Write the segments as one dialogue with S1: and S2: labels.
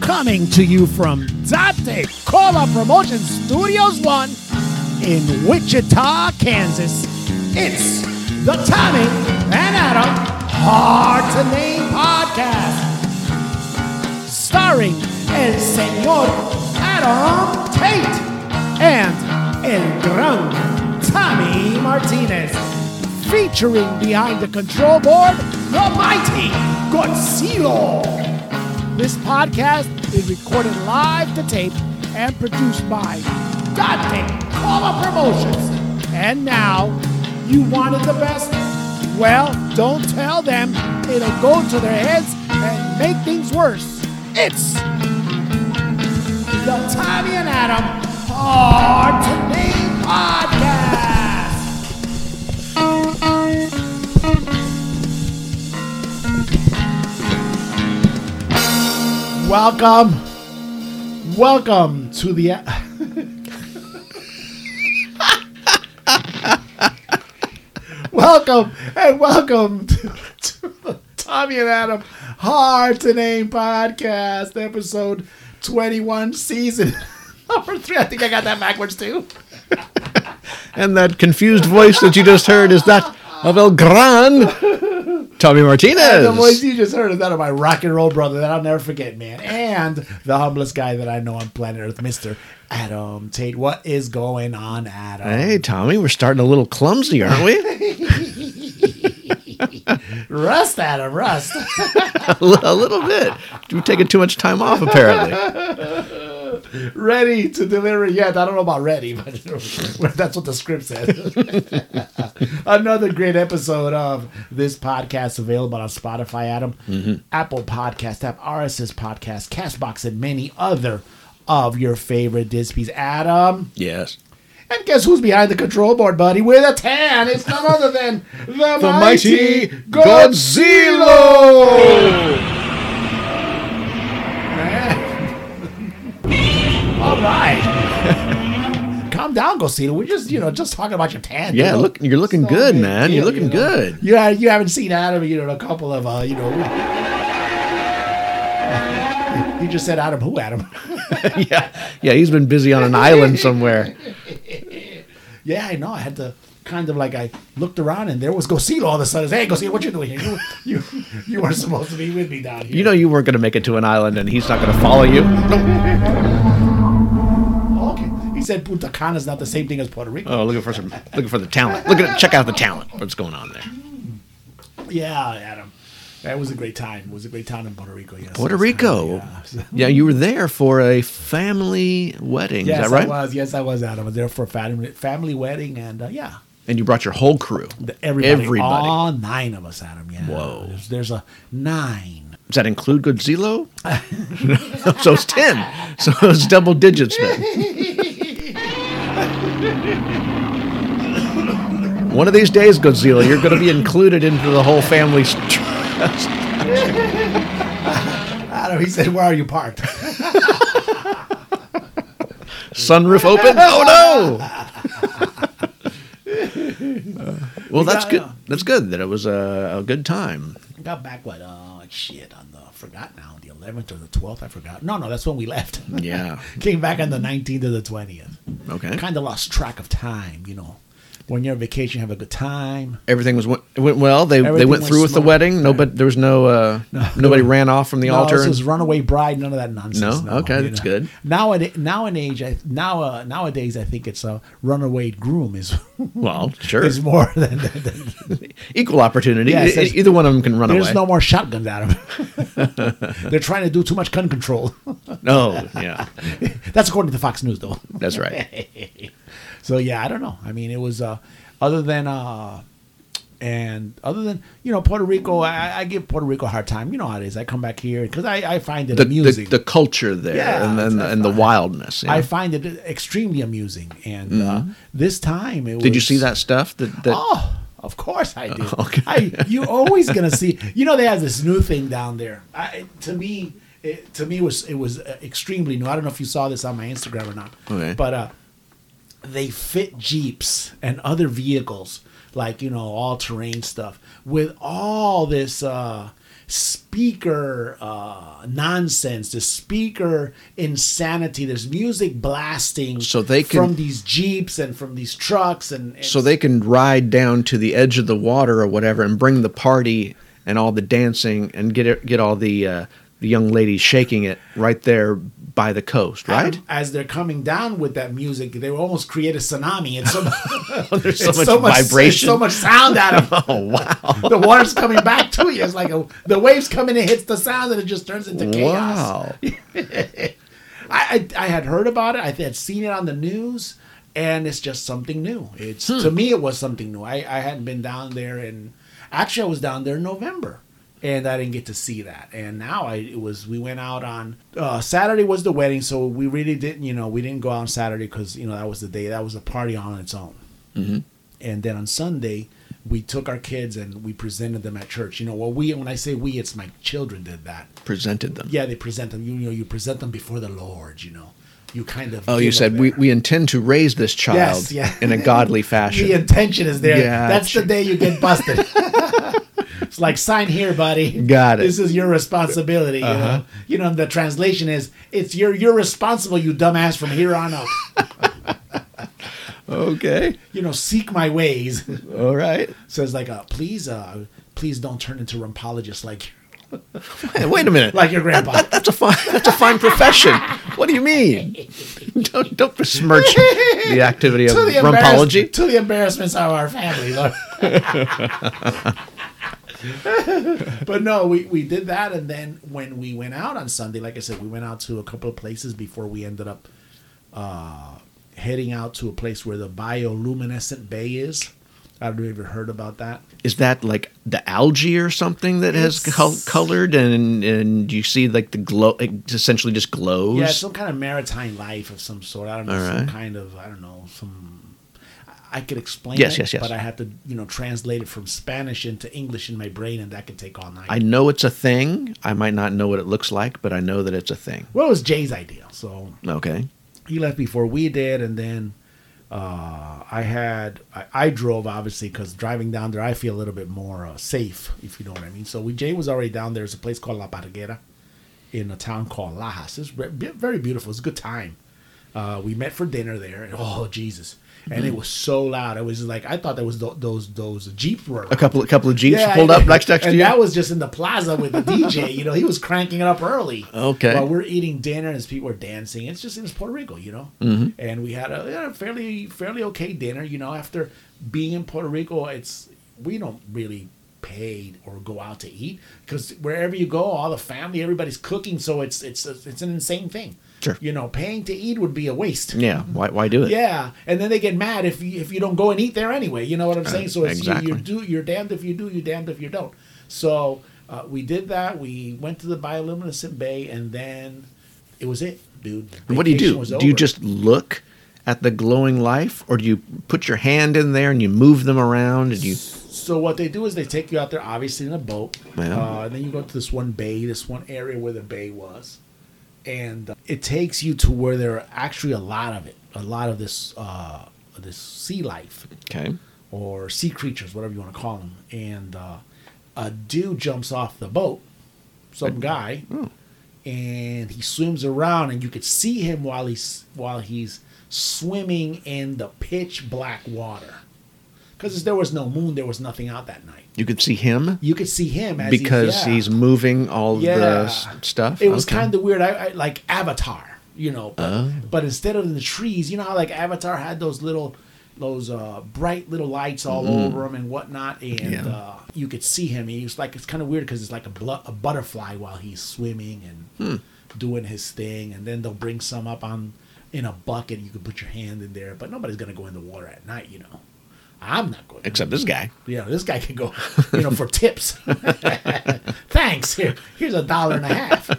S1: Coming to you from Dante Cola Promotion Studios 1 in Wichita, Kansas. It's the Tommy and Adam Hard to Name Podcast. Starring El Señor Adam Tate and El Gran Tommy Martinez. Featuring behind the control board, the mighty Godzilla. This podcast is recorded live to tape and produced by Dante Cola Promotions. And now, you wanted the best? Well, don't tell them. It'll go to their heads and make things worse. It's the Tommy and Adam Hard to Name Podcast. Welcome, welcome to the. e- welcome and welcome to, to the Tommy and Adam Hard to Name podcast, episode twenty-one, season number three. I think I got that backwards too.
S2: And that confused voice that you just heard is that of El Gran Tommy
S1: The voice
S2: Martinez.
S1: you just heard is that of my rock and roll brother that I'll never forget, man. And the humblest guy that I know on planet Earth, Mr. Adam Tate. What is going on, Adam?
S2: Hey, Tommy, we're starting a little clumsy, aren't we?
S1: Rust, Adam, rust.
S2: a li- a little bit. We've taken too much time off, apparently.
S1: ready to deliver yet. I don't know about ready, but that's what the script said. Another great episode of this podcast available on Spotify, Adam,
S2: Mm-hmm.
S1: Apple Podcast app, RSS Podcast, Castbox, and many other of your favorite Dispies. Adam,
S2: Yes.
S1: and guess who's behind the control board, buddy? With a tan, it's none other than the,
S2: The
S1: mighty
S2: mighty
S1: Godzilla.
S2: Godzilla!
S1: All right. Calm down, Godzilla. We're just, you know, just talking about your tan.
S2: Yeah,
S1: dude.
S2: look, you're looking
S1: No
S2: good,
S1: big
S2: man. You're
S1: deal,
S2: looking
S1: you know.
S2: good.
S1: You ha- you haven't seen Adam, you know, in a couple of uh, you know. you just said Adam. Who Adam?
S2: yeah. Yeah, he's been busy on an island somewhere.
S1: yeah, I know. I had to kind of like I looked around and there was Godzilla all of a sudden. Hey, Godzilla, what you doing here? You you, you weren't supposed to be with me down here.
S2: You know you weren't going to make it to an island and he's not going to follow you.
S1: okay. He said Punta Cana is not the same thing as Puerto Rico.
S2: Oh, looking for some looking for the talent. Look at check out the talent. What's going on there?
S1: Yeah, Adam. That was a great time. It was a great time in Puerto Rico. Yes,
S2: Puerto
S1: Yes,
S2: Rico.
S1: yeah.
S2: Yeah, you were there for a family wedding.
S1: Yes,
S2: is that right?
S1: I was. Yes, I was, Adam. I was there for a family, family wedding, and uh, yeah,
S2: And you brought your whole crew.
S1: the, everybody,
S2: Everybody.
S1: all nine of us, Adam. Yeah.
S2: Whoa.
S1: There's, there's a nine.
S2: Does that include Godzilla? so it's 10. So it's double digits then. One of these days, Godzilla, you're going to be included into the whole family's trust.
S1: Adam, he said, "Where are you parked?"
S2: Sunroof open? Oh, no! well, that's
S1: got,
S2: good.
S1: uh,
S2: That's good that it was a, a good time.
S1: Got back what? Oh shit! On the forgot now, the 11th or the 12th. I forgot. No, no, that's when we left.
S2: Yeah.
S1: Came back on the 19th or the 20th.
S2: Okay.
S1: Kind of lost track of time, you know. When you're on vacation, have a good time.
S2: everything was went, went well. They they
S1: Everything
S2: went
S1: went
S2: through with the
S1: smooth.
S2: wedding. No, but there was no, uh, nobody ran off from the
S1: No,
S2: altar.
S1: this
S2: and-
S1: was runaway bride. None of that nonsense.
S2: No? Okay, that's good.
S1: Nowadays, nowadays, I, now uh, nowadays, I think it's a runaway groom is
S2: well, sure,
S1: is more than, than, than
S2: equal opportunity.
S1: Yes,
S2: E- e-
S1: there's-
S2: either one of them can run
S1: There's
S2: away.
S1: no more shotguns, Adam. They're trying to do too much gun control.
S2: no, Oh, yeah,
S1: That's according to Fox News, though.
S2: that's right.
S1: So yeah, I don't know. I mean, it was uh, other than uh, and other than you know Puerto Rico. I, I give Puerto Rico a hard time. You know how it is. I come back here because I, I find it
S2: The, the,
S1: amusing.
S2: the culture there
S1: Yeah,
S2: and then
S1: that's
S2: and the
S1: fine.
S2: wildness. yeah.
S1: I find it extremely amusing. And uh, this time, it was,
S2: Mm-hmm. Did you see that stuff? That, that
S1: Oh, of course I did.
S2: Okay.
S1: I, you're always gonna see. You know, they have this new thing down there. I, to me, it, to me was it was uh, extremely new. I don't know if you saw this on my Instagram or not.
S2: Okay.
S1: But uh, they fit jeeps and other vehicles, like you know, all terrain stuff, with all this. Uh, speaker uh, nonsense, this speaker insanity, this music blasting
S2: So they can-
S1: from these jeeps and from these trucks and, and
S2: so they can ride down to the edge of the water or whatever and bring the party and all the dancing and get it, get all the uh, the young ladies shaking it right there by the coast, right?
S1: as they're coming down with that music, they almost create a tsunami. It's so,
S2: There's
S1: it's so much vibration, so much sound out of
S2: oh wow!
S1: the water's coming back to you. It's like a, the waves come in, it hits the sound, and it just turns into chaos.
S2: Wow.
S1: I, I I had heard about it. I had seen it on the news, and it's just something new. It's to me, it was something new. I I hadn't been down there, and actually, I was down there in November, and I didn't get to see that. And now I it was we went out on uh, Saturday was the wedding, so we really didn't you know we didn't go out on Saturday because you know that was the day that was a party on its own and then on Sunday we took our kids and we presented them at church. You know, well, we when I say we, it's my children did that.
S2: Presented them.
S1: Yeah, they present them. You, know, you present them before the Lord. You know, you kind of.
S2: Oh,
S1: give
S2: you
S1: up
S2: said
S1: there.
S2: we, we intend to raise this child
S1: Yes, yeah.
S2: in a godly fashion.
S1: The intention is there.
S2: Yeah,
S1: That's the day you get busted. it's like sign here, buddy.
S2: Got it. Uh-huh.
S1: This is your responsibility. You know, you know. and The translation is it's your you're responsible, you dumbass, from here on up.
S2: Okay.
S1: you know, seek my ways.
S2: All right.
S1: Says like, uh, please, uh, please don't turn into rumpologist like
S2: Hey, wait a minute.
S1: like your grandpa.
S2: that's a fine that's a fine profession. What do you mean? Don't don't besmirch the activity of
S1: to the
S2: rumpology.
S1: rumpology to the embarrassments of our family Lord. but no we, we did that and then when we went out on sunday like i said we went out to a couple of places before we ended up uh, heading out to a place where the bioluminescent bay is i don't know if you heard about that
S2: Is that like the algae or something that has
S1: It's-
S2: col- colored and and you see like the glow? It essentially just glows.
S1: Yeah, some kind of maritime life of some sort. I don't know,
S2: All
S1: some
S2: right.
S1: kind of I don't know, some. I- I could explain
S2: Yes,
S1: it,
S2: yes, yes.
S1: but I have to you know translate it from Spanish into English in my brain, and that could take all night.
S2: I know it's a thing. I might not know what it looks like, but I know that it's a thing.
S1: well, it was Jay's idea, so
S2: Okay.
S1: he left before we did, and then uh, I had I, I drove obviously because driving down there I feel a little bit more uh, safe if you know what I mean. So we Jay was already down there. There's a place called La Parguera in a town called Lajas. It's re- be- very beautiful. It's a good time. Uh, we met for dinner there, and oh Jesus! And it was so loud. I was just like, I thought that was tho- those those jeeps were.
S2: A couple a couple of jeeps
S1: Yeah,
S2: pulled up
S1: yeah.
S2: next next to
S1: and
S2: you.
S1: that was just in the plaza with the DJ. You know, he was cranking it up early.
S2: Okay.
S1: While we're eating dinner and as people are dancing, it's just it's Puerto Rico, you know. Mm-hmm. And we had a, we had a fairly fairly okay dinner. You know, after being in Puerto Rico, it's we don't really pay or go out to eat because wherever you go, all the family, everybody's cooking, so it's it's it's an insane thing.
S2: Sure.
S1: You know, paying to eat would be a waste.
S2: yeah. Why why do it?
S1: Yeah, and then they get mad if you, if you don't go and eat there anyway. You know what I'm saying? So it's you, you
S2: Uh, exactly.
S1: do you're damned if you do, you're damned if you don't. So uh, we did that. We went to the bioluminescent bay, and then it was it, dude.
S2: What do you
S1: Vacation
S2: do?
S1: was
S2: Do you
S1: over.
S2: just look at the glowing life, or do you put your hand in there and you move them around and you?
S1: So what they do is they take you out there, obviously in a boat,
S2: Yeah.
S1: uh, and then you go to this one bay, this one area where the bay was, and uh, it takes you to where there are actually a lot of it, a lot of this uh, this sea life.
S2: Okay.
S1: or sea creatures, whatever you want to call them. And uh, a dude jumps off the boat, some guy,
S2: Oh.
S1: and he swims around, and you could see him while he's while he's swimming in the pitch black water, because there was no moon, there was nothing out that night.
S2: You could see him
S1: You could see him as
S2: because
S1: yeah.
S2: he's moving all the s- stuff.
S1: It was
S2: Okay. Oh.
S1: kind of weird. I, I like Avatar, you know, but, but instead of the trees, you know how like Avatar had those little, those uh, bright little lights all over him and whatnot, and
S2: Mm-hmm. Yeah.
S1: uh, you could see him. And he was like, it's kind of weird because it's like a, blu- a butterfly while he's swimming and
S2: Hmm.
S1: doing his thing, and then they'll bring some up on in a bucket. You can put your hand in there, but nobody's gonna go in the water at night, you know. I'm not going.
S2: except this guy.
S1: You know, this guy could go, you know, for tips. Thanks. Here, here's a dollar and a half.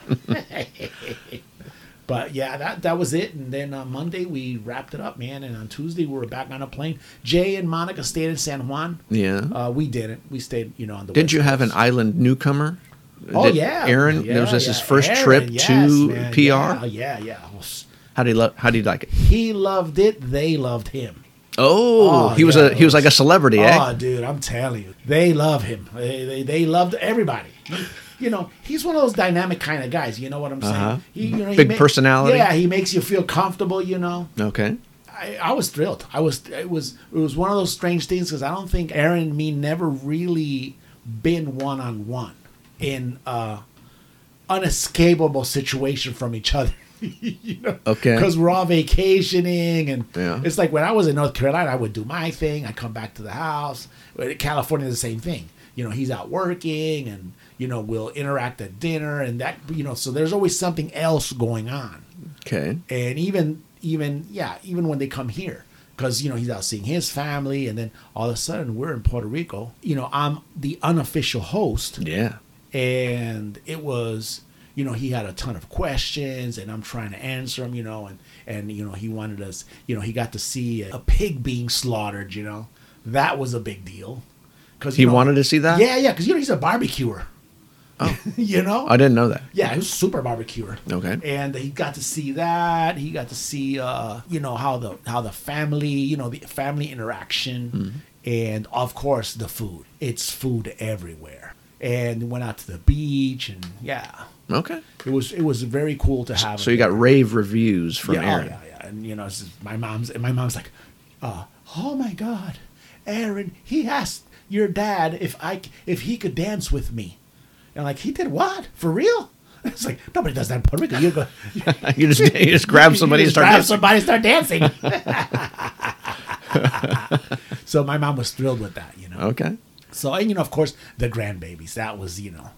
S1: but yeah, that that was it. And then on Monday we wrapped it up, man. And on Tuesday we were back on a plane. Jay and Monica stayed in San Juan.
S2: Yeah.
S1: Uh, we didn't. We stayed, you know, on the.
S2: Didn't
S1: West
S2: you have an
S1: Coast.
S2: island newcomer?
S1: Oh
S2: Did
S1: yeah,
S2: Aaron.
S1: Yeah,
S2: there was this
S1: yeah.
S2: his first
S1: Aaron,
S2: trip
S1: yes,
S2: to
S1: man.
S2: PR.
S1: Yeah, yeah. yeah. Well, s-
S2: How do you love? How do you like it?
S1: He loved it. They loved him.
S2: Oh,
S1: Oh,
S2: he was
S1: yeah,
S2: a he was like a celebrity, eh?
S1: Oh, dude, I'm telling you, they love him. They they, they loved everybody. you know, he's one of those dynamic kind of guys. You know what I'm saying?
S2: Uh-huh.
S1: He, you know,
S2: Big personality.
S1: Yeah, he makes you feel comfortable. You know,
S2: Okay.
S1: I, I was thrilled. I was it was it was one of those strange things because I don't think Aaron and me never really been one on one in uh unescapable situation from each other. you know,
S2: Okay.
S1: because we're all vacationing and
S2: Yeah.
S1: it's like when I was in North Carolina, I would do my thing. I come back to the house. But in California, the same thing. You know, he's out working, and you know we'll interact at dinner, and that you know. So there's always something else going on
S2: Okay.
S1: and even even yeah even when they come here because you know he's out seeing his family and then all of a sudden we're in puerto rico you know i'm the unofficial host
S2: Yeah.
S1: and it was you know he had a ton of questions and i'm trying to answer them you know and and you know he wanted us you know he got to see a, a pig being slaughtered you know that was a big deal because
S2: He wanted Oh. to see that.
S1: yeah yeah because you know he's a barbecuer you know
S2: I didn't know that.
S1: yeah, he was a super barbecuer.
S2: Okay.
S1: And he got to see that. He got to see uh, you know, how the how the family, you know, the family interaction
S2: Mm-hmm.
S1: and of course the food. It's food everywhere. And went out to the beach and yeah.
S2: Okay.
S1: It was it was very cool to have
S2: So
S1: him
S2: you got rave reviews
S1: there.
S2: from
S1: yeah, oh,
S2: Aaron.
S1: yeah, yeah. And you know, it's just- my mom's and my mom's like, uh, oh my god, Aaron, he asked your dad if I c- if he could dance with me. And like, he did what? For real? It's like nobody does that in Puerto Rico. You go
S2: you just you just grab
S1: you
S2: somebody and
S1: just
S2: start.
S1: grab
S2: dancing.
S1: somebody, start dancing. so my mom was thrilled with that, you know.
S2: Okay.
S1: So and you know, of course, the grandbabies. That was you know,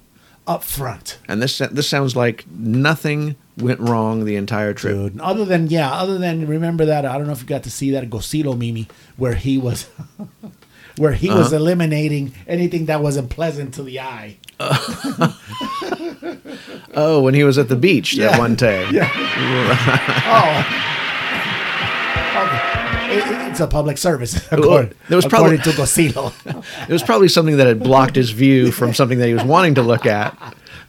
S1: up front,
S2: And this this sounds like nothing went wrong the entire trip.
S1: dude. And Other than yeah, other than remember that I don't know if you got to see that Gosilo Mimi where he was. Where he
S2: Uh-huh.
S1: was eliminating anything that wasn't pleasant to the eye.
S2: Oh, when he was at the beach
S1: Yeah.
S2: that one day.
S1: Yeah. oh. Okay. It- it's a public service. According,
S2: there was probably-
S1: according to Gosilo.
S2: It was probably something that had blocked his view from something that he was wanting to look at.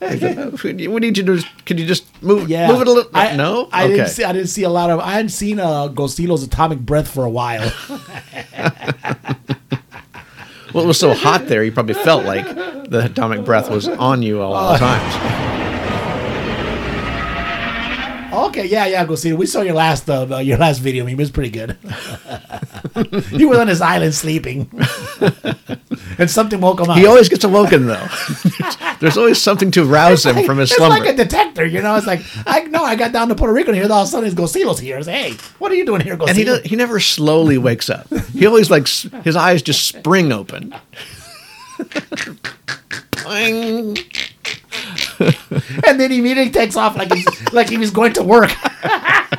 S2: "Oh, we need you to just, could you just move
S1: Yeah,
S2: move it a little?
S1: I,
S2: no,
S1: I didn't see. I didn't see a lot of. I hadn't seen uh, Gostilo's Atomic Breath for a while.
S2: Well, it was so hot there, you probably felt like the atomic breath was on you all
S1: Oh.
S2: the times.
S1: okay, yeah, yeah, Gostilo. We saw your last uh, uh, your last video. I mean, it was pretty good. he was on his island sleeping, and something woke him up.
S2: He always gets awoken though. There's always something to rouse him from his
S1: it's
S2: slumber.
S1: like a detector, you know. It's like I know I got down to Puerto Rico and here all of a sudden it's Gostilo's here. It's hey, what are you doing here, Gostilo?
S2: and he does, he never slowly wakes up. He always like s- his eyes just spring open. Boing.
S1: and then he immediately takes off like he's like he was going to work. and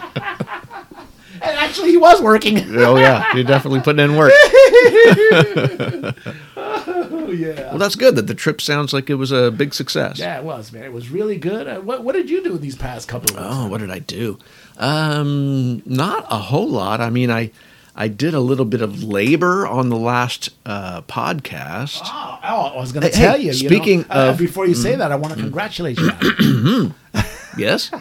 S1: actually, he was working.
S2: oh yeah, you're definitely putting in work.
S1: Oh yeah.
S2: Well, that's good that the trip sounds like it was a big success.
S1: Yeah, it was, man. It was really good. Uh, what What did you do these past couple of weeks?
S2: Oh, what did I do? Um, not a whole lot. I mean, I I did a little bit of labor on the last uh, podcast.
S1: Oh, oh, I was going to
S2: Hey,
S1: tell
S2: hey,
S1: you. you know,
S2: speaking
S1: uh,
S2: of- Mm.
S1: before you say that, I want to congratulate you. on it.
S2: Yes.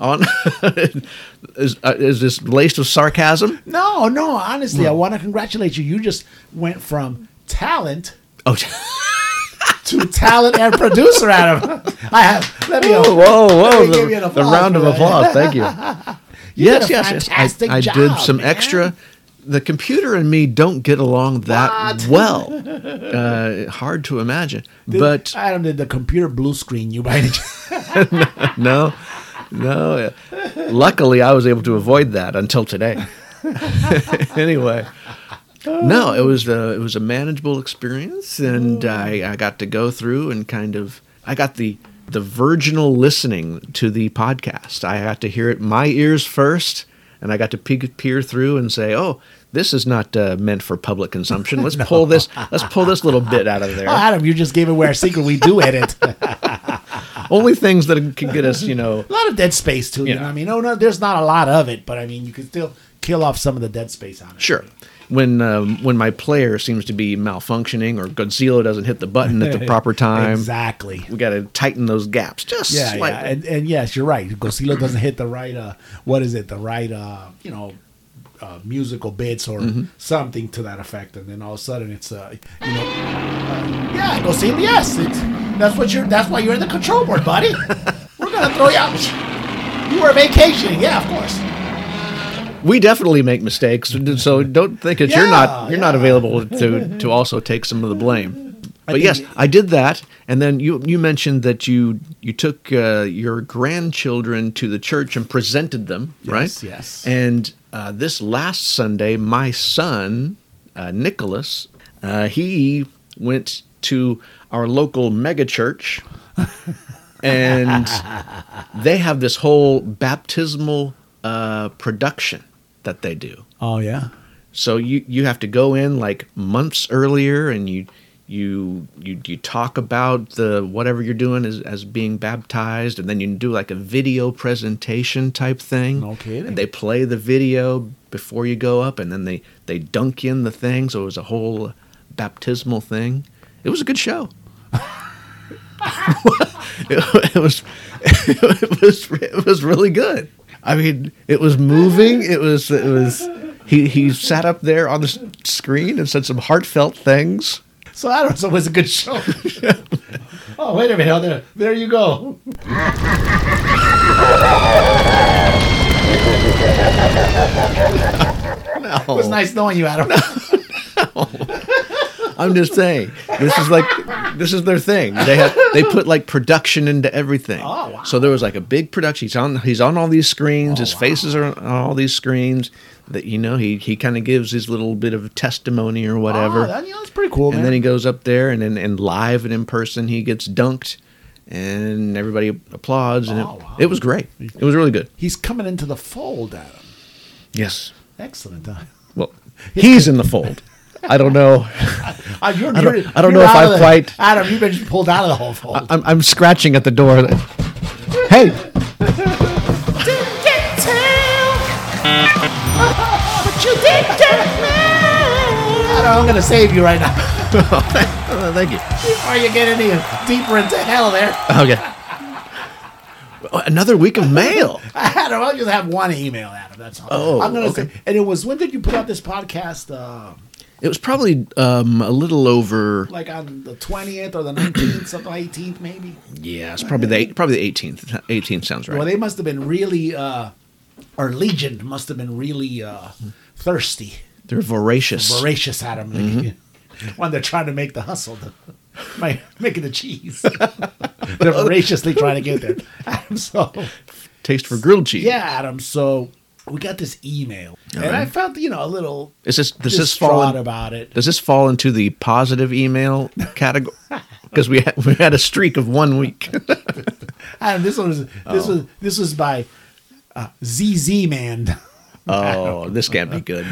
S2: on is, uh, is this laced with sarcasm?
S1: no, no, honestly, I want to congratulate you. You just went from talent
S2: Oh,
S1: to talent and producer, Adam. I have. Let me.
S2: whoa,
S1: Let
S2: whoa!
S1: me
S2: The,
S1: give you an
S2: the
S1: applause
S2: round
S1: for
S2: of
S1: that.
S2: applause. Thank you.
S1: You did
S2: yes,
S1: a
S2: yes, yes.
S1: fantastic
S2: I, I
S1: job,
S2: did some
S1: man.
S2: extra. The computer and me don't get along that well. Uh, hard to imagine, but
S1: Adam, did the computer blue screen you by any chance?
S2: no, no. Luckily, I was able to avoid that until today. anyway, no, it was a it was a manageable experience, and I, I got to go through and kind of I got the the virginal listening to the podcast. I got to hear it my ears first, and I got to peek, peer through and say, "Oh, this is not uh, meant for public consumption. Let's pull this. Let's pull this little bit out of
S1: Oh,
S2: there.
S1: Adam, you just gave away our secret. We do edit. a
S2: Only things that can get us, you know."
S1: lot of dead space too. You know,
S2: Yeah.
S1: what I mean, oh no, there's not a lot of it, but I mean, you can still kill off some of the dead space on it.
S2: Sure. When um, when my player seems to be malfunctioning or Godzilla doesn't hit the button at the proper time,
S1: Exactly.
S2: we got to tighten those gaps just
S1: Yeah, yeah.
S2: slightly.
S1: And, and yes, you're right. Gosilo doesn't hit the right, uh, what is it, the right, uh, you know, uh, musical bits or
S2: Mm-hmm.
S1: something to that effect. And then all of a sudden it's, uh, you know, uh, yeah, Gosilo, yes. It's, That's what you're. That's why you're in the control board, buddy. We're gonna throw you out. You were vacationing, yeah, of course.
S2: we definitely make mistakes, so don't think that you're
S1: Yeah,
S2: not you're not
S1: yeah.
S2: available to to also take some of the blame. But
S1: think-
S2: yes, I did that, and then you you mentioned that you you took uh, your grandchildren to the church and presented them, right?
S1: yes.
S2: And uh, this last Sunday, my son uh, Nicholas, uh, he went to our local mega church, and they have this whole baptismal uh, production that they do.
S1: Oh yeah.
S2: So you you have to go in like months earlier, and you you you you talk about the whatever you're doing as as being baptized, and then you do like a video presentation type thing.
S1: No kidding.
S2: And they play the video before you go up, and then they they dunk in the thing. So it was a whole baptismal thing. It was a good show. it, it was it was it was really good. I mean, it was moving. It was it was he he sat up there on the s- screen and said some heartfelt things.
S1: So that was always a good show. oh wait a minute, oh, there, there you go. It
S2: Oh.
S1: was nice knowing you, Adam.
S2: I'm just saying, this is like this is their thing. They have they put like production into everything.
S1: Oh, wow. Oh,
S2: So there was like a big production. He's on he's on all these screens. His faces are on all these screens. That you know he he kind of gives his little bit of testimony or whatever.
S1: Oh, that, you know, that's pretty cool,
S2: and
S1: man.
S2: then he goes up there and, and and live and in person he gets dunked and everybody applauds and it,
S1: Oh, wow.
S2: it was great it was really good
S1: He's coming into the fold, Adam.
S2: yes
S1: Excellent.
S2: Uh,
S1: huh?
S2: well he's in the fold i don't know
S1: Uh, you're,
S2: I don't-
S1: you're-
S2: I don't
S1: you're
S2: know if
S1: out of
S2: I
S1: the-
S2: quite-
S1: Adam, you've been pulled out of the whole fold.
S2: i'm, I'm scratching at the door hey
S3: didn't get to. But you did get me.
S1: Adam, I'm going to save you right now
S2: Oh, thank you
S1: before you get any deeper into hell there.
S2: okay Oh, another week of mail
S1: Adam, I'll just have one email, Adam. That's all.
S2: Oh,
S1: I'm gonna
S2: okay.
S1: say, and it was when did you put out this podcast? Uh,
S2: it was probably um, a little over
S1: like on the 20th or the 19th, something 18th maybe.
S2: yeah it's probably the eight- probably the 18th 18th sounds right
S1: Well, they must have been really, uh, or Legion must have been really uh, thirsty,
S2: they're voracious
S1: voracious, Adam.
S2: Mm-hmm.
S1: When they're trying to make the hustle, the, my, making the cheese, they're voraciously trying to get there. Adam, so
S2: taste for grilled cheese
S1: yeah, Adam. So we got this email, and I
S2: right.
S1: felt you know a little
S2: is this does this fall
S1: distraught
S2: in,
S1: about it.
S2: Does this fall into the positive email category? Because we had, we had a streak of one week.
S1: Adam, this one was this
S2: Oh.
S1: was this was by uh, ZZ Man.
S2: oh, this can't be good.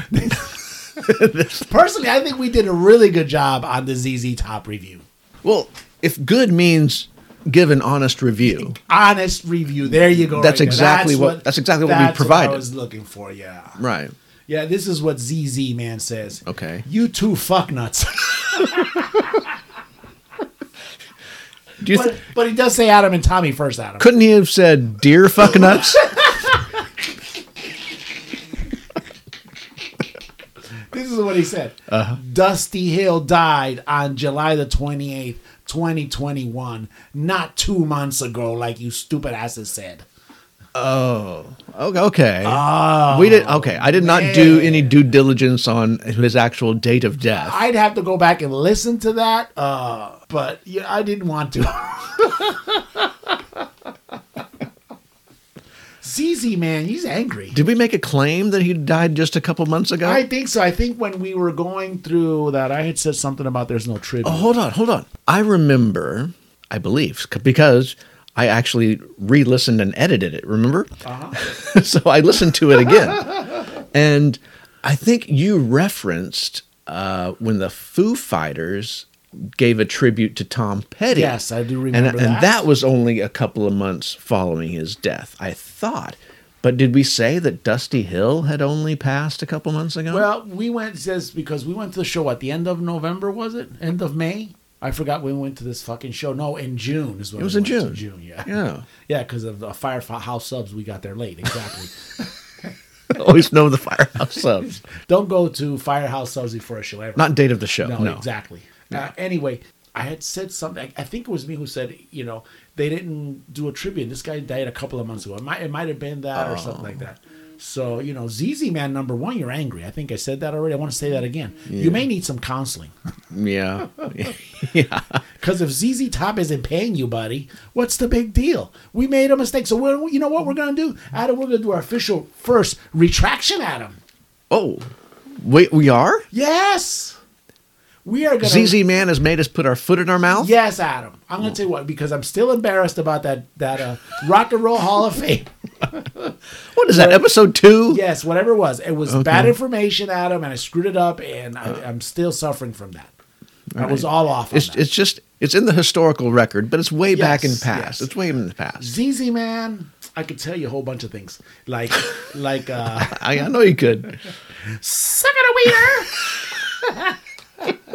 S1: Personally, I think we did a really good job on the ZZ Top review.
S2: Well, if good means give an honest review,
S1: Honest review. There you go.
S2: That's
S1: right there.
S2: exactly what- that's exactly what we
S1: that's
S2: provided.
S1: I was looking for. Yeah.
S2: right?
S1: Yeah. This is what ZZ Man says.
S2: Okay.
S1: You two fucknuts.
S2: Do you
S1: but,
S2: th-
S1: but he does say Adam and Tommy first. Adam.
S2: couldn't he have said dear fuck nuts?
S1: This is what he said. Dusty Hill died on July the 28th, 2021, not two months ago, like you stupid asses said.
S2: okay, okay.
S1: Ah.
S2: we did okay. I did not do any due diligence on his actual date of death.
S1: I'd have to go back and listen to that, uh, but yeah, I didn't want to. ZZ, man, he's angry.
S2: did we make a claim that he died just a couple months ago?
S1: I think so. I think when we were going through that, I had said something about there's no tribute.
S2: Oh, hold on, hold on. I remember, I believe, c- because I actually re listened and edited it, remember?
S1: Uh-huh.
S2: so I listened to it again. and I think you referenced uh, when the Foo Fighters gave a tribute to Tom Petty.
S1: Yes, I do
S2: and,
S1: remember that.
S2: And that was only a couple of months following his death, I thought. But did we say that Dusty Hill had only passed a couple months ago?
S1: Well, we went just because we went to the show at the end of November, was it? End of May? I forgot when we went to this fucking show. No, in June is when
S2: It was
S1: we
S2: in
S1: went to
S2: June.
S1: June, yeah,
S2: Yeah.
S1: yeah, because of the Firehouse Subs, we got there late. Exactly.
S2: always know the firehouse subs.
S1: Don't go to Firehouse Subs before a show ever.
S2: Not date of the show.
S1: no,
S2: No,
S1: exactly. Uh, anyway, I had said something. I think it was me who said, you know, they didn't do a tribute. and This guy died a couple of months ago. It might it might have been that or something like that. So you know, ZZ Man number one, you're angry. I think I said that already. I want to say that again. You may need some counseling
S2: Yeah.
S1: because if ZZ Top isn't paying you, buddy, what's the big deal? We made a mistake. So we're, you know what we're gonna do, Adam? We're gonna do our official first retraction, Adam.
S2: oh, wait, we are?
S1: Yes, we are gonna.
S2: ZZ Man has made us put our foot in our mouth?
S1: Yes, Adam. I'm gonna tell you what because I'm still embarrassed about that that uh, Rock and Roll Hall of Fame.
S2: What is that, episode two?
S1: Yes, whatever it was, it was bad information, Adam, and I screwed it up, and I, I'm still suffering from that. That was all off. on
S2: Uh. It's,
S1: that.
S2: it's just, it's in the historical record, but it's way back in
S1: Yes,
S2: past.
S1: yes.
S2: It's way in the past.
S1: ZZ man. I could tell you a whole bunch of things, like like uh,
S2: I, I know you could.
S1: suck it a wiener.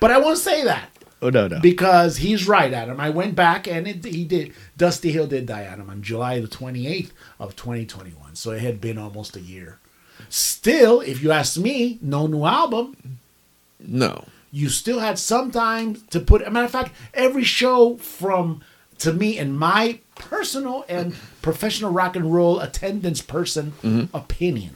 S1: but I won't say that.
S2: Oh, no, no.
S1: because he's right, Adam. I went back and it, he did. Dusty Hill did die, Adam, on July the 28th of 2021. So it had been almost a year. Still, if you ask me, no new album.
S2: no.
S1: You still had some time to put. a matter of fact, every show from to me and my personal and professional rock and roll attendance person
S2: Mm-hmm.
S1: opinion,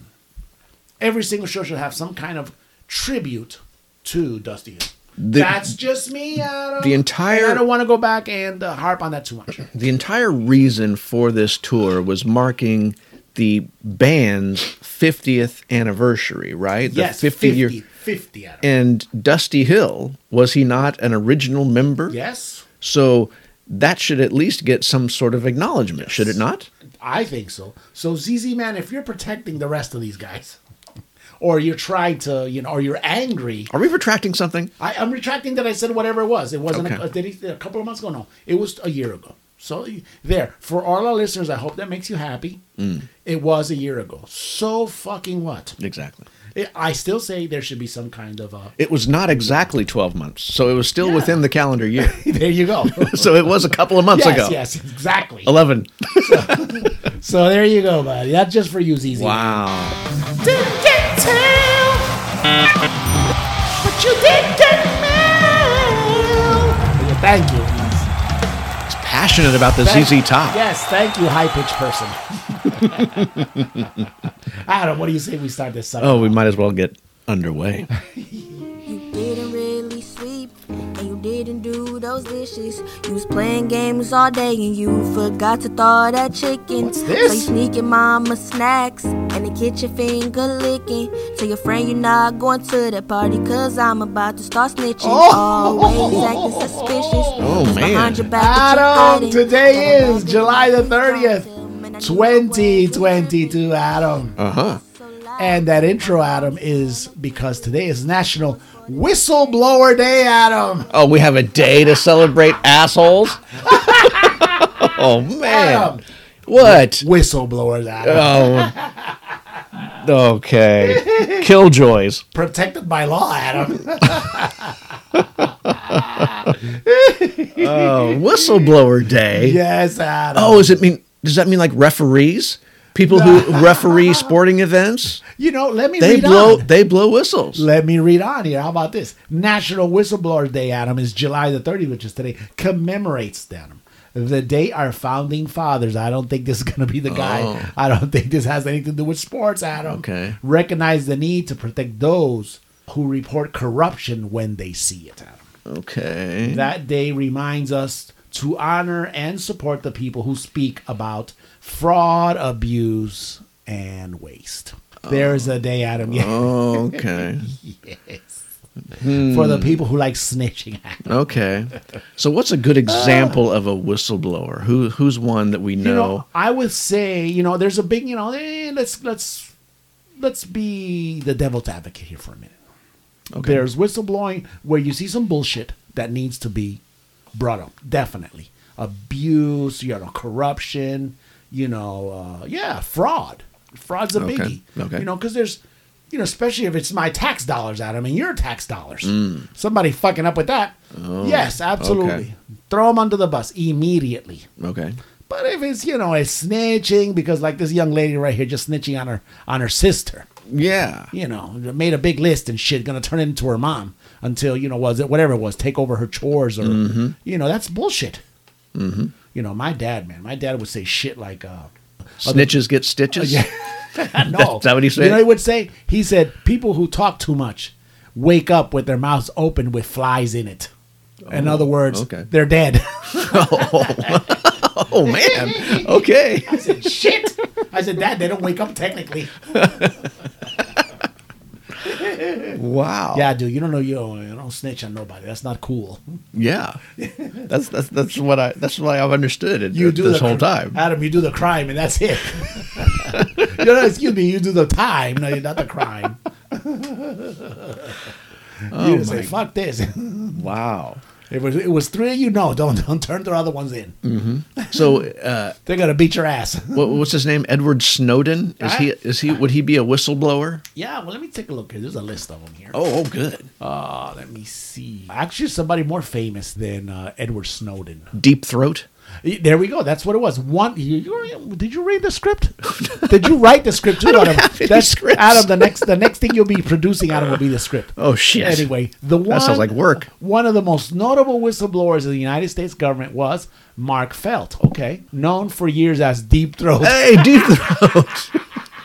S1: every single show should have some kind of tribute to Dusty Hill.
S2: The-
S1: That's just me, Adam.
S2: The entire-
S1: And I don't want to go back and uh, harp on that too much.
S2: The entire reason for this tour was marking the band's 50th anniversary, right? The
S1: yes,
S2: 50 year.
S1: 50, Adam.
S2: And Dusty Hill, was he not an original member?
S1: yes,
S2: So that should at least get some sort of acknowledgement, should it not?
S1: I think so. So ZZ man, if you're protecting the rest of these guys, or you're trying to, you know, or you're angry,
S2: Are we retracting something?
S1: I, I'm retracting that I said whatever it was. It wasn't a,
S2: Okay.
S1: did he, a couple of months ago. No, it was a year ago. So there for all our listeners, I hope that makes you happy.
S2: Mm.
S1: It was a year ago. So fucking what?
S2: Exactly.
S1: I I still say there should be some kind of a.
S2: It was not exactly 12 months, so it was still
S1: Yeah.
S2: within the calendar year.
S1: There you go.
S2: so it was a couple of months
S1: yes,
S2: ago.
S1: yes, exactly.
S2: 11.
S1: So there you go, buddy. That's just for you, ZZ.
S2: Wow.
S4: Didn't get tail, but you did get mail.
S1: Thank you.
S2: He's passionate about the
S1: Thank-
S2: ZZ Top.
S1: Yes, thank you, high pitched person. Adam, what do you say we start this up?
S2: Oh, we might as well get underway.
S5: You didn't really sleep, and you didn't do those dishes. You was playing games all day, and you forgot to thaw that chicken.
S1: What's this?
S5: So you sneaking mama snacks, and the kitchen finger licking. Tell your friend you're not going to the party, cause I'm about to start snitching.
S1: Oh.
S5: Always acting suspicious.
S2: Oh,
S5: Just behind
S2: man.
S5: your back that you're
S1: Adam,
S5: hiding.
S1: today
S5: Got a
S1: is
S5: bad
S1: July the
S5: feeling about
S1: 30th,
S5: him, and I need a way to
S1: 2022, Adam.
S2: Uh huh.
S5: so loud.
S1: And that intro, Adam, is because today is National Whistleblower Day, Adam.
S2: Oh, we have a day to celebrate assholes? oh, man.
S1: Adam.
S2: What?
S1: Whistleblowers, Adam.
S2: Oh. Okay. Killjoys.
S1: Protected by law, Adam.
S2: Oh, whistleblower day.
S1: yes, Adam.
S2: Oh, does it mean? Does that mean like referees? People who referee sporting events?
S1: you know, let me
S2: They
S1: read
S2: blow.
S1: on.
S2: They blow whistles.
S1: Let me read on here. How about this? National Whistleblower Day, Adam, is July the 30th, which is today, commemorates Adam. The day our founding fathers. I don't think this is going to be the guy. I don't think this has anything to do with sports, Adam.
S2: Oh. Okay.
S1: Recognize the need to protect those who report corruption when they see it, Adam.
S2: Okay.
S1: That day reminds us to honor and support the people who speak about fraud, abuse, and waste. There's a day, Adam. Yes
S2: Uh-huh. Okay.
S1: for the people who like snitching.
S2: Okay. So, what's a good example of a whistleblower? Who who's one that we know?
S1: You know, I would say you know there's a big you know eh, let's let's let's be the devil's advocate here for a minute.
S2: Okay.
S1: There's whistleblowing where you see some bullshit that needs to be brought up. Definitely abuse, you know, corruption, you know, uh, yeah, fraud. Fraud's a
S2: Okay,
S1: biggie.
S2: okay.
S1: You know, because there's you know, especially if it's my tax dollars, Adam, and your tax dollars.
S2: Mm.
S1: Somebody fucking up with that.
S2: Oh,
S1: yes, absolutely. Throw them under the bus immediately.
S2: okay.
S1: But if it's you know it's snitching because like this young lady right here just snitching on her on her sister,
S2: Yeah.
S1: you know, made a big list and shit, gonna turn it into her mom until, you know, was it whatever it was, take over her chores or,
S2: Mm-hmm.
S1: you know, that's bullshit. Mm-hmm. You know, my dad, man, my dad would say shit like, uh,
S2: Snitches get stitches.
S1: no.
S2: Is that what he said?
S1: You know, he would say, he said, people who talk too much wake up with their mouths open with flies in it. In other words,
S2: Oh, okay.
S1: they're dead.
S2: Oh man. Okay.
S1: I said, shit. I said, Dad, they don't wake up technically.
S2: Wow.
S1: Yeah, dude, you don't know, you don't, you don't snitch on nobody. That's not cool.
S2: Yeah. That's that's that's what I that's what I've understood it,
S1: you
S2: you
S1: do
S2: this
S1: the
S2: whole
S1: cr-
S2: time.
S1: Adam. You do the crime, and that's it. you know, excuse me. You do the time, no, you're not the crime.
S2: Oh
S1: you just say fuck this.
S2: Wow.
S1: It was it was three of you. No, don't don't turn the other ones in.
S2: Mm. So uh,
S1: They're gonna beat your ass.
S2: what, what's his name? Edward Snowden? Is he is he would he be a whistleblower?
S1: yeah, well, let me take a look. here. There's a list of them here.
S2: Oh, oh good.
S1: Uh, let me see. Actually, somebody more famous than uh, Edward Snowden.
S2: Deep throat?
S1: There we go. That's what it was. One. You, you- did you read the script? did you write the script too, Adam?
S2: have any
S1: That's
S2: scripts.
S1: Adam. The next, the next thing you'll be producing, Adam, will be the script.
S2: Oh shit.
S1: Anyway, the one
S2: sounds like work.
S1: One of the most notable whistleblowers in the United States government was Mark Felt. Okay, known for years as Deep Throat.
S2: Hey, Deep Throat.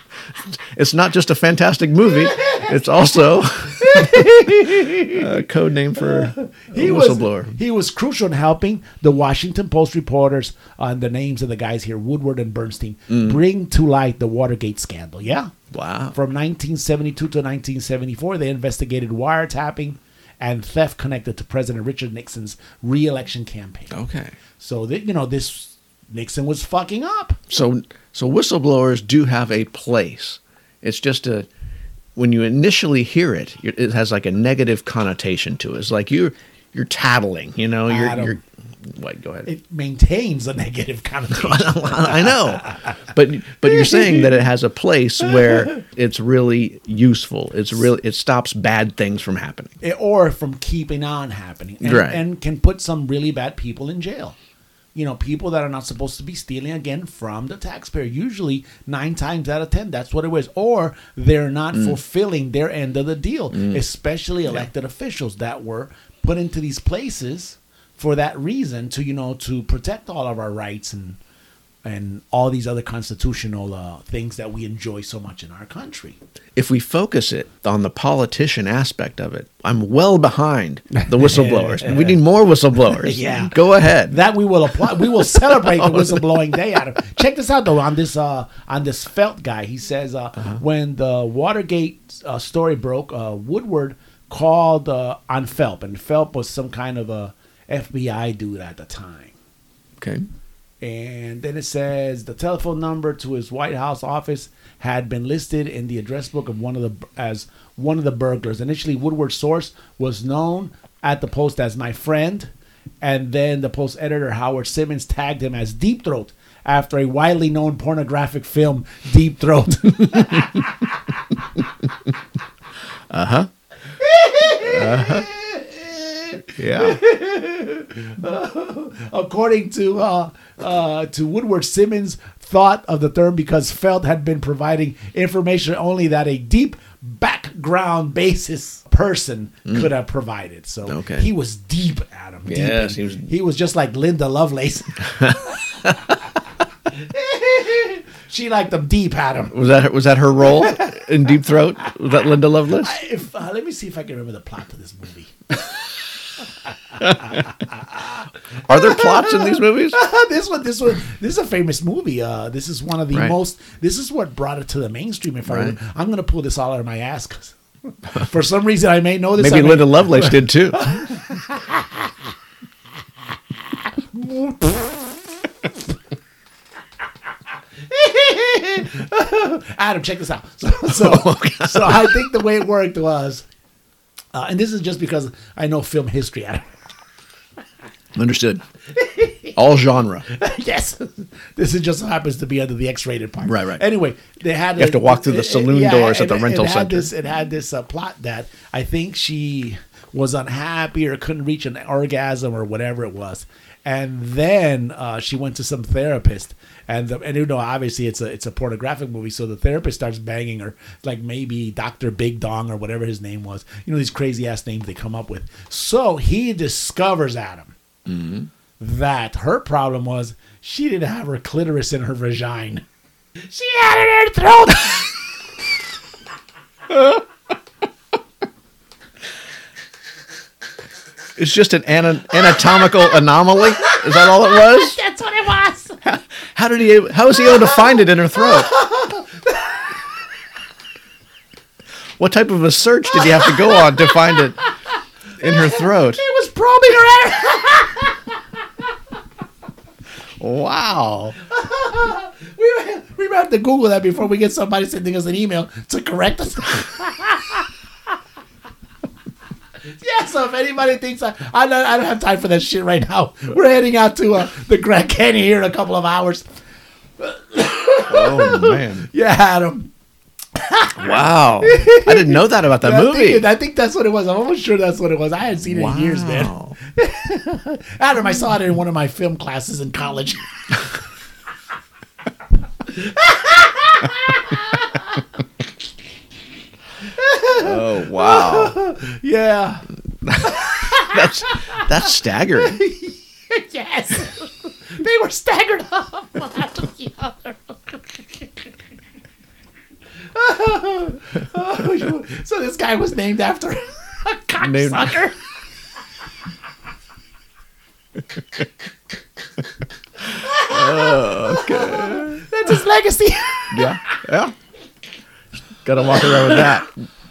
S2: it's not just a fantastic movie. It's also a code name for a
S1: He
S2: whistleblower.
S1: was he was crucial in helping the Washington Post reporters on the names of the guys here, Woodward and Bernstein,
S2: Mm.
S1: bring to light the Watergate scandal. Yeah.
S2: Wow.
S1: From 1972 to 1974, they investigated wiretapping and theft connected to President Richard Nixon's reelection campaign.
S2: okay.
S1: So that you know this Nixon was fucking up.
S2: So so whistleblowers do have a place. It's just a when you initially hear it, it it has like a negative connotation to it. It's like you're you're tattling, you know. You're,
S1: Adam.
S2: you're wait, go ahead.
S1: It maintains a negative connotation.
S2: I know, but but you're saying that it has a place where it's really useful. It's really it stops bad things from happening.
S1: it- eh, or from keeping on happening and,
S2: Right.
S1: and can put some really bad people in jail you know people that are not supposed to be stealing again from the taxpayer usually nine times out of ten that's what it was or they're not fulfilling their end of the deal especially elected officials that were put into these places for that reason to you know to protect all of our rights and and all these other constitutional uh, things that we enjoy so much in our country
S2: If we focus it on the politician aspect of it, I'm well behind the whistleblowers. we need more whistleblowers.
S1: Yeah.
S2: go ahead.
S1: that we will apply. We will celebrate the whistleblowing day, Adam. Check this out though. On this, uh, on this felt guy, he says uh, when the Watergate uh, story broke, uh, Woodward called uh, on Phelps, and Phelps was some kind of a FBI dude at the time.
S2: okay.
S1: And then it says the telephone number to his White House office had been listed in the address book of one of the as one of the burglars. Initially, Woodward's source was known at the Post as my friend, and then the Post editor Howard Simmons tagged him as Deep Throat after a widely known pornographic film, Deep Throat.
S2: Yeah.
S1: According to uh, uh, to Woodward, Simmons thought of the term because Felt had been providing information only that a deep background basis person could have provided. So
S2: Hmm. Okay.
S1: he was deep, Adam. Deep.
S2: Yes, he was-
S1: He was just like Linda Lovelace. she liked them deep, Adam.
S2: Was that was that her role in Deep Throat? Was that Linda Lovelace?
S1: If uh, let me see if I can remember the plot to this movie.
S2: Are there plots in these movies?
S1: this one, this one, this is a famous movie. Uh, this is one of the
S2: Right.
S1: most. This is what brought it to the mainstream. If I,
S2: Right.
S1: remember. I'm going to pull this all out of my ass 'cause for some reason I may know this.
S2: Maybe
S1: I may-
S2: Linda Lovelace did too.
S1: Adam, check this out. So, so,
S2: Oh,
S1: so I think the way it worked was, uh, and this is just because I know film history, Adam.
S2: Understood. All genre.
S1: yes, this is just happens to be under the X-rated part.
S2: Right, right.
S1: Anyway, they had
S2: have to walk through the saloon doors at the
S1: it-
S2: rental
S1: it had
S2: center.
S1: This, it had this uh, plot that I think she was unhappy or couldn't reach an orgasm or whatever it was, and then uh, she went to some therapist, and the, and you know obviously it's a it's a pornographic movie, so the therapist starts banging her like maybe Doctor Big Dong or whatever his name was. You know these crazy ass names they come up with. So he discovers Adam
S2: Mm-hmm.
S1: that her problem was she didn't have her clitoris in her vagina. She had it in her throat.
S2: It's just an ana- anatomical anomaly. Is that all it was?
S4: That's what it was.
S2: How did he? How was he able to find it in her throat? What type of a search did he have to go on to find it in her throat?
S1: It was probing her ass.
S2: Wow.
S1: We, we might have to Google that before we get somebody sending us an email to correct us. yeah, so if anybody thinks I, I, don't, I don't have time for that shit right now, we're heading out to uh, the Grand Canyon here in a couple of hours.
S2: Oh man.
S1: Yeah, Adam.
S2: Wow. I didn't know that about that
S1: I think,
S2: movie. Oh,
S1: it- I think that's what it was. I'm almost sure that's what it was. I hadn't seen it in years, man.
S2: Wow.
S1: Adam, I saw it in one of my film classes in college.
S2: Oh wow.
S1: yeah.
S2: That's that's staggering.
S4: yes.
S1: They were staggered up.
S4: One after the other.
S1: Oh, so this guy was named after a
S2: Named-
S1: cocksucker. That's his legacy.
S2: Yeah. Yeah. Gotta walk around with that.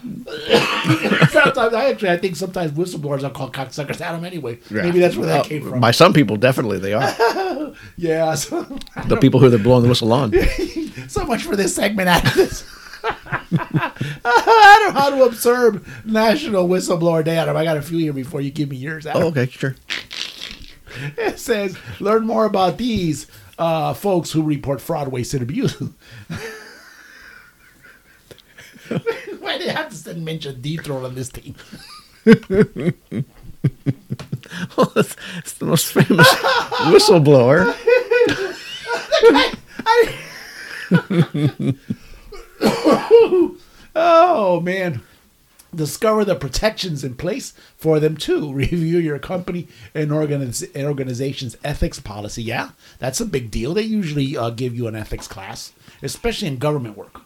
S1: sometimes I actually I think sometimes whistleblowers are called cocksuckers. Adam, anyway,
S2: Yeah. Oh,
S1: maybe that's where
S2: Well,
S1: that came from.
S2: Uh, By some people, definitely they are.
S1: yeah. So,
S2: The people who they're blowing the whistle on.
S1: so much for this segment, Adam. This- Adam, how to observe National Whistleblower Day, Adam? I got a few here before you give me yours, Adam.
S2: Oh, okay, sure.
S1: It says, learn more about these uh, folks who report fraud, waste, and abuse. Why do you have to send mention dethrow on this thing?
S2: it's, it's the most famous whistleblower.
S1: Oh, man. Discover the protections in place for them too. Review your company and, organiz- and organization's ethics policy. Yeah, that's a big deal. They usually uh, give you an ethics class, especially in government work.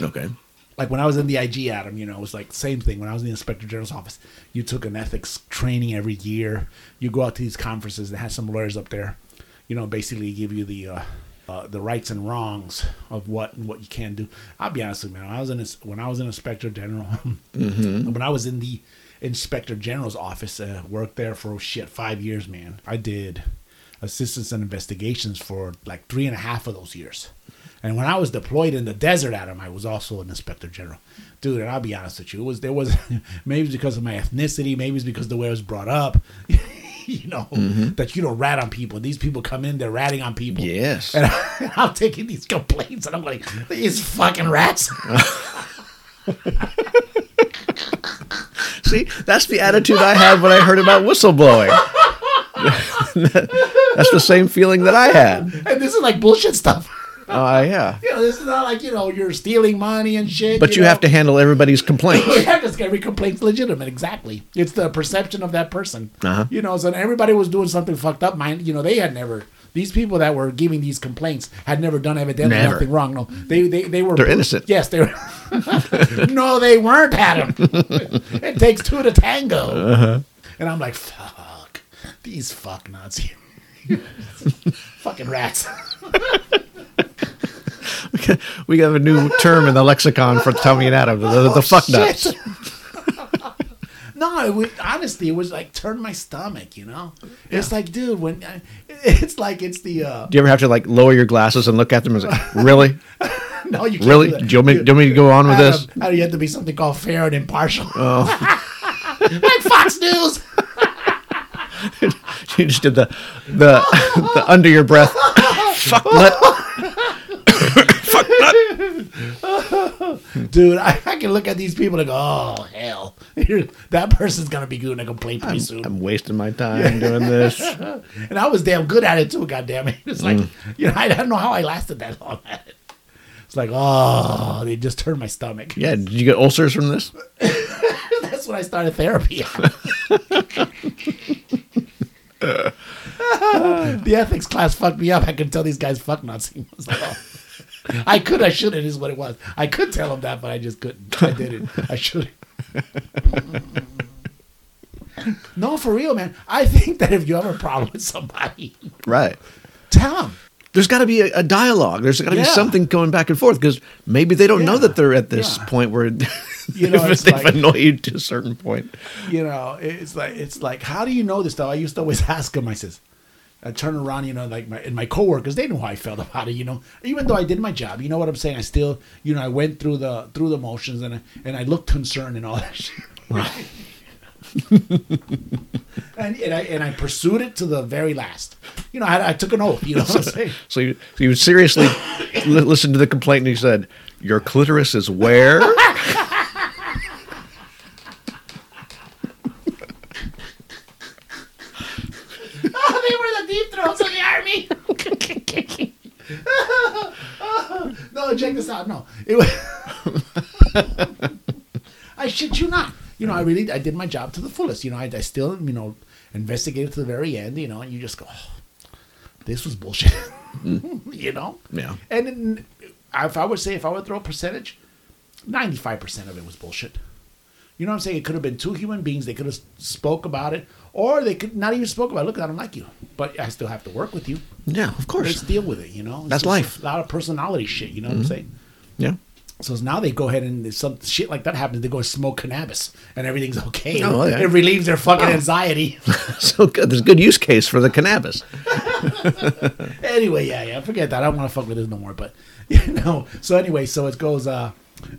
S2: Okay.
S1: like when I was in the IG, Adam, you know, it was like same thing. When I was in the Inspector General's office, you took an ethics training every year. You go out to these conferences and have some lawyers up there, you know, basically give you the uh, uh, the rights and wrongs of what and what you can do. I'll be honest with you, man. I was in this- when I was an Inspector General, when I was in the Inspector General's office, uh, worked there for shit five years, man. I did assistance and investigations for like three and a half of those years. And when I was deployed in the desert, Adam, I was also an inspector general, dude. And I'll be honest with you, it was there was maybe it's because of my ethnicity, maybe it's because the way I was brought up, you know,
S2: Mm-hmm.
S1: that you don't rat on people. These people come in, they're ratting on people.
S2: Yes.
S1: And I'm taking these complaints, and I'm like, these fucking rats.
S2: Uh-huh. See, that's the attitude I had when I heard about whistleblowing. that's the same feeling that I had.
S1: and this is like bullshit stuff.
S2: Oh, yeah.
S1: You know, this is not like you know you're stealing money and shit.
S2: But you have to handle everybody's complaints.
S1: Yeah, because every complaint's legitimate. Exactly. It's the perception of that person.
S2: Uh-huh.
S1: You know, so everybody was doing something fucked up. Mine, you know, they had never. These people that were giving these complaints had never done evidently
S2: Never.
S1: nothing wrong. No, they they, they were.
S2: They're innocent.
S1: Yes, they were. no, they weren't, Adam. it takes two to tango.
S2: Uh-huh.
S1: And I'm like, fuck these fuck nuts here. Fucking rats.
S2: We have a new term in the lexicon for Tommy and Adam the, the, the fuck nuts.
S1: Shit. no, it was, honestly, it was like turn my stomach. You know, it's like, dude, when I, it's like it's the uh,
S2: Do you ever have to like lower your glasses and look at them and say, really?
S1: no, you can't
S2: Really?
S1: do
S2: Do
S1: that.
S2: you want me, do you want me to go on with
S1: Adam,
S2: this?
S1: Adam, you have to be something called fair and impartial.
S2: Oh.
S1: like Fox News.
S2: You just did the the, the under your breath. Fuck nut. Fuck nut.
S1: Dude, I, I can look at these people and go, oh, hell. that person's going to be going to complain pretty soon.
S2: I'm wasting my time doing this.
S1: and I was damn good at it too, goddamn it. It's
S2: Mm.
S1: like, you know, I, I don't know how I lasted that long at it. It's like, oh, they just turned my stomach.
S2: Yeah, did you get ulcers from this?
S1: That's when I started therapy. the ethics class fucked me up. I could tell these guys fuck nuts. He was like, oh. I could, I shouldn't, is what it was. I could tell them that, but I just couldn't. I didn't. I shouldn't. no, for real, man. I think that if you have a problem with somebody,
S2: Right.
S1: tell them.
S2: There's got to be a, a dialogue. There's got to
S1: Yeah.
S2: be something going back and forth because maybe they don't know
S1: Yeah.
S2: that they're at this
S1: Yeah.
S2: point where
S1: You know,
S2: they've
S1: it's like-
S2: annoyed to a certain point.
S1: you know, it's like it's like, how do you know this stuff? I used to always ask him. I says, I turn around, you know, like my and my coworkers, they knew how I felt about it. You know, even though I did my job, you know what I'm saying. I still, you know, I went through the through the motions and I, and I looked concerned and all that shit. and and I and I pursued it to the very last. You know, I, I took an oath. You know what I'm saying?
S2: So you, so you seriously li- listened to the complaint and you said, Your clitoris is where?
S1: oh, they were the deep throats of the army. no, check this out. No, it was. I shit you not. You know, I really, I did my job to the fullest. You know, I, I still, you know, investigated to the very end. You know, and you just go, oh, this was bullshit. you know.
S2: Mm. Yeah.
S1: And then, if I would say, if I would throw a percentage, ninety-five percent of it was bullshit. You know what I'm saying? It could have been two human beings. They could have spoke about it, or they could not even spoke about it. Look, I don't like you, but I still have to work with you.
S2: yeah, of
S1: Let's
S2: course.
S1: deal with it. You know, It's
S2: That's
S1: just
S2: life. Mm-hmm.
S1: A lot of personality shit. You know what I'm saying?
S2: Yeah.
S1: So now they go ahead and if some shit like that happens, they go smoke cannabis and everything's okay.
S2: Oh, yeah. Oh.
S1: It relieves their fucking anxiety.
S2: So good. There's a good use case for the cannabis.
S1: anyway, yeah, yeah, forget that. I don't want to fuck with this no more. But you know, so anyway, so it goes. uh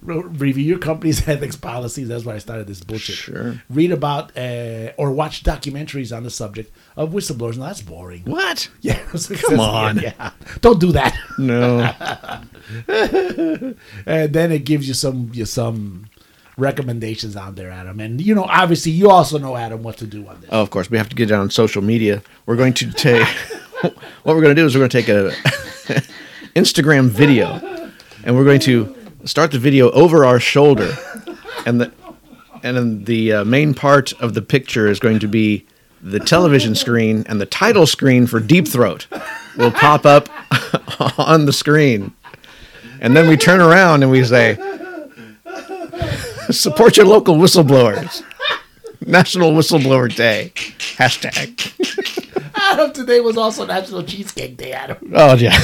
S1: re- Review your company's ethics policies. That's why I started this bullshit.
S2: Sure.
S1: Read about uh, or watch documentaries on the subject of whistleblowers. Now that's boring.
S2: What?
S1: Yeah, so it
S2: Come
S1: says-
S2: on.
S1: Yeah, don't do that.
S2: No.
S1: and then it gives you some you some recommendations out there, Adam. And you know, obviously, you also know Adam what to do on this.
S2: Oh, of course, we have to get down on social media. We're going to take what we're going to do is we're going to take a Instagram video, and we're going to start the video over our shoulder, and the and then the uh, main part of the picture is going to be the television screen, and the title screen for Deep Throat will pop up on the screen, and then we turn around and we say, "Support your local whistleblowers." National Whistleblower Day. Hashtag.
S1: Adam today was also National Cheesecake Day, Adam.
S2: Oh, yeah.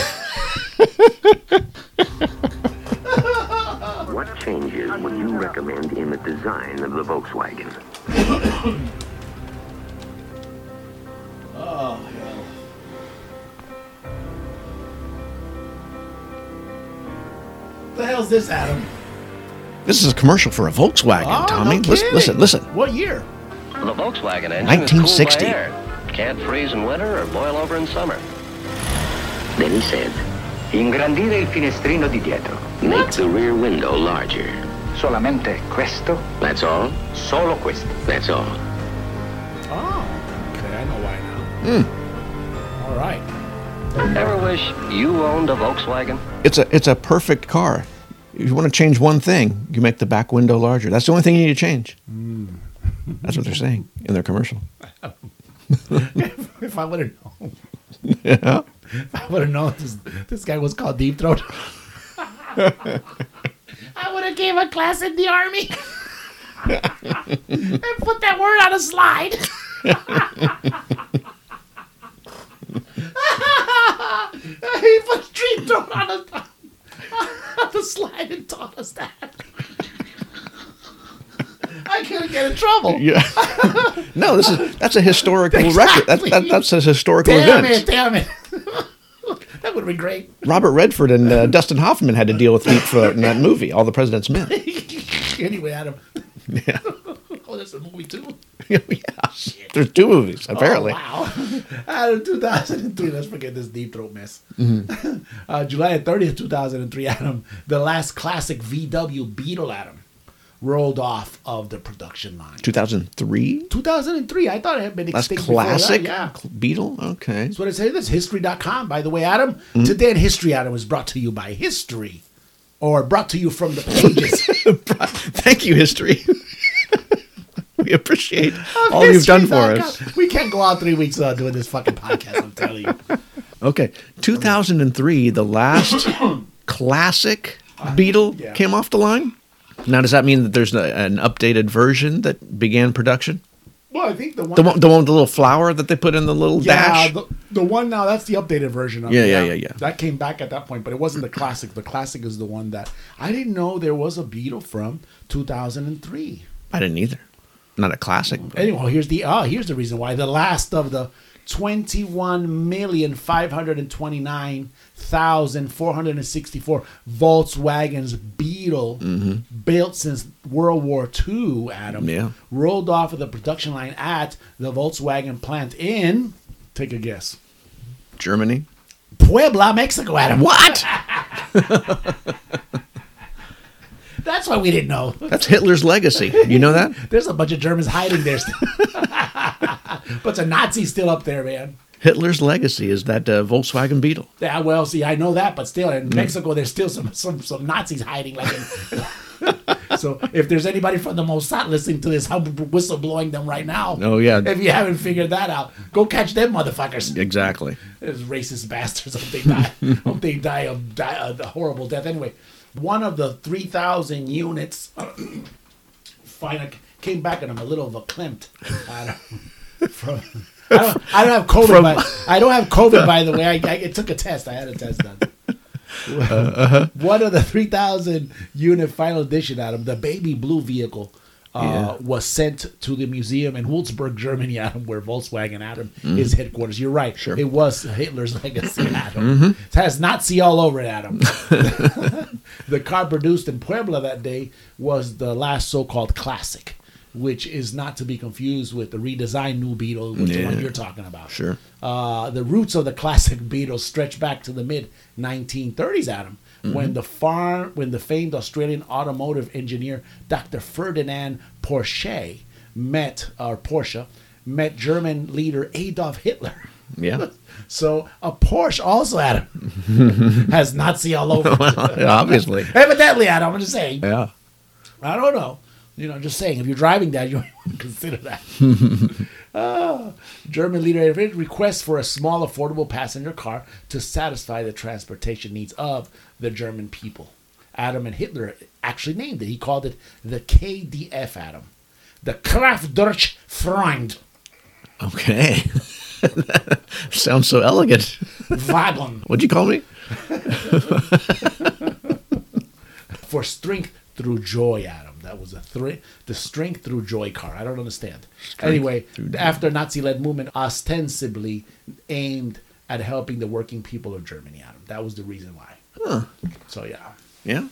S6: What changes would you recommend in the design of the Volkswagen?
S1: What the hell's this, Adam?
S2: This is a commercial for a Volkswagen,
S1: Oh,
S2: Tommy.
S1: no
S2: listen,
S1: kidding.
S2: listen, listen.
S1: What year?
S7: The Volkswagen engine
S2: 1960.
S7: is cooled by air. Can't freeze in winter or boil over in summer.
S6: Then he said,
S7: Ingrandire il finestrino di dietro.
S6: make the rear window larger.
S7: Solamente questo.
S6: That's all?
S7: Solo questo.
S6: That's all.
S1: Oh, okay, I know why now.
S2: Hmm.
S1: All right.
S7: Ever wish you owned a Volkswagen?
S2: It's a it's a perfect car. If you want to change one thing, you make the back window larger. That's the only thing you need to change. That's what they're saying in their commercial.
S1: If I would have known,
S2: Yeah.
S1: if I would have known this, this guy was called Deep Throat. I would have gave a class in the army and put that word on a slide. he put Deep Throat on a on the slide and taught us that. I couldn't get in trouble.
S2: Yeah. no, this is that's a historical record. That, that,
S1: Exactly.
S2: that's a historical
S1: Damn
S2: event.
S1: it, damn it. that would have been great.
S2: Robert Redford and uh, Dustin Hoffman had to deal with Deepthroat in that movie, All the President's Men.
S1: anyway, Adam. oh, that's a movie too.
S2: yeah. There's two movies, apparently.
S1: Oh, Wow. Out of 2003, let's forget this deep throat mess.
S2: Mm-hmm.
S1: uh, July 30th, 2003, Adam, the last classic VW Beetle, Adam, rolled off of the production line.
S2: 2003?
S1: 2003, I thought it had been
S2: That's
S1: extinct before that,
S2: classic.
S1: yeah.
S2: Cl- Beetle? Okay.
S1: That's what I say. That's history.com. By the way, Adam,
S2: Mm-hmm.
S1: today in history, Adam, is brought to you by history or brought to you from the pages.
S2: Thank you, history. we appreciate all you've done for us.
S1: History.com. We can't go out three weeks without doing this fucking podcast, I'm telling you.
S2: Okay. 2003, the last classic Beetle
S1: Uh, Yeah.
S2: came off the line. Now, does that mean that there's a, an updated version that began production?
S1: Well, I think the one.
S2: The one, the one with the little flower that they put in the little
S1: yeah,
S2: dash?
S1: the, the one now, that's the updated version of
S2: Yeah,
S1: it.
S2: yeah, yeah, yeah.
S1: That came back at that point, but it wasn't the classic. The classic is the one that I didn't know there was a Beatle from 2003.
S2: I didn't either. Not a classic.
S1: Anyway, here's the ah, here's the reason why the last of the twenty-one million five hundred and twenty-nine thousand four hundred and sixty-four Volkswagens Beetle built since World War II, Adam,
S2: Mm-hmm. Yeah.
S1: rolled off of the production line at the Volkswagen plant in. Take a guess.
S2: Germany?
S1: Puebla, Mexico, Adam.
S2: What?
S1: That's why we didn't know.
S2: That's Hitler's legacy. You know that?
S1: There's a bunch of Germans hiding there still. bunch of Nazis still up there, man.
S2: Hitler's legacy is that uh, Volkswagen Beetle.
S1: Yeah, well, see, I know that, but still, in
S2: Mm.
S1: Mexico, there's still some some, some Nazis hiding. Like, in- so if there's anybody from the Mossad listening to this, I'm whistleblowing them right now.
S2: Oh, yeah.
S1: If you haven't figured that out, go catch them motherfuckers.
S2: Exactly.
S1: Those racist bastards. Hope they die. hope they die of die, a horrible death. Anyway, one of the three thousand units finally came back, and I'm a little of a clamped. I don't, from, I don't, I don't have COVID. by, I don't have COVID. By the way, I, I it took a test. I had a test done. One of the 3,000 unit final edition, Adam, the baby blue vehicle, uh, was sent to the museum in Würzburg, Germany, Adam, where Volkswagen, Adam, is headquarters. You're right. Sure. It was Hitler's legacy, Adam. It has Nazi all over it, Adam. the car produced in Puebla that day was the last so called classic. Which is not to be confused with the redesigned new Beetle, which is the one
S2: Yeah.
S1: you're talking about.
S2: Sure.
S1: Uh, the roots of the classic Beatles stretch back to the mid 1930s, Adam, when the farm, when the famed Australian automotive engineer Dr. Ferdinand Porsche met, or Porsche, met German leader Adolf Hitler.
S2: Yeah.
S1: So a Porsche also, Adam, has Nazi all over. it.
S2: Obviously.
S1: Evidently, Adam, I'm just saying.
S2: Yeah.
S1: I don't know. You know, just saying, if you're driving that, you might consider that. Ah, German leader Erwin requests for a small, affordable passenger car to satisfy the transportation needs of the German people. Adam and Hitler actually named it. He called it the KDF, Adam. The Kraft Deutsch Freund
S2: Okay. Sounds so elegant.
S1: Wagon
S2: What'd you call me?
S1: for strength through joy, Adam. That was a three, the strength through joy car. I don't understand. anyway, after Nazi-led movement ostensibly aimed at helping the working people of Germany, Adam. That was the reason why. So yeah.
S2: Yeah.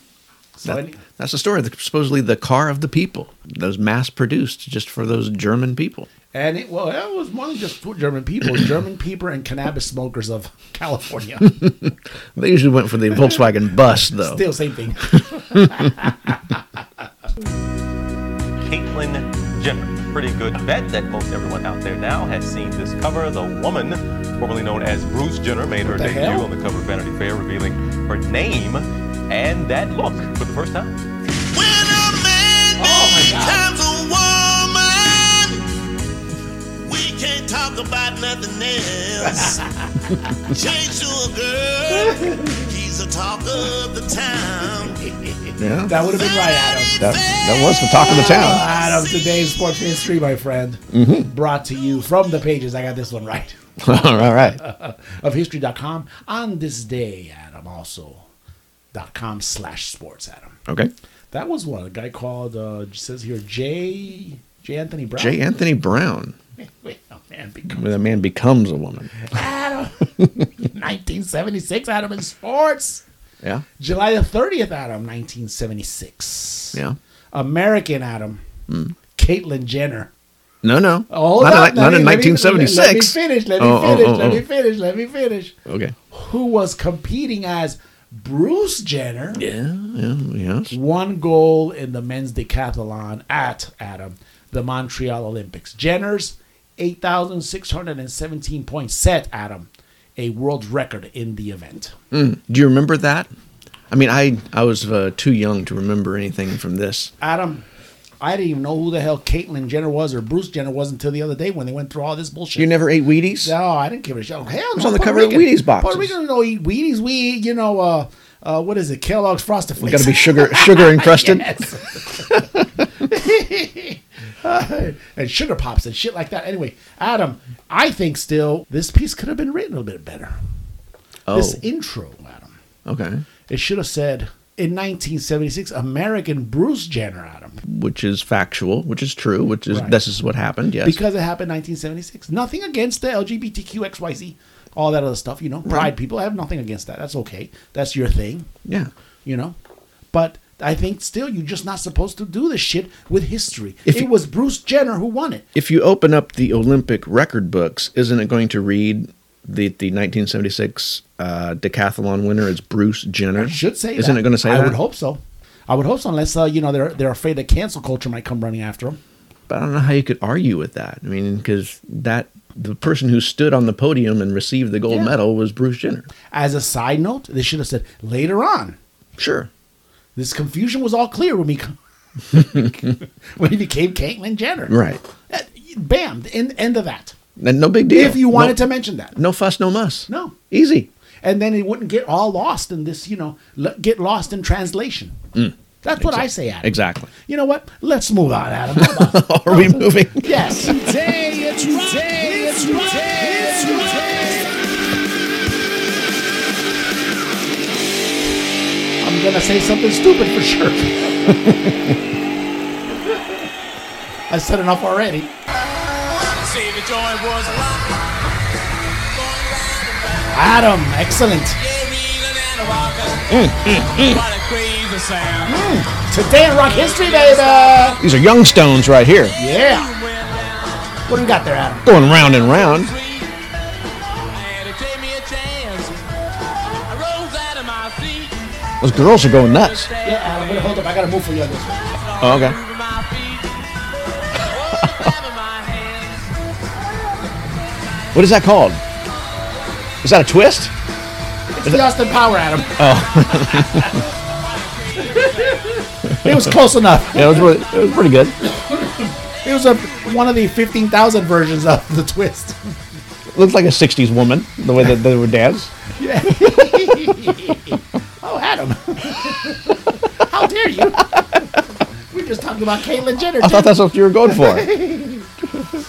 S1: So
S2: That-
S1: any-
S2: that's the story. The- supposedly the car of the people. Those mass produced just for those German people.
S1: and it well, it was more than just German people, German people and cannabis smokers of California.
S2: They usually went for the Volkswagen bus, though.
S1: Still same thing.
S8: Caitlyn Jenner. Pretty good bet that most everyone out there now has seen this cover. The woman, formerly known as Bruce Jenner, made her
S1: the
S8: debut
S1: hell?
S8: on the cover of Vanity Fair, revealing her name and that look for the first time.
S9: When a man
S1: Oh
S9: becomes a woman, we can't talk about nothing else. Change to a girl, he's a talk of the town.
S2: Yeah.
S1: That would have been right, Adam.
S2: That, that was the talk of the town.
S1: Adam, today's sports history, my friend,
S2: Mm-hmm.
S1: brought to you from the pages. I got this one right.
S2: All right.
S1: of history.com on this day, Adam, also. Dot com slash sports, Adam.
S2: Okay.
S1: That was one. A guy called, uh, it says here, J. J. Anthony Brown.
S2: J. Anthony Brown.
S1: Wait, oh man,
S2: When
S1: because
S2: a man becomes a woman.
S1: Adam. 1976, Adam, in sports.
S2: Yeah.
S1: July the 30th, Adam, 1976.
S2: Yeah.
S1: American Adam. Caitlyn Jenner
S2: No, no.
S1: Hold
S2: not
S1: up,
S2: in,
S1: let
S2: not
S1: me-
S2: in
S1: let me-
S2: 1976.
S1: Let me finish. Let me
S2: Oh, oh,
S1: finish.
S2: oh,
S1: Let me
S2: oh.
S1: finish. Let me finish.
S2: Okay.
S1: Who was competing as Bruce Jenner?
S2: Yeah, yeah, yes.
S1: One goal in the men's decathlon at Adam the Montreal Olympics. Jenner's 8,617 points set Adam a world record in the event.
S2: Do you remember that? I mean, I I was uh, too young to remember anything from this.
S1: Adam, I didn't even know who the hell Caitlyn Jenner was or Bruce Jenner was until the other day when they went through all this bullshit.
S2: You never ate Wheaties?
S1: No, I didn't give it a shit. Hell, it
S2: was on the cover of Wheaties boxes.
S1: Puerto Ricans don't eat Wheaties. We eat, you know, uh, uh, what is it? Kellogg's Frosted Flakes.
S2: Got to be sugar sugar encrusted.
S1: and sugar pops and shit like that. Anyway, Adam, I think still this piece could have been written a little bit better. This e
S2: Oh.
S1: intro, Adam,
S2: Okay.
S1: it should have said in 1976, American Bruce Jenner, Adam,
S2: Which is factual, which is true, which is
S1: Right.
S2: this is what happened. Yes.
S1: because it happened 1976. Nothing against the LGBTQ XYZ, all that other stuff. You know, pride people. I have nothing against that. That's okay. That's your thing.
S2: yeah.
S1: you know. But I think still you're just not supposed to do this shit with history.
S2: If
S1: it
S2: you-
S1: was Bruce Jenner who won it.
S2: If you open up the Olympic record books, isn't it going to read the the 1976 uh, decathlon winner is Bruce Jenner?
S1: Should say
S2: Isn't
S1: that.
S2: it going to say
S1: I
S2: that?
S1: would hope so. I would hope so, unless uh, you know they're they're afraid that cancel culture might come running after them.
S2: But I don't know how you could argue with that. I mean, because that the person who stood on the podium and received the gold
S1: Yeah.
S2: medal was Bruce Jenner.
S1: As a side note, they should have said later on.
S2: Sure.
S1: This confusion was all clear when we when he became Caitlyn Jenner.
S2: Right.
S1: Uh, Bam. The end, end of that.
S2: And no big deal.
S1: If you wanted to
S2: no,
S1: mention that.
S2: no fuss, no muss.
S1: No.
S2: easy.
S1: and then it wouldn't get all lost in this, you know, l- get lost in translation.
S2: Mm.
S1: That's what I say, Adam.
S2: Exactly.
S1: You know what? Let's move on, Adam. Come on.
S2: Are we moving?
S1: yes.
S10: Today it's today it's today it's today.
S1: I'm going to say something stupid for sure. I said enough already.
S9: See the joy was rock, going round and round.
S1: Adam, excellent. Mm.
S9: Yeah, reeling and a rockin'. What a crazy sound.
S1: Today in rock history, baby. Yeah.
S2: These are young stones right here,
S9: Went down
S1: What do we got there, Adam?
S2: going round and round.
S9: sweet, and it gave me a chance. I rose out of my seat.
S2: Those girls are going nuts.
S1: Yeah, Adam, wait, hold up. I got to move for you on this one.
S2: Oh, okay.
S9: Moving my feet. Oh, clapping my hands.
S2: What is that called? Is that a twist?
S1: It's the Austin Power, Adam. Oh. it was close enough.
S2: Yeah, it was, really, it was pretty good.
S1: It was a, one of the 15,000 versions of the twist.
S2: Looked like a '60s woman the way that they would dance.
S1: Oh, Adam. How dare you? We just talked about Caitlyn Jenner.
S2: I thought
S1: too.
S2: that's what you were going for.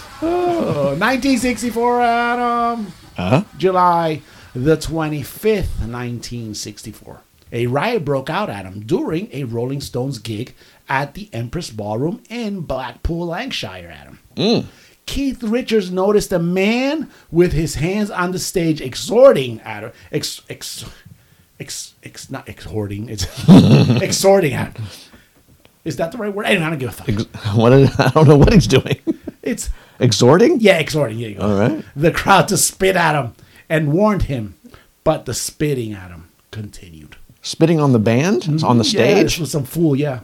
S1: 1964, Adam.
S2: Uh-huh.
S1: July the 25th, 1964. A riot broke out, Adam, during a Rolling Stones gig at the Empress Ballroom in Blackpool, Lancashire, Adam. Keith Richards noticed a man with his hands on the stage exhorting Adam. Ex, ex, ex, ex, not exhorting, it's exhorting Adam. Is that the right word? Anyway, I don't give a fuck.
S2: What is, I don't know what he's doing.
S1: it's
S2: Exhorting?
S1: yeah, exhorting. Here you go.
S2: All right.
S1: The crowd to spit at him and warned him, but the spitting at him continued.
S2: Spitting on the band? It's on the
S1: Yeah, this
S2: stage?
S1: was some fool. Yeah,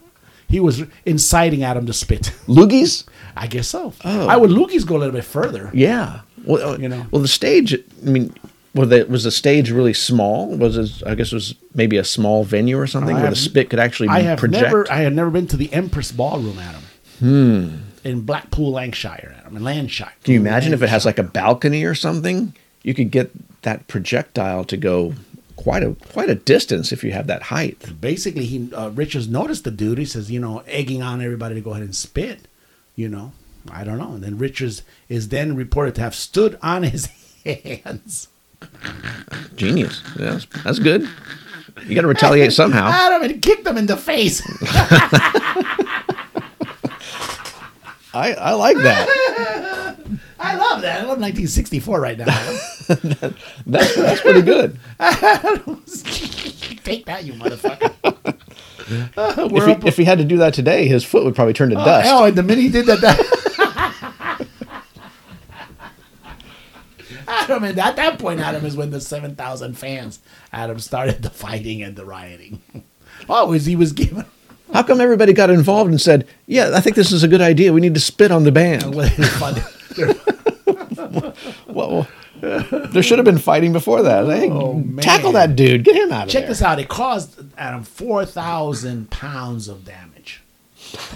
S1: he was inciting Adam to spit.
S2: Loogies?
S1: I guess so.
S2: Oh.
S1: I would Lukey's go a little bit further.
S2: Yeah. Well, uh,
S1: You know.
S2: well, the stage. I mean, well, the, was the stage really small? Was it, I guess it was maybe a small venue or something
S1: I
S2: where the
S1: have-
S2: spit could actually
S1: I have
S2: project? Hmm.
S1: never, I have never been to the Empress Ballroom, Adam. In Blackpool, Lancashire, Adam, in Lancashire.
S2: Can you imagine if it has like a balcony or something? You could get that projectile to go quite a quite a distance if you have that height.
S1: basically he uh, Richards noticed the dude. He says, you know, egging on everybody to go ahead and spit. You know, I don't know. And then Richards is then reported to have stood on his hands.
S2: Genius. Yeah, that's, that's good. You got to retaliate somehow.
S1: Adam and kicked him in the face.
S2: I, I like that.
S1: I love that. I love 1964 right now. Adam.
S2: That's, that's pretty good.
S1: Take that, you motherfucker.
S2: If he, if he had to do that today, his foot would probably turn to dust.
S1: Hell, and the minute he did that, that Adam, and at that point, Adam is when the seven thousand fans Adam started the fighting and the rioting. Oh, is he was given
S2: How come everybody got involved and said, "Yeah, I think this is a good idea. We need to spit on the band."
S1: with his fund-
S2: Well, there should have been fighting before that. Hey, tackle
S1: Oh, man.
S2: that dude. Get him out of
S1: Check
S2: there.
S1: this out. It caused Adam four thousand pounds of damage.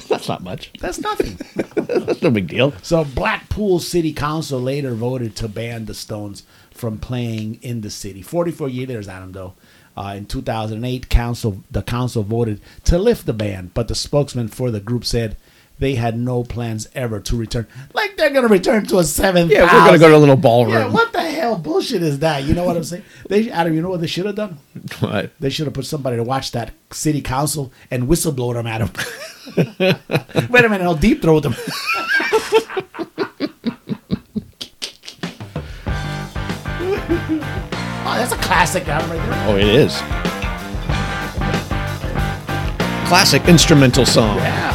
S2: That's not much.
S1: That's nothing.
S2: That's no big deal.
S1: So Blackpool City Council later voted to ban the Stones from playing in the city. 44 years, Adam, though. Uh, in 2008, council the council voted to lift the ban, but the spokesman for the group said they had no plans ever to return. Like they're gonna return to a seven.
S2: Yeah, we're gonna go to a little ballroom.
S1: Yeah, what the hell bullshit is that? You know what I'm saying? They Adam, you know what they should have done?
S2: What?
S1: They should have put somebody to watch that city council and whistleblow them at him. Wait a minute, I'll deep throat them. oh, that's a classic album right there.
S2: Oh, it is. Classic instrumental song.
S1: Yeah.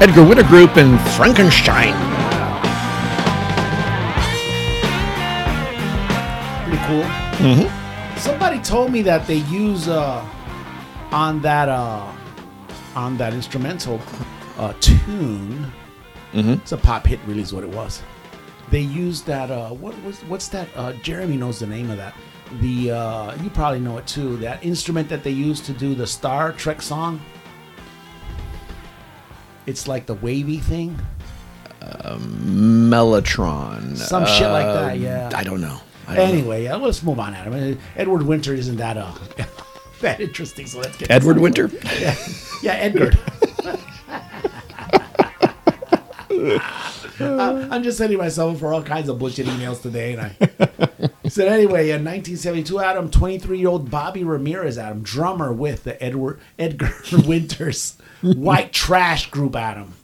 S2: Edgar Witter Group and Frankenstein.
S1: Pretty cool. Mm-hmm. Somebody told me that they use uh, on that uh, on that instrumental uh, tune. It's a pop hit, really, is what it was. They used that. Uh, what was what's that? Uh, Jeremy knows the name of that. The uh, you probably know it too. That instrument that they used to do the Star Trek song. It's like the wavy thing,
S2: Mellotron.
S1: some shit like that. Yeah.
S2: I don't know. I don't know.
S1: Anyway, yeah, let's move on, Adam. Uh, Edward Winter isn't that uh, that interesting, so let's get
S2: Edward Winter?
S1: yeah, Edward. Uh, I'm just sending myself for all kinds of bullshit emails today, and I so anyway. In 1972, Adam, 23 year old Bobby Ramirez, Adam, drummer with the Edward Edgar Winters White Trash group, Adam,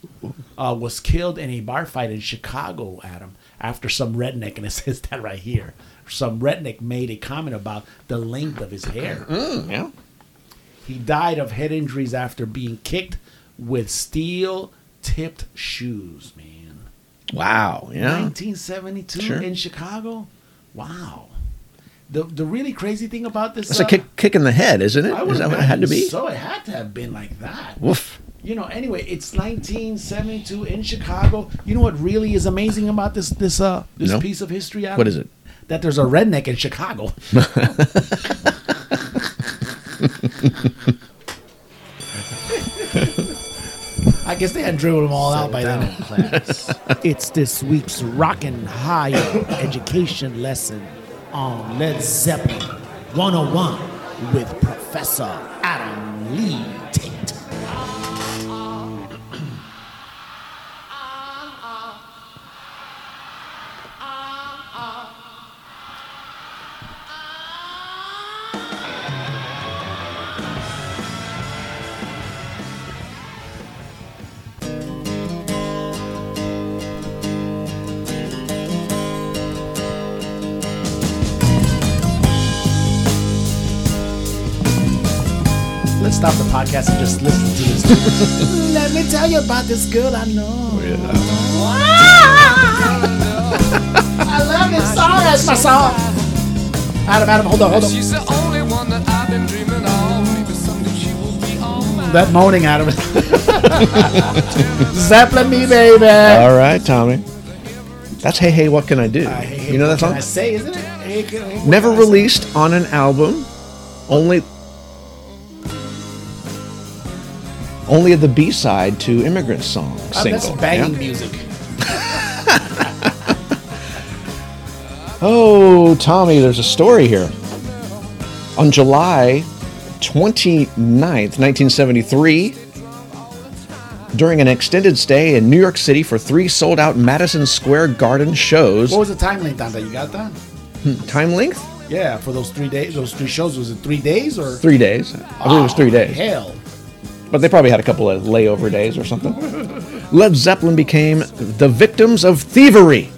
S1: uh, was killed in a bar fight in Chicago, Adam, after some redneck, and it says that right here. Some redneck made a comment about the length of his hair.
S2: Yeah.
S1: He died of head injuries after being kicked with steel tipped shoes, man.
S2: Wow. Yeah.
S1: 1972
S2: Sure.
S1: in Chicago? Wow. The, the really crazy thing about this
S2: That's a
S1: uh,
S2: kick, kick in the head, isn't it?
S1: I would
S2: Is that what it had to
S1: imagine
S2: be?
S1: So it had to have been like that.
S2: Woof.
S1: You know, anyway, it's 1972 in Chicago. You know what really is amazing about this this uh this
S2: No.
S1: piece of history? Adam?
S2: What is it?
S1: That there's a redneck in Chicago. I guess they had dribbled them all out by then. it's this week's Rockin' Higher Education lesson on Led Zeppelin 101 with Professor Adam Lee Tate. Let's stop the podcast and just listen to this. Let me tell you about this girl I know. I love this song. That's my song. Adam, Adam, hold on, hold on.
S11: She's the only one that I've been dreaming of. Maybe someday she will be all mine.
S1: That moaning, Adam. Zeppelin me, baby.
S2: All right, Tommy. That's Hey Hey What Can I
S1: Uh,
S2: Do? you know that
S1: Can
S2: song?
S1: I say, isn't it? Hey, can- hey,
S2: Never
S1: can I say?
S2: released on an album. Only only the B side to Immigrant Song
S1: Oh,
S2: single.
S1: That's banging
S2: yeah?
S1: music.
S2: Oh, Tommy, there's a story here. On July 29th, 1973, during an extended stay in New York City for three sold out Madison Square Garden shows,
S1: What was the time length on that? You got that?
S2: time length?
S1: Yeah, for those three days, those three shows. Was it three days or?
S2: Three days. I believe it was three days.
S1: Hell.
S2: But they probably had a couple of layover days or something. Led Zeppelin became the victims of thievery.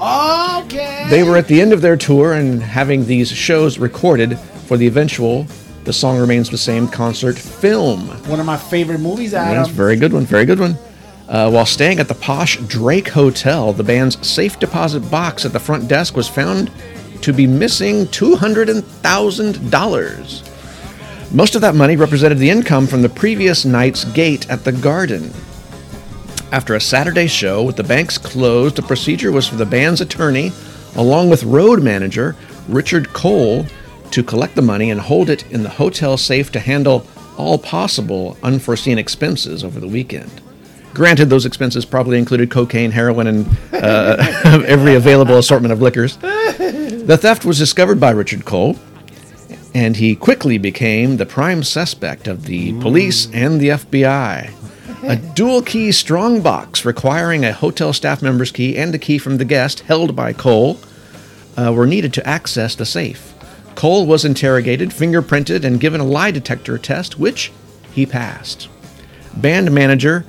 S1: Okay.
S2: They were at the end of their tour and having these shows recorded for the eventual The Song Remains the Same concert film.
S1: one of my favorite movies,
S2: That's
S1: Adam.
S2: a very good one. Very good one. Uh, while staying at the posh Drake Hotel, the band's safe deposit box at the front desk was found to be missing $200,000. Most of that money represented the income from the previous night's gate at the garden. After a Saturday show with the banks closed, the procedure was for the band's attorney, along with road manager Richard Cole, to collect the money and hold it in the hotel safe to handle all possible unforeseen expenses over the weekend. Granted, those expenses probably included cocaine, heroin, and uh, every available assortment of liquors. The theft was discovered by Richard Cole, and he quickly became the prime suspect of the police and the FBI. A dual key strongbox requiring a hotel staff member's key and a key from the guest held by Cole uh, were needed to access the safe. Cole was interrogated, fingerprinted, and given a lie detector test, which he passed. Band manager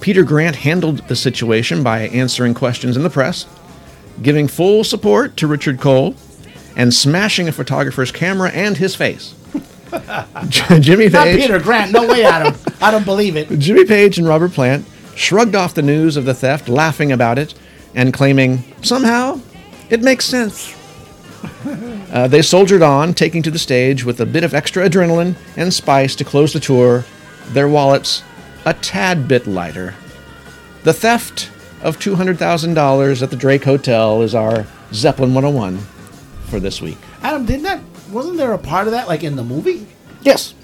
S2: Peter Grant handled the situation by answering questions in the press, giving full support to Richard Cole, and smashing a photographer's camera and his face. Jimmy
S1: Not
S2: Page.
S1: Peter Grant. No way, Adam. I don't believe it.
S2: Jimmy Page and Robert Plant shrugged off the news of the theft, laughing about it and claiming, somehow, it makes sense. Uh, they soldiered on, taking to the stage with a bit of extra adrenaline and spice to close the tour, their wallets a tad bit lighter. The theft of $200,000 at the Drake Hotel is our Zeppelin 101 for this week.
S1: Adam, didn't that? Wasn't there a part of that like in the movie?
S2: Yes.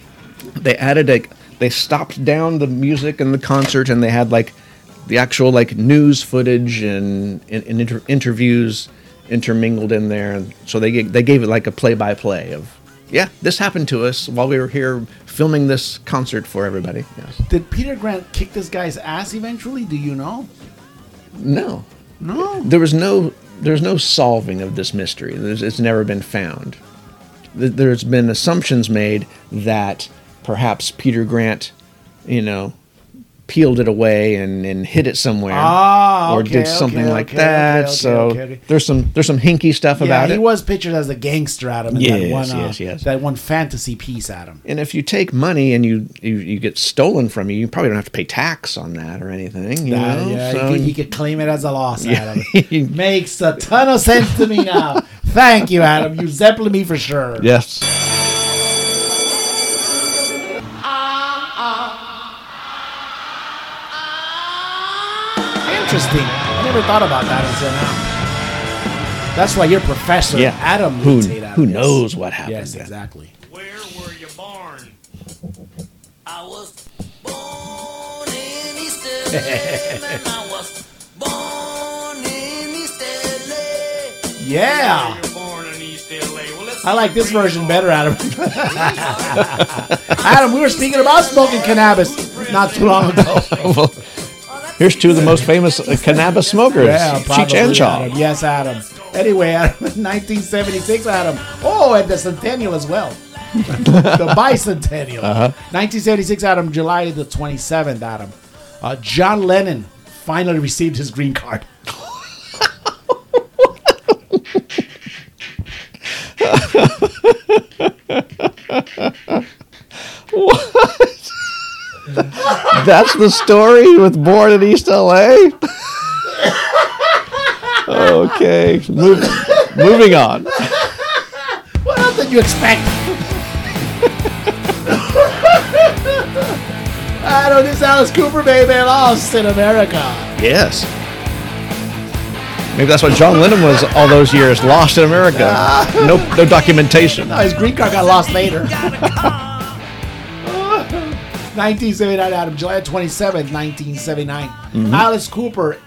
S2: They added a they stopped down the music and the concert and they had like the actual like news footage and, and, and inter- interviews intermingled in there and so they ga- they gave it like a play by play of yeah this happened to us while we were here filming this concert for everybody yes.
S1: Did Peter Grant kick this guy's ass eventually? Do you know?
S2: no
S1: No.
S2: there was no there's no solving of this mystery. There's, it's never been found. Th- There's been assumptions made that perhaps Peter Grant, you know, peeled it away and, and hid it somewhere,
S1: Ah,
S2: or
S1: okay,
S2: did something
S1: okay,
S2: like
S1: okay,
S2: that.
S1: okay, okay,
S2: so
S1: okay.
S2: there's some there's some hinky stuff
S1: Yeah,
S2: about
S1: he
S2: it.
S1: was pictured as a gangster, Adam. In that
S2: Yes,
S1: one, uh,
S2: yes, yes.
S1: That one fantasy piece, Adam.
S2: and if you take money and you, you you get stolen from you, you probably don't have to pay tax on that or anything. You
S1: Yeah,
S2: know?
S1: yeah,
S2: So-
S1: he, could, he could claim it as a loss,
S2: Yeah.
S1: Adam. Makes a ton of sense to me now. Thank you, Adam. You zeppelin me for sure.
S2: yes.
S1: Interesting. I never thought about that until now. That's why you're professor,
S2: Yeah.
S1: Adam.
S2: Who-
S1: Latate, Adam.
S2: who
S1: Yes.
S2: knows what happened.
S1: Yes, exactly.
S9: Where were you born? I was born in East LA. man, I was born in East LA.
S1: Yeah,
S9: You're born in East LA. Well, let's
S1: I like this
S9: celebrate
S1: version better,
S9: all
S1: Adam. Adam, we were speaking about smoking cannabis not too long ago.
S2: well, here's two of the most famous uh, cannabis smokers,
S1: Yeah,
S2: Cheech
S1: probably,
S2: and Chong.
S1: Adam. Yes, Adam. Anyway, Adam, 1976, Adam. Oh, and the centennial as well. the bicentennial.
S2: Uh-huh.
S1: 1976, Adam, July the 27th, Adam. Uh, John Lennon finally received his green card.
S2: That's the story with Born in East LA. okay, move, moving on.
S1: What else did you expect? Adam, this Alice Cooper, baby, lost in America.
S2: Yes. Maybe that's what John Lennon was all those years, lost in America. No, no documentation.
S1: Oh, his green card got lost later.
S9: Got a car.
S1: 1979, Adam, July 27th, 1979. Alice Cooper,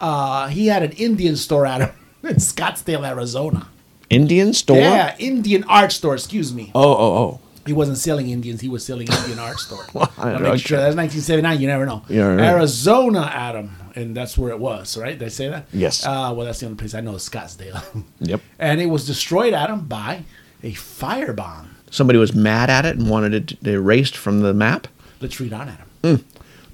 S1: uh, he had an Indian store, Adam, in Scottsdale, Arizona.
S2: Indian store.
S1: Yeah, Indian art store, excuse me.
S2: Oh, oh,
S1: He wasn't selling Indians, he was selling Indian art store.
S2: I-
S1: I'm making sure
S2: okay.
S1: that's 1979, you never know.
S2: Yeah, right.
S1: Arizona, Adam, and that's where it was, right? Did I say that?
S2: Yes.
S1: Uh, well, that's the only place I know is Scottsdale.
S2: Yep.
S1: And it was destroyed, Adam, by a firebomb.
S2: Somebody was mad at it and wanted it erased from the map.
S1: Let's read on, Adam.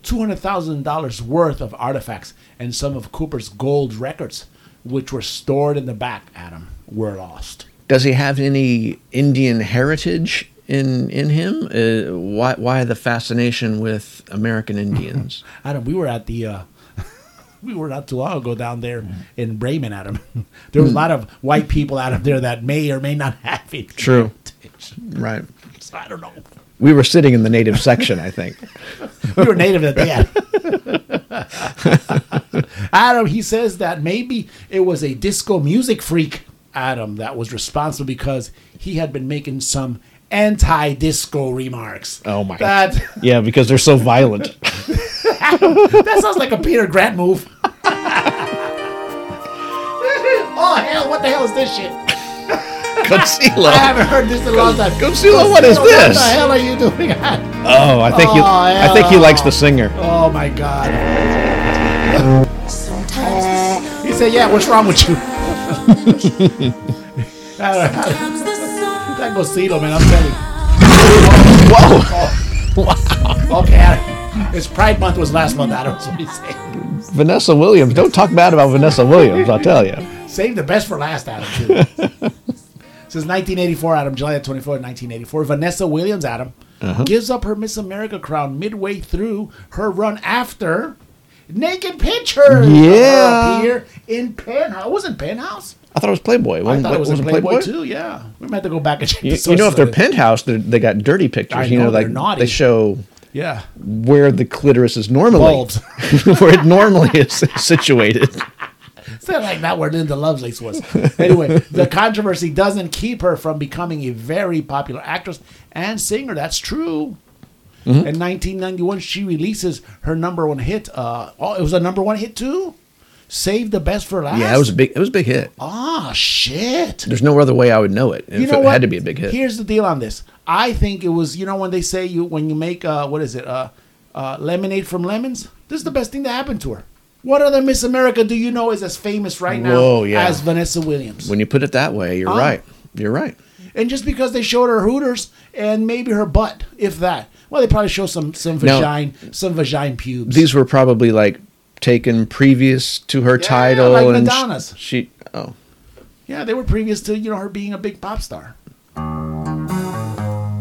S1: Two hundred thousand dollars worth of artifacts and some of Cooper's gold records, which were stored in the back, Adam, were lost.
S2: Does he have any Indian heritage in in him? Uh, why why the fascination with American Indians?
S1: I don't. We were at the. Uh, we were not too long ago down there in Bremen, Adam. there were
S2: Hmm.
S1: a lot of white people out of there that may or may not have it.
S2: True. right.
S1: So I don't know.
S2: We were sitting in the native section, I think.
S1: We were native that they had. Adam, he says that maybe it was a disco music freak, Adam, that was responsible because he had been making some anti-disco remarks.
S2: Oh my
S1: That
S2: Yeah, because they're so violent.
S1: that sounds like a Peter Grant move. oh hell! What the hell is this shit? I haven't
S2: Concealer.
S1: heard this in a long time.
S2: Concealer, what is
S1: What the
S2: this?
S1: hell are you doing?
S2: Oh, I think he
S1: Oh,
S2: I think he likes the singer.
S1: oh my god!
S5: Uh,
S1: He said, "Yeah, what's wrong with you?" I don't know. That Gocilo, man, I'm telling you. Whoa! Okay, Adam. It's Pride Month was last month. I don't know what he's saying.
S2: Vanessa Williams. Don't talk bad about Vanessa Williams, I'll tell you.
S1: Save the best for last, Adam. Too. Since 1984, Adam, July 24, 1984, Vanessa Williams, Adam,
S2: Uh-huh.
S1: gives up her Miss America crown midway through her run after naked pictures.
S2: Yeah.
S1: Here in Penthouse. It was in Penthouse.
S2: I thought it Um, was Playboy.
S1: I
S2: Wasn't-
S1: thought it was in
S2: wasn't
S1: Playboy, too. Yeah, we might have to go back and check. the
S2: You, you know,
S1: sources
S2: if they're
S1: of it.
S2: penthouse, they're, they got dirty pictures.
S1: I
S2: you know,
S1: know, they're
S2: like
S1: naughty.
S2: they show
S1: yeah,
S2: where the clitoris is normally,
S1: bulbs.
S2: where it normally is situated.
S1: It's not like that where Linda Lovelace was. Anyway, the controversy doesn't keep her from becoming a very popular actress and singer. That's true.
S2: Mm-hmm.
S1: In 1991, she releases her number one hit. Uh, oh, it was a number one hit too. Save the best for last.
S2: Yeah, it was a big. It was a big hit.
S1: ah shit.
S2: There's no other way I would know it. if it had to be a big hit.
S1: Here's the deal on this. I think it was. You know when they say you when you make uh, what is it uh, uh, lemonade from lemons. This is the best thing that happened to her. What other Miss America do you know is as famous right now
S2: Whoa, yeah.
S1: as Vanessa Williams?
S2: when you put it that way, you're
S1: Huh?
S2: right. You're right.
S1: And just because they showed her hooters and maybe her butt, if that. Well, they probably show some some
S2: Now-
S1: vagina, some vagina pubes.
S2: These were probably like taken previous to her
S1: Yeah,
S2: title
S1: like
S2: and sh-
S1: Madonna's.
S2: she. Oh,
S1: yeah, they were previous to you know her being a big pop star.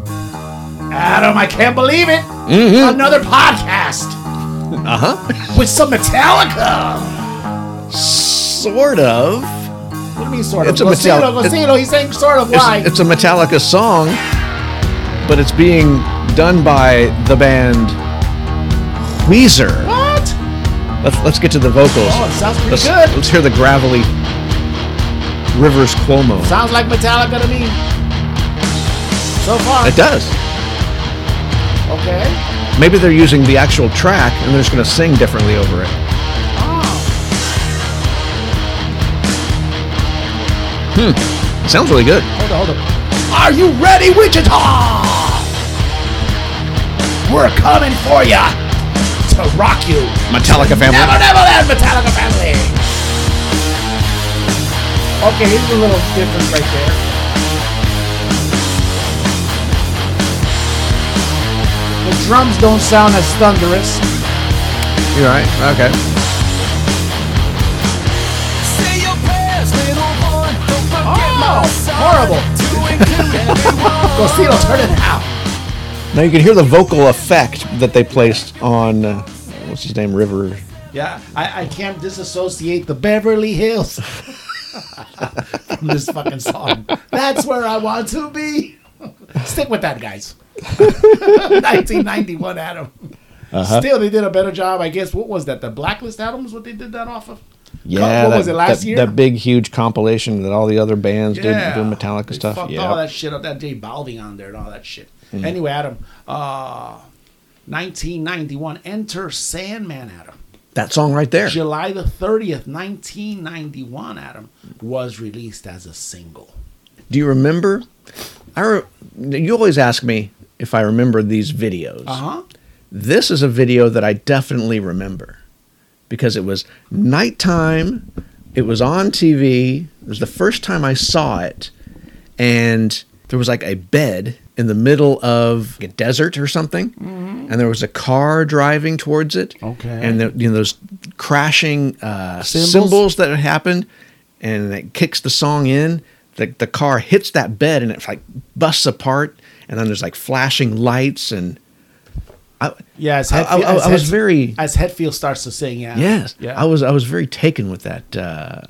S1: Adam, I can't believe it!
S2: Mm-hmm.
S1: Another podcast. Uh
S2: Uh-huh.
S1: huh. With some Metallica.
S2: sort of.
S1: What do you mean, sort of?
S2: It's a
S1: Gosilo,
S2: Metallica- it's-
S1: Gosilo, he's saying sort of. Why?
S2: It's, it's a Metallica song, but it's being done by the band Weezer.
S1: what?
S2: Let's, let's get to the vocals.
S1: Oh, it sounds pretty
S2: let's,
S1: good.
S2: Let's hear the gravelly Rivers Cuomo.
S1: Sounds like Metallica to me. So far,
S2: It does.
S1: okay.
S2: Maybe they're using the actual track and they're just going to sing differently over it. Hmm. Sounds really good.
S1: Hold on, hold on. Are you ready, Wichita? We're coming for ya to rock you.
S2: Metallica family.
S1: Never, never land, Metallica family. Okay, here's a little difference right there. The drums don't sound as thunderous.
S2: You're right. Okay.
S1: Oh, horrible. Gosilo, turn it out.
S2: Now you can hear the vocal effect that they placed on uh, what's his name, River.
S1: Yeah, I, I can't disassociate the Beverly Hills from this fucking song. That's where I want to be. Stick with that, guys. 1991, Adam.
S2: Uh-huh.
S1: Still, they did a better job, I guess. What was that? The Blacklist album is what they did that off of.
S2: Yeah,
S1: what
S2: that,
S1: was it last
S2: that,
S1: year?
S2: that big, huge compilation that all the other bands did doing Metallica
S1: They
S2: stuff.
S1: Fucked
S2: Yeah, Mm-hmm.
S1: all that shit up. That J Balvin on there and all that shit. Anyway, Adam. Uh, 1991. Enter Sandman, Adam.
S2: that song right there.
S1: July the 30th, 1991, Adam, was released as a single.
S2: Do you remember? I re- you always ask me if I remember these videos.
S1: Uh huh.
S2: This is a video that I definitely remember because it was nighttime. It was on TV. It was the first time I saw it, and there was like a bed in the middle of a desert or something, and there was a car driving towards it.
S1: Okay.
S2: and the, you know those crashing uh,
S1: Cymbals?
S2: symbols? that had happened, and it kicks the song in. The, the car hits that bed and it like busts apart, and then there's like flashing lights and I,
S1: Yeah, as
S2: I-
S1: Hetfield,
S2: I- I-
S1: as
S2: I was
S1: Hetf-
S2: very-
S1: as Hetfield starts to sing. Yeah,
S2: yes,
S1: yeah.
S2: I was I was very taken with that uh,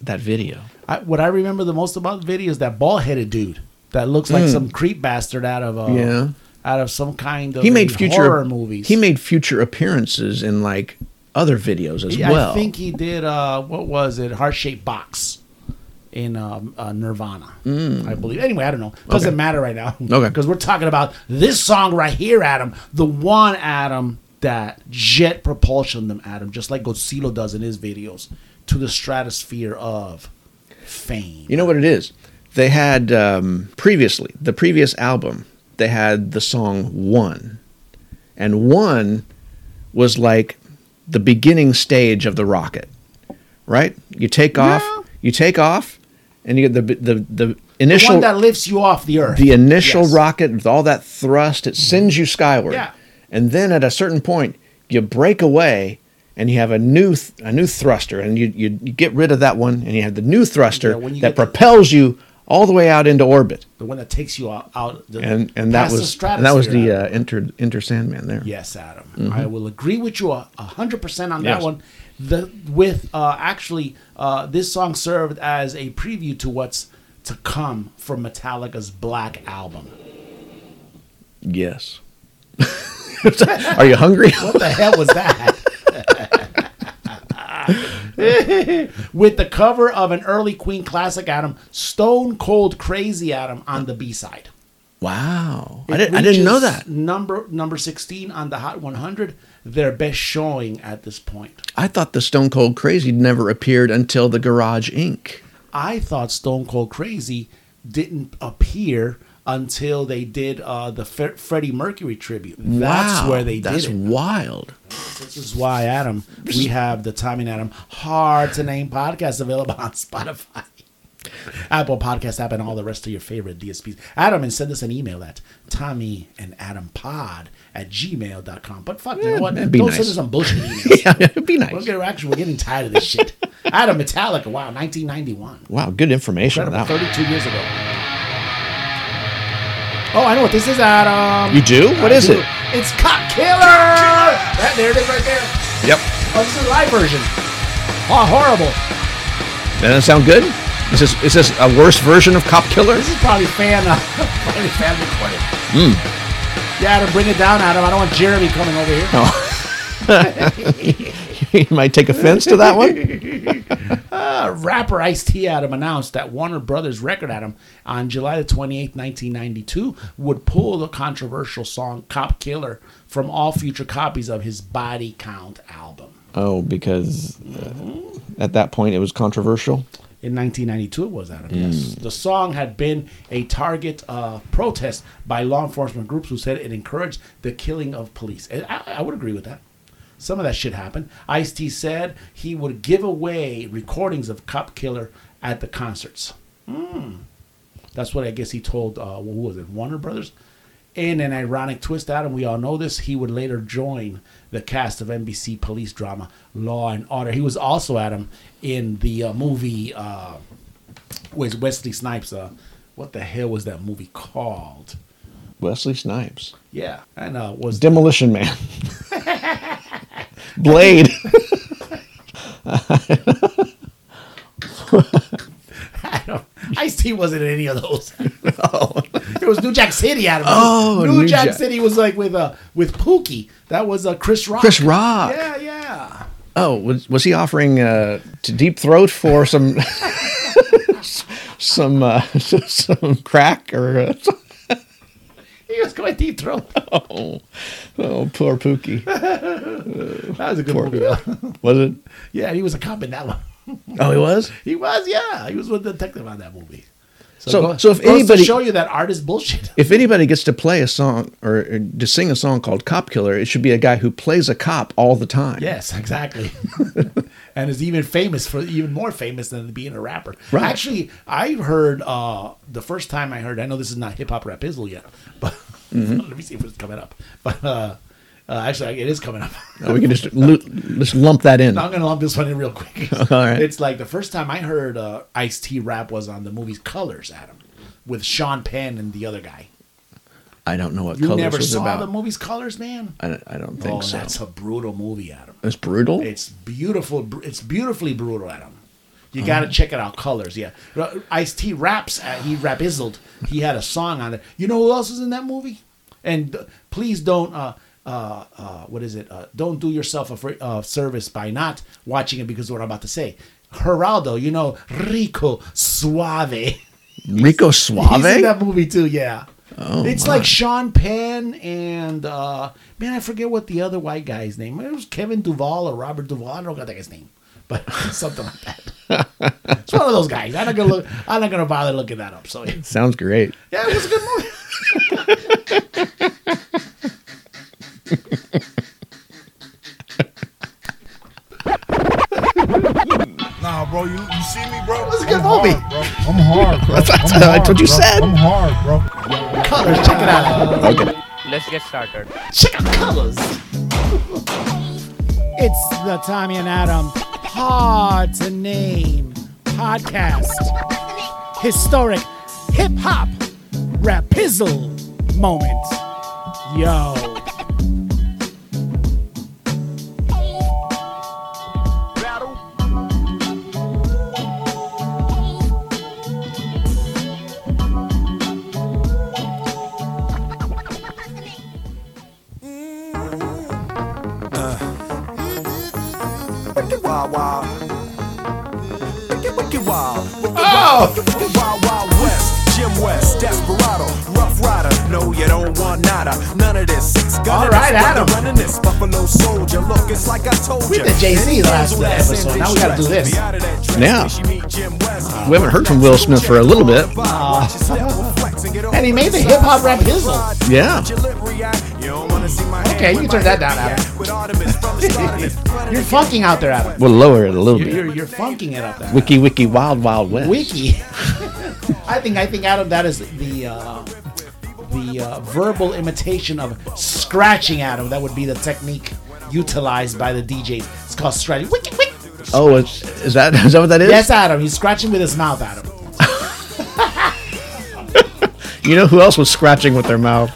S2: that video.
S1: I, what I remember the most about the video is that bald headed dude that looks like some creep bastard out of a,
S2: Hmm. Yeah.
S1: out of some kind of
S2: He made future
S1: horror movies.
S2: He made future appearances in like other videos as
S1: Yeah,
S2: well.
S1: I think he did. Uh, what was it? Heart shaped box in um, uh, Nirvana, I believe. Anyway, I don't know. Doesn't
S2: Mm. Okay.
S1: matter right now.
S2: Okay.
S1: because we're talking about this song right here, Adam. The one Adam that jet propulsion them, Adam, just like Godzilla does in his videos, to the stratosphere of fame.
S2: You know what it is? They had um, previously the previous album. They had the song "One," and "One" was like the beginning stage of the rocket. Right? You take off. You take off, and you get the the the
S1: the
S2: initial
S1: one that lifts you off the earth.
S2: the initial
S1: Yes. Mm-hmm.
S2: rocket with all that thrust. It sends you skyward.
S1: Yeah.
S2: And then at a certain point, you break away. And you have a new th- a new thruster, and you, you, you get rid of that one, and you have the new thruster
S1: Yeah, when you get
S2: that
S1: the-
S2: propels you all the way out into orbit.
S1: the one that takes you out, out the,
S2: And and that
S1: past the
S2: was and that was
S1: stratosphere,
S2: the
S1: Adam.
S2: uh, inter inter Sandman there.
S1: Yes, Adam. I will agree with you a a hundred percent on that
S2: Mm-hmm. Yes.
S1: one. The with uh, actually uh, this song served as a preview to what's to come from Metallica's Black album.
S2: Yes. Are you hungry?
S1: What the hell was that? with the cover of an early Queen classic, Adam Stone Cold Crazy Adam on the B side.
S2: wow. I
S1: It
S2: didn't I didn't know
S1: reaches
S2: that.
S1: Number number sixteen on the Hot 100, their best showing at this point.
S2: I thought the Stone Cold Crazy never appeared until the Garage Inc.
S1: I thought Stone Cold Crazy didn't appear until they did uh, the Fe- Freddie Mercury tribute. That's
S2: Wow,
S1: where they
S2: That's
S1: did it.
S2: wild.
S1: This is why, Adam, we have the Tommy and Adam Hard to Name podcast available on Spotify, Apple Podcast app, and all the rest of your favorite DSPs. Adam, and send us an email at Tommy and Adam Pod at gmail.com. But fuck, you know what?
S2: that'd
S1: Don't
S2: be
S1: send
S2: nice.
S1: us some bullshit emails.
S2: yeah, it'd be
S1: We're
S2: nice.
S1: getting, actually, we're getting tired of this shit. Adam Metallica, wow, 1991
S2: Wow, good information. on
S1: incredible.
S2: that one.
S1: 32 years ago. Oh, I know what this is, Adam.
S2: You do? What
S1: I
S2: is
S1: do.
S2: it?
S1: It's Cop Killer. That, there it is, right there.
S2: Yep.
S1: Oh, this is a live version. Oh, horrible.
S2: Doesn't that sound good? Is this is this a worse version of Cop Killer?
S1: This is probably fan, uh, probably fan recorded.
S2: Hmm.
S1: Yeah, Adam, bring it down, Adam. I don't want Jeremy coming over here.
S2: you might take offense to that one.
S1: Uh, rapper Ice T Adam announced that Warner Brothers Record Adam on July the 28th, 1992, would pull the controversial song Cop Killer from all future copies of his Body Count album.
S2: Oh, because uh, at that point it was controversial.
S1: In 1992, it was Adam. Yes, the song had been a target uh, protest by law enforcement groups who said it encouraged the killing of police. And I, I would agree with that. Some of that shit happened. Ice T said he would give away recordings of Cop Killer at the concerts. Mm. That's what I guess he told. Uh, who was it? Warner Brothers. In an ironic twist, Adam, we all know this. He would later join the cast of NBC police drama Law and Order. He was also Adam in the uh, movie uh, with Wesley Snipes. Uh, what the hell was that movie called?
S2: Wesley Snipes,
S1: Yeah, and uh, was
S2: Demolition Man, Blade.
S1: Adam. Ice T wasn't in any of those. it was New Jack City, Adam.
S2: Oh,
S1: New,
S2: New
S1: Jack,
S2: Jack.
S1: City was like with uh with Pookie. That was uh, Chris Rock.
S2: Chris Rock.
S1: Yeah, yeah.
S2: Oh, was, was he offering uh, to deep throat for some some uh, some crack or? Uh,
S1: He was going deep throat.
S2: oh, oh, poor Pookie.
S1: That was a good
S2: Poor
S1: movie. though.
S2: Was it?
S1: yeah, he was a cop in that one.
S2: Oh, he was.
S1: He was, yeah. He was with the detective on that movie.
S2: So-
S1: go-
S2: so if
S1: goes to
S2: anybody-
S1: show you that art is bullshit,
S2: If anybody gets to play a song or, or to sing a song called "Cop Killer," it should be a guy who plays a cop all the time.
S1: yes, exactly, and is even famous for even more famous than being a rapper.
S2: Right.
S1: Actually, I heard uh, the first time I heard. I know this is not hip hop rap Izzle yet, but
S2: Mm-hmm.
S1: let me see if it's coming up. But uh, uh, actually, it is coming up.
S2: Uh, we can just lu- just lump that in.
S1: I'm gonna lump this one in real quick.
S2: All right.
S1: It's like the first time I heard uh, Ice T rap was on the movie Colors, Adam, with Sean Penn and the other guy.
S2: I don't know what
S1: You
S2: colors
S1: never
S2: was
S1: saw
S2: about.
S1: the movie's Colors, man.
S2: I, don't- I don't think
S1: oh,
S2: so.
S1: that's a brutal movie, Adam.
S2: it's brutal.
S1: It's beautiful. br- It's beautifully brutal, Adam. You got to check it out. Colors, yeah. Ice T raps. uh, He rap izzled. He had a song on it. You know who else is in that movie? And uh, please don't. Uh, uh, uh, what is it? Uh, don't do yourself a fr- uh, service by not watching it because of what I'm about to say. Geraldo, you know Rico Suave.
S2: Rico Suave.
S1: He's in that movie too. Yeah.
S2: Oh,
S1: it's
S2: my.
S1: like Sean Penn and uh, man, I forget what the other white guy's name. It was Kevin Duvall or Robert Duvall. I don't got that guy's name, but something like that. it's one of those guys. I'm not gonna look. I'm not gonna bother looking that up. So yeah,
S2: Sounds great.
S1: it was a good movie.
S12: Nah, bro, you, you see me, bro?
S1: It's a good
S12: I'm
S1: movie.
S12: Hard, bro. I'm hard, bro.
S2: That's
S12: I'm
S2: what I
S12: hard,
S2: told you
S12: bro.
S2: said.
S12: I'm hard, bro.
S1: Colors, check it out.
S2: Okay.
S13: Let's get started.
S1: Check out colors.
S10: It's the Tommy and Adam Hard to Name podcast. Historic hip hop rapizzle moment. Yo.
S14: Wicked wild, wild. Wicked, wicked wild. Wicked
S1: wild.
S14: Wicked wild, wild west. Jim West, Desperado, Rough Rider. No, you don't want nada. None of this. Six gun.
S1: All right, Adam.
S14: Running this Buffalo Soldier. Look, it's like I told
S1: We
S14: you.
S1: did Jay-Z last episode. Now we gotta do this.
S2: Yeah. We haven't heard from Will Smith for a little bit.
S1: Uh, and he made the hip hop rap hizzle.
S2: Yeah.
S1: Okay, you can turn that down, Adam. you're funking out there, Adam.
S2: We'll lower it a little
S1: You're,
S2: bit.
S1: you're, you're funking it up there.
S2: Wiki Wiki Wild Wild West.
S1: Wiki. I think I think Adam that is the uh, the uh, verbal imitation of scratching Adam. That would be the technique utilized by the DJs. It's called scratching. Wiki, wiki.
S2: Oh, it's, is that is that what that is?
S1: Yes, Adam. He's scratching with his mouth, Adam.
S2: You know who else was scratching with their mouth?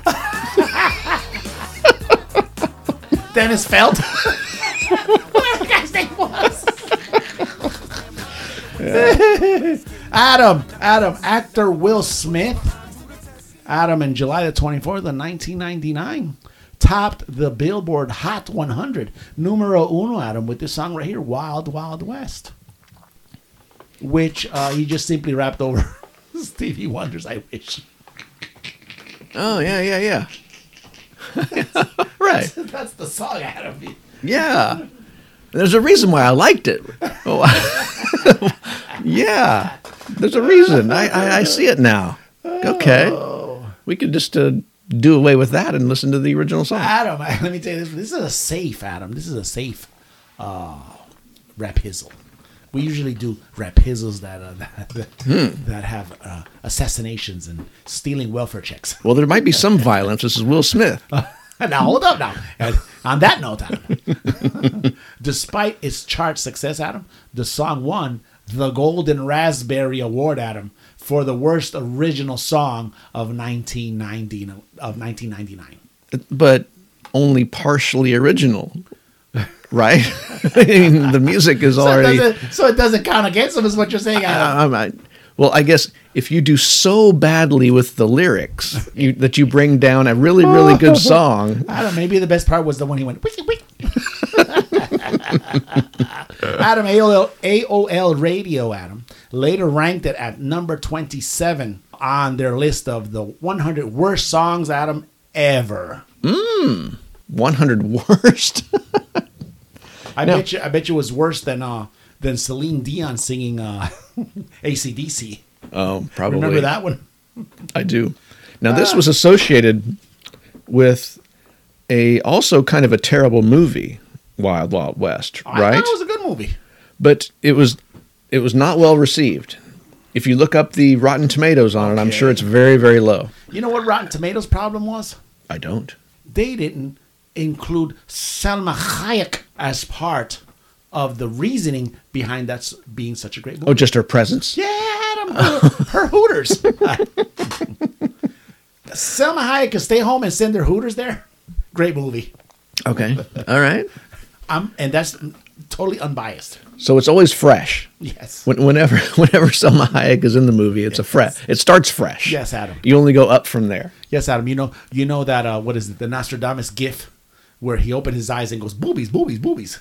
S1: Dennis Felt. Whatever the guy's name was. Adam, Adam, actor Will Smith. Adam in July the 24th of 1999 topped the Billboard Hot 100, numero uno, Adam, with this song right here, Wild Wild West, which uh, he just simply rapped over Stevie Wonder's I Wish.
S2: Oh yeah yeah yeah. right.
S1: That's the song, Adam.
S2: Yeah. There's a reason why I liked it. Oh, yeah. There's a reason. I, I, I see it now. Okay.
S1: Oh.
S2: We could just uh, do away with that and listen to the original song.
S1: Adam, let me tell you this. This is a safe, Adam. This is a safe uh, rap hizzle. We usually do rap hizzles that uh, that, that, that have uh, assassinations and stealing welfare checks.
S2: Well, there might be some violence. This is Will Smith.
S1: Uh. now hold up, now. And on that note, Adam, despite its chart success, Adam, the song won the Golden Raspberry Award, Adam, for the worst original song of 1990 of 1999.
S2: but only partially original, right? I mean, the music is
S1: So it,
S2: already.
S1: doesn't, so it doesn't count against him, is what you're saying, Adam.
S2: I, I, well, I guess if you do so badly with the lyrics you, that you bring down a really, really good song,
S1: Adam, maybe the best part was the one he went, wiki, wiki. Adam, AOL, AOL Radio, Adam, later ranked it at number 27 on their list of the 100 worst songs, Adam, ever.
S2: 100 worst.
S1: I
S2: No.
S1: bet you I bet you it was worse than uh, than Celine Dion singing uh, ACDC.
S2: Oh, probably.
S1: Remember that Ah. one?
S2: I do. Now this was associated with a also kind of a terrible movie, Wild Wild West,
S1: I
S2: right?
S1: thought it was a good movie.
S2: but it was it was not well received. If you look up the Rotten Tomatoes on it, I'm sure it's very very low.
S1: You know what Rotten Tomatoes' problem was?
S2: I don't.
S1: they didn't include Salma Hayek as part of the reasoning behind that s- being such a great movie.
S2: Oh, just her presence.
S1: yeah, Adam, her, her Hooters. Selma Hayek could stay home and send their hooters there. Great movie.
S2: Okay. All right.
S1: I'm, and that's totally unbiased.
S2: So it's always fresh.
S1: Yes.
S2: When, whenever whenever Selma Hayek is in the movie, it's a fresh. It starts fresh.
S1: Yes, Adam.
S2: You only go up from there.
S1: Yes, Adam. You know, you know that uh, what is it? The Nostradamus gif, where he opened his eyes and goes boobies, boobies, boobies.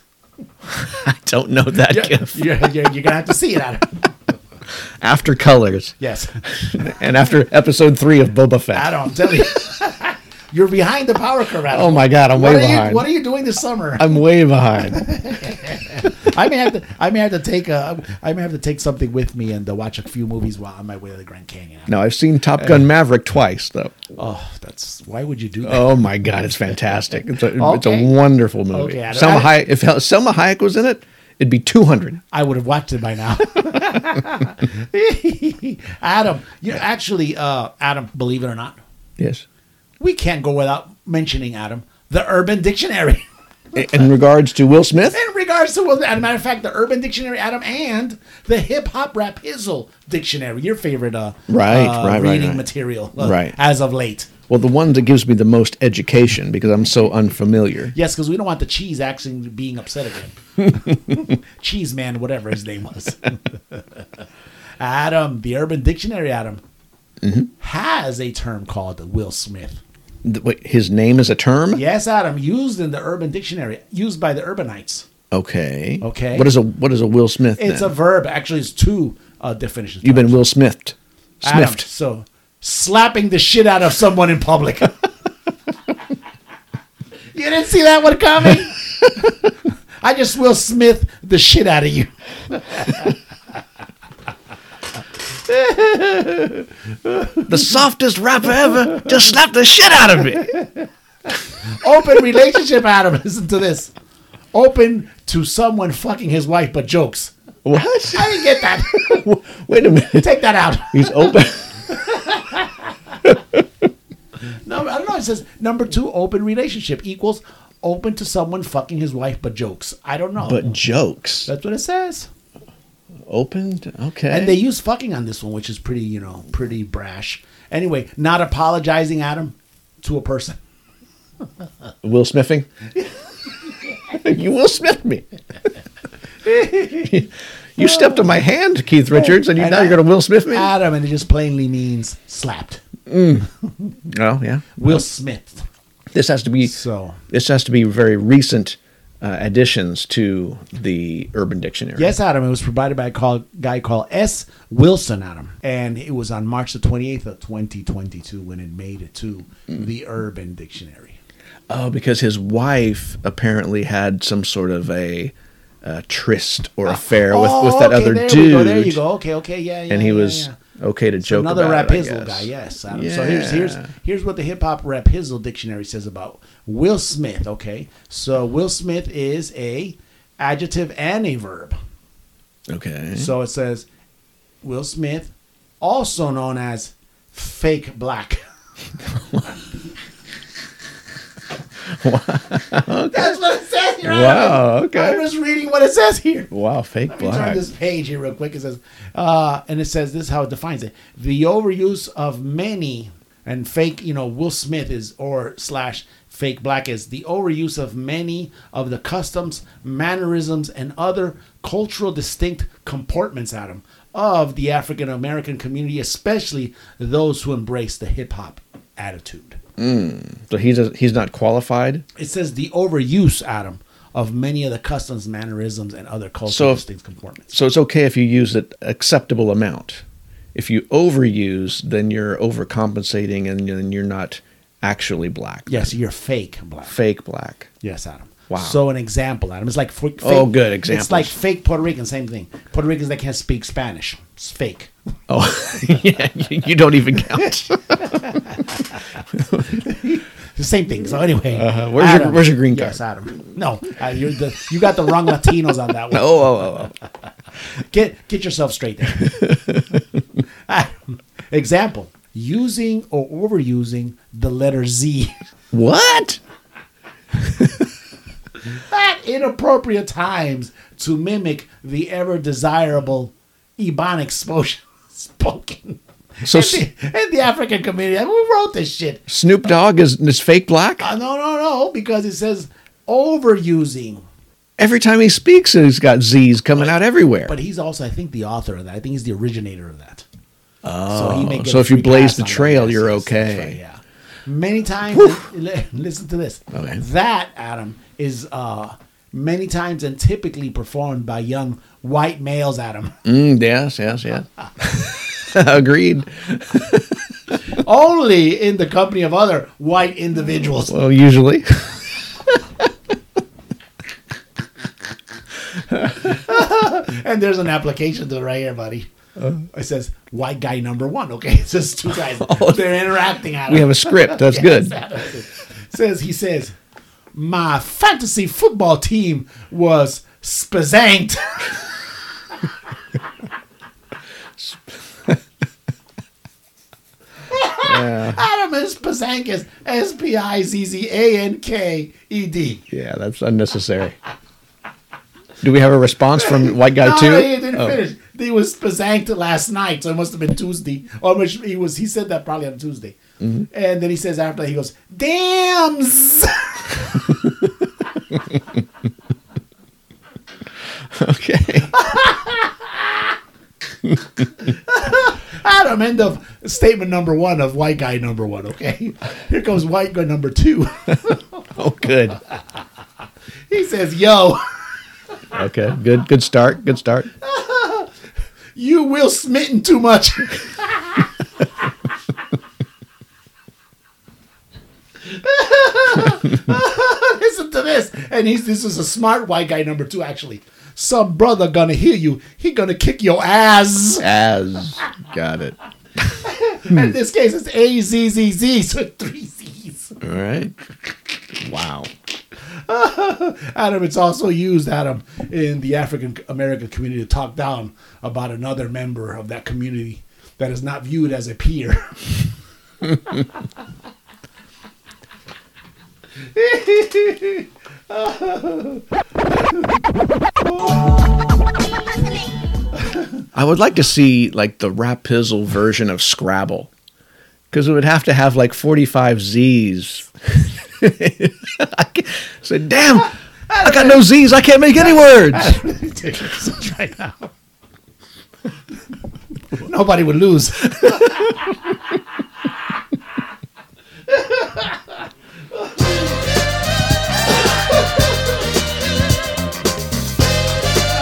S2: I don't know that
S1: Yeah,
S2: gif.
S1: You're, you're, you're gonna have to see it, Adam.
S2: After Colors.
S1: Yes.
S2: and after episode three of Boba Fett.
S1: Adam, I'm telling you, you're behind the power curve, Adam.
S2: Oh my God, I'm
S1: what
S2: way
S1: are you-
S2: behind.
S1: what are you doing this summer?
S2: I'm way behind.
S1: I may have to. I may have to take. A, I may have to take something with me and uh, watch a few movies while on my way to the Grand Canyon.
S2: No, I've seen Top Gun Maverick twice though.
S1: Oh, that's why would you do that?
S2: Oh my God, it's fantastic. It's a, it's
S1: Okay.
S2: a wonderful movie.
S1: Okay, I-
S2: Selma
S1: I-
S2: Hayek. If Selma Hayek was in it, it'd be two hundred.
S1: I would have watched it by now. Adam, you know, actually, uh, Adam, believe it or not,
S2: Yes.
S1: we can't go without mentioning Adam, the Urban Dictionary.
S2: In, in regards to Will Smith,
S1: In regards to, well, as a matter of fact, the Urban Dictionary, Adam, and the Hip Hop Rap Hizzle Dictionary, your favorite uh,
S2: Right,
S1: uh,
S2: right, right,
S1: reading
S2: right.
S1: material uh,
S2: Right.
S1: as of late.
S2: well, the one that gives me the most education because I'm so unfamiliar.
S1: Yes, because we don't want the cheese actually being upset again. cheese man, whatever his name was. Adam, the Urban Dictionary, Adam,
S2: Mm-hmm.
S1: has a term called Will Smith.
S2: Th- Wait, his name is a term.
S1: Yes, Adam, used in the Urban Dictionary, used by the urbanites.
S2: Okay.
S1: Okay.
S2: What is a what is a Will Smith?
S1: It's
S2: then?
S1: a verb. Actually, it's two uh, definitions.
S2: You've been Will Smithed.
S1: Adam,
S2: Smithed.
S1: so slapping the shit out of someone in public. you didn't see that one coming. I just will Smith the shit out of you.
S2: the softest rapper ever just slapped the shit out of me.
S1: Open relationship, Adam. Listen to this. Open to someone fucking his wife, but jokes.
S2: What?
S1: I didn't get that.
S2: Wait a minute.
S1: Take that out.
S2: He's open.
S1: Oh. No, I don't know. It says number two, open relationship equals open to someone fucking his wife, but jokes. I don't know.
S2: But jokes
S1: that's what it says.
S2: opened. Okay.
S1: And they use fucking on this one, which is pretty, you know, pretty brash. Anyway, not apologizing, Adam, to a person.
S2: Will Smithing. you Will Smith me. you stepped on my hand, Keith Richards, and you,
S1: And
S2: now
S1: I-
S2: you're going to Will Smith me.
S1: Adam, and it just plainly means slapped.
S2: oh yeah.
S1: Will Smith.
S2: This has to be
S1: So.
S2: This has to be very recent uh, additions to the Urban Dictionary.
S1: Yes, Adam. It was provided by a call, guy called S. Wilson, Adam, and it was on March the twenty eighth of twenty twenty two when it made it to
S2: Hmm.
S1: the Urban Dictionary.
S2: Oh, because his wife apparently had some sort of a uh, tryst or affair
S1: Oh,
S2: with, with that
S1: okay,
S2: other
S1: there
S2: dude.
S1: We go, there you go. Okay, okay, yeah, yeah.
S2: and he
S1: yeah,
S2: was
S1: yeah.
S2: okay to joke
S1: another
S2: about
S1: rap
S2: it, I
S1: hizzle
S2: guess.
S1: guy. Yes, Adam. So here's here's
S2: Yeah.
S1: here's what the hip hop rap hizzle dictionary says about Will Smith. Okay, so Will Smith is a adjective and a verb.
S2: Okay.
S1: So it says Will Smith, also known as fake black. That's what it says here.
S2: Wow,
S1: Adam.
S2: okay.
S1: I'm just reading what it says here.
S2: Wow, fake
S1: Let me turn
S2: black.
S1: this page here real quick. It says, uh, and it says this is how it defines it: the overuse of many and fake. You know, Will Smith is or slash fake black is the overuse of many of the customs, mannerisms, and other cultural distinct comportments. Adam of the African American community, especially those who embrace the hip hop attitude.
S2: So he's a, he's not qualified.
S1: It says the overuse, Adam, of many of the customs, mannerisms, and other cultural
S2: So if-
S1: distinct comportments.
S2: So it's okay if you use an acceptable amount. If you overuse, then you're overcompensating, and then you're not actually black.
S1: Yes, you're fake black.
S2: Fake black.
S1: Yes, Adam.
S2: Wow.
S1: So an example, Adam. It's like fa- fake,
S2: Oh, good
S1: It's like
S2: examples.
S1: fake Puerto Rican. Same thing. Puerto Ricans that can't speak Spanish. It's fake.
S2: Oh, yeah, you you don't even count. Oh,
S1: The same thing. So anyway,
S2: Uh-huh. Where's your- where's your green card?
S1: Yes, Adam. No, uh, you're the, you got the wrong Latinos on that one.
S2: oh, oh, oh, oh.
S1: Get get yourself straight there. Adam, example: using or overusing the letter Z.
S2: What?
S1: at inappropriate times to mimic the ever desirable ebonic spoken. spoken.
S2: So s-
S1: in, the, in the African community, I mean, who wrote this shit?
S2: Snoop Dogg is, is fake black.
S1: Uh, no, no, no, because it says overusing.
S2: Every time he speaks, he's got Z's coming out everywhere.
S1: But he's also, I think, the author of that. I think he's the originator of that.
S2: Oh, so,
S1: he may get a
S2: if you
S1: free
S2: blaze
S1: pass
S2: the
S1: on that,
S2: trail, you're
S1: yes, yes,
S2: okay.
S1: that's right, yeah. Many times, li- listen to this.
S2: Okay.
S1: That Adam is uh, many times and typically performed by young white males. Adam,
S2: Mm, yes, yes, yes. Agreed.
S1: only in the company of other white individuals.
S2: Well, usually.
S1: and there's an application to it right here, buddy.
S2: Uh-huh.
S1: it says white guy number one. Okay, it says two guys. They're interacting. Adam.
S2: Oh, We have a script. That's good.
S1: Adam. Says he says, my fantasy football team was spazanked. Adam is Pizank is S P I Z Z A N K E D.
S2: yeah, that's unnecessary. Do we have a response from White Guy
S1: no,
S2: Two?
S1: he didn't
S2: Oh.
S1: finish. He was spazanked last night, so it must have been Tuesday. Or which he was. He said that probably on Tuesday.
S2: Mhm.
S1: And then he says after that, he goes, "Damns." Adam, end of statement number one of white guy number one. Okay, here comes white guy number two.
S2: oh, good.
S1: he says, "Yo,
S2: Okay, good. Good start. Good start.
S1: you will smitten too much." Listen to this, and he's this is a smart white guy number two actually. Some brother gonna hear you. He gonna kick your ass.
S2: As got it.
S1: In this case, it's A Z Z Z, so three Z's.
S2: All right. Wow.
S1: Adam, it's also used, Adam, in the African American community to talk down about another member of that community that is not viewed as a peer.
S2: I would like to see like the rapizzle version of Scrabble, because it would have to have like forty-five Z's. I can't- so damn, I got no Z's. I can't make any words.
S1: right now. Nobody would lose.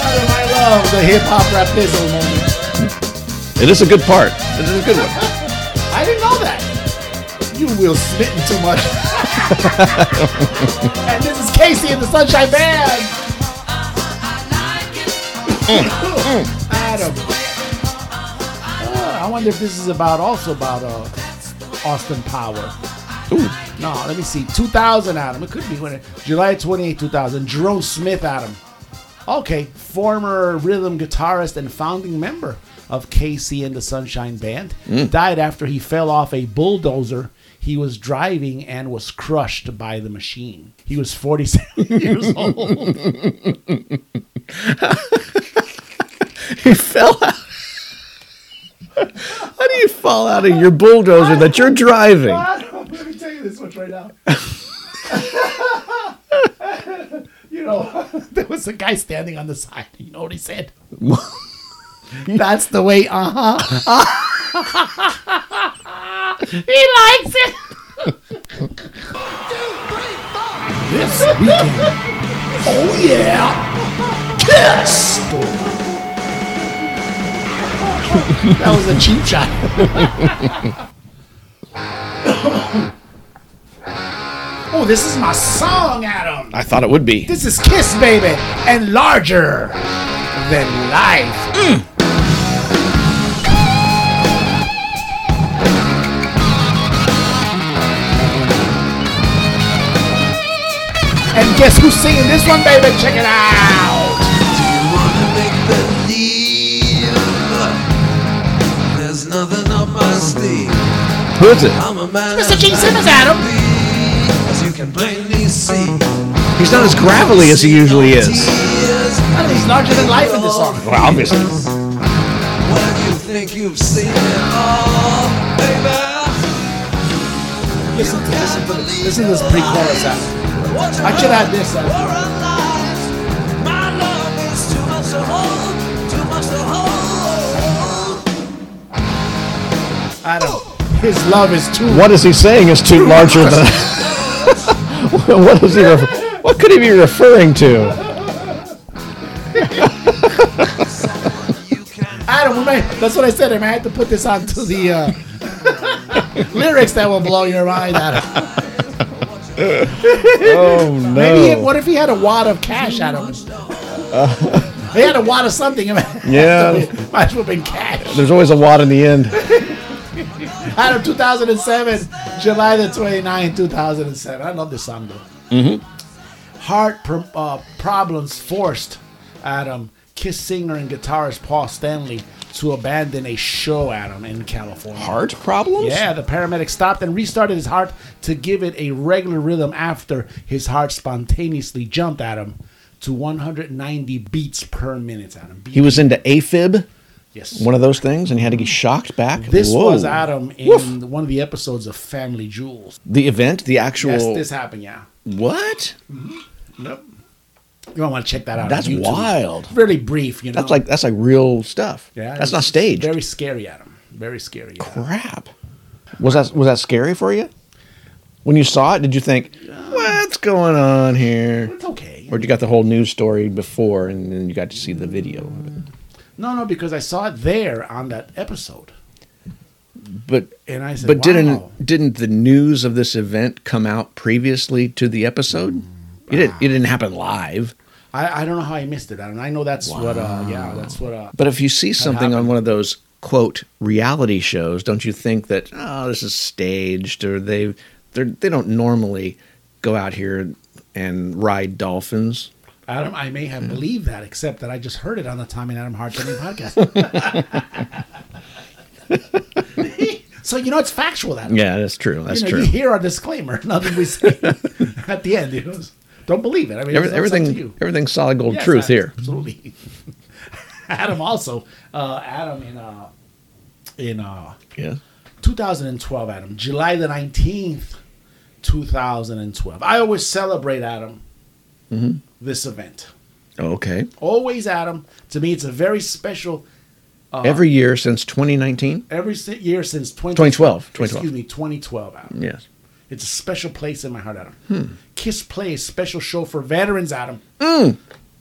S1: Adam, I love the hip hop rapizzle moment.
S2: It is a good part. It is a good one.
S1: I didn't know that. You will smitten too much. and this is Casey and the Sunshine Band. Mm, Adam. Uh, I wonder if this is about also about uh, Austin Power.
S2: Ooh.
S1: No, let me see. 2000, Adam. It could be when it, July 28, 2000. Jerome Smith, Adam. Okay, former rhythm guitarist and founding member of KC and the Sunshine Band,
S2: Mm.
S1: died after he fell off a bulldozer he was driving and was crushed by the machine. He was 47 years old.
S2: He fell out. How do you fall out of your bulldozer that you're driving?
S1: Let me tell you this much right now. you know, there was a guy standing on the side. You know what he said? That's the way. Uh huh. he likes it. This weekend. Oh yeah. Kiss. that was a cheap shot. oh, this is my song, Adam.
S2: I thought it would be.
S1: This is Kiss Baby and larger than life. And guess who's singing this one, baby? Check it out.
S13: There's nothing up my sleeve.
S2: Who is it?
S13: I'm a man.
S1: Mr. Gene Simmons, Adam.
S13: As you can plainly see.
S2: He's not as gravelly as he usually is.
S1: Adam, he's larger than life in this song.
S2: Well, obviously.
S13: Think you've seen it all.
S1: Listen to listen to listen to this pre-chorus. Out. I should have this. uh, Out. I don't. His love is too.
S2: What is he saying is too larger than. what is he? Ref- what could he be referring to?
S1: Adam, we may, that's what I said. I might have to put this on to the uh, lyrics that will blow your mind, Adam.
S2: oh no!
S1: Maybe he, what if he had a wad of cash, Adam?
S2: Uh,
S1: He had a wad of something.
S2: yeah,
S1: might as well have been cash.
S2: there's always a wad in the end.
S1: Adam, 2007, July the 29th, 2007. I love this song though.
S2: Mm-hmm.
S1: Heart pro- uh, problems forced Adam, Kiss singer and guitarist Paul Stanley, to abandon a show, Adam, in California.
S15: Heart problems?
S1: Yeah, the paramedic stopped and restarted his heart to give it a regular rhythm after his heart spontaneously jumped, Adam, to 190 beats per minute, Adam.
S2: He was into AFib.
S1: Yes.
S2: One of those things, and he had to get shocked back.
S1: This
S2: Whoa.
S1: was Adam in
S2: Woof.
S1: one of the episodes of Family Jewels.
S2: The event, the actual.
S1: Yes, this happened, yeah.
S15: What?
S1: Nope. You don't want to check that out. on
S2: That's
S1: YouTube.
S2: wild.
S1: Really brief, you know.
S2: That's like that's like real stuff.
S1: Yeah,
S2: that's
S1: it's-
S2: not staged.
S1: Very scary, Adam. Very scary. Adam.
S2: Crap. Was that was that scary for you? When you saw it, did you think, "What's going on here?" It's
S1: okay.
S2: Or you got the whole news story before, and then you got to see the video of it.
S1: No, no, because I saw it there on that episode.
S2: But
S1: And I said,
S2: but
S1: "Wow."
S2: didn't didn't the news of this event come out previously to the episode? It didn't. It didn't happen live.
S1: I, I don't know how I missed it, Adam. I know that's what. Uh, yeah, that's what. Uh,
S2: But if you see
S1: had
S2: something on one of those quote reality shows, don't you think that oh, this is staged or they they they don't normally go out here and ride dolphins?
S1: Adam, I may have believed that, except that I just heard it on the Tom and Adam Hard Training podcast. so you know it's factual. That
S2: Yeah, that's true. That's
S1: you know,
S2: true.
S1: You hear our disclaimer, nothing we say at the end. You know, don't believe it. I mean,
S2: Every-
S1: it's- it's up to
S2: everything,
S1: you.
S2: everything's solid gold
S1: Yes,
S2: truth
S1: ab-
S2: here.
S1: Absolutely. Adam also, uh, Adam in uh, in uh,
S2: Yeah.
S1: 2012, Adam, July the 19th, 2012. I always celebrate Adam
S2: Mm-hmm.
S1: this event.
S2: Oh, Okay.
S1: Always Adam. To me, it's a very special. Uh,
S2: Every year since 2019.
S1: every si- year since 20,
S2: 2012, 2012.
S1: Excuse me, 2012, Adam.
S2: Yes.
S1: It's a special place in my heart, Adam.
S2: Mm. Hmm.
S1: Kiss plays special show for veterans, Adam.
S2: Mm.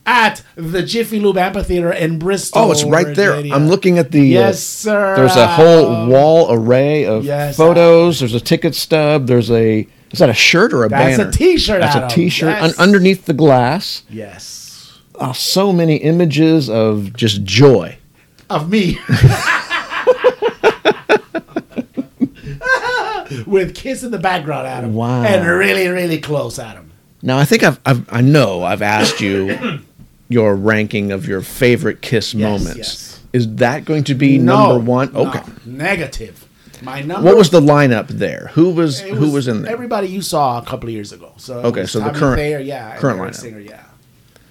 S1: At the Jiffy Lube Amphitheater in Bristol.
S2: Oh, it's right there.
S1: Virginia.
S2: I'm looking at the. uh,
S1: Yes, sir.
S2: There's a whole wall array of
S1: Yes,
S2: photos. There's a ticket stub. There's a. Is that a shirt or a
S1: That's a
S2: banner?
S1: t-shirt,
S2: That's
S1: Adam.
S2: a T-shirt
S1: Yes.
S2: Un- underneath the glass.
S1: Yes.
S2: Oh, so many images of just joy.
S1: Of me. With Kiss in the background, Adam.
S2: Wow.
S1: And really, really close, Adam.
S2: Now I think I've, I've I know I've asked you your ranking of your favorite Kiss moments. Is that going to be number one?
S1: no,
S2: Okay.
S1: negative. My number.
S2: What was the lineup there? Who was,
S1: it
S2: who was in there?
S1: Everybody you saw a couple of years ago. So it
S2: Okay,
S1: was
S2: so the
S1: Tommy
S2: current-
S1: Thayer, yeah, and
S2: current
S1: Eric
S2: lineup.
S1: Singer, yeah,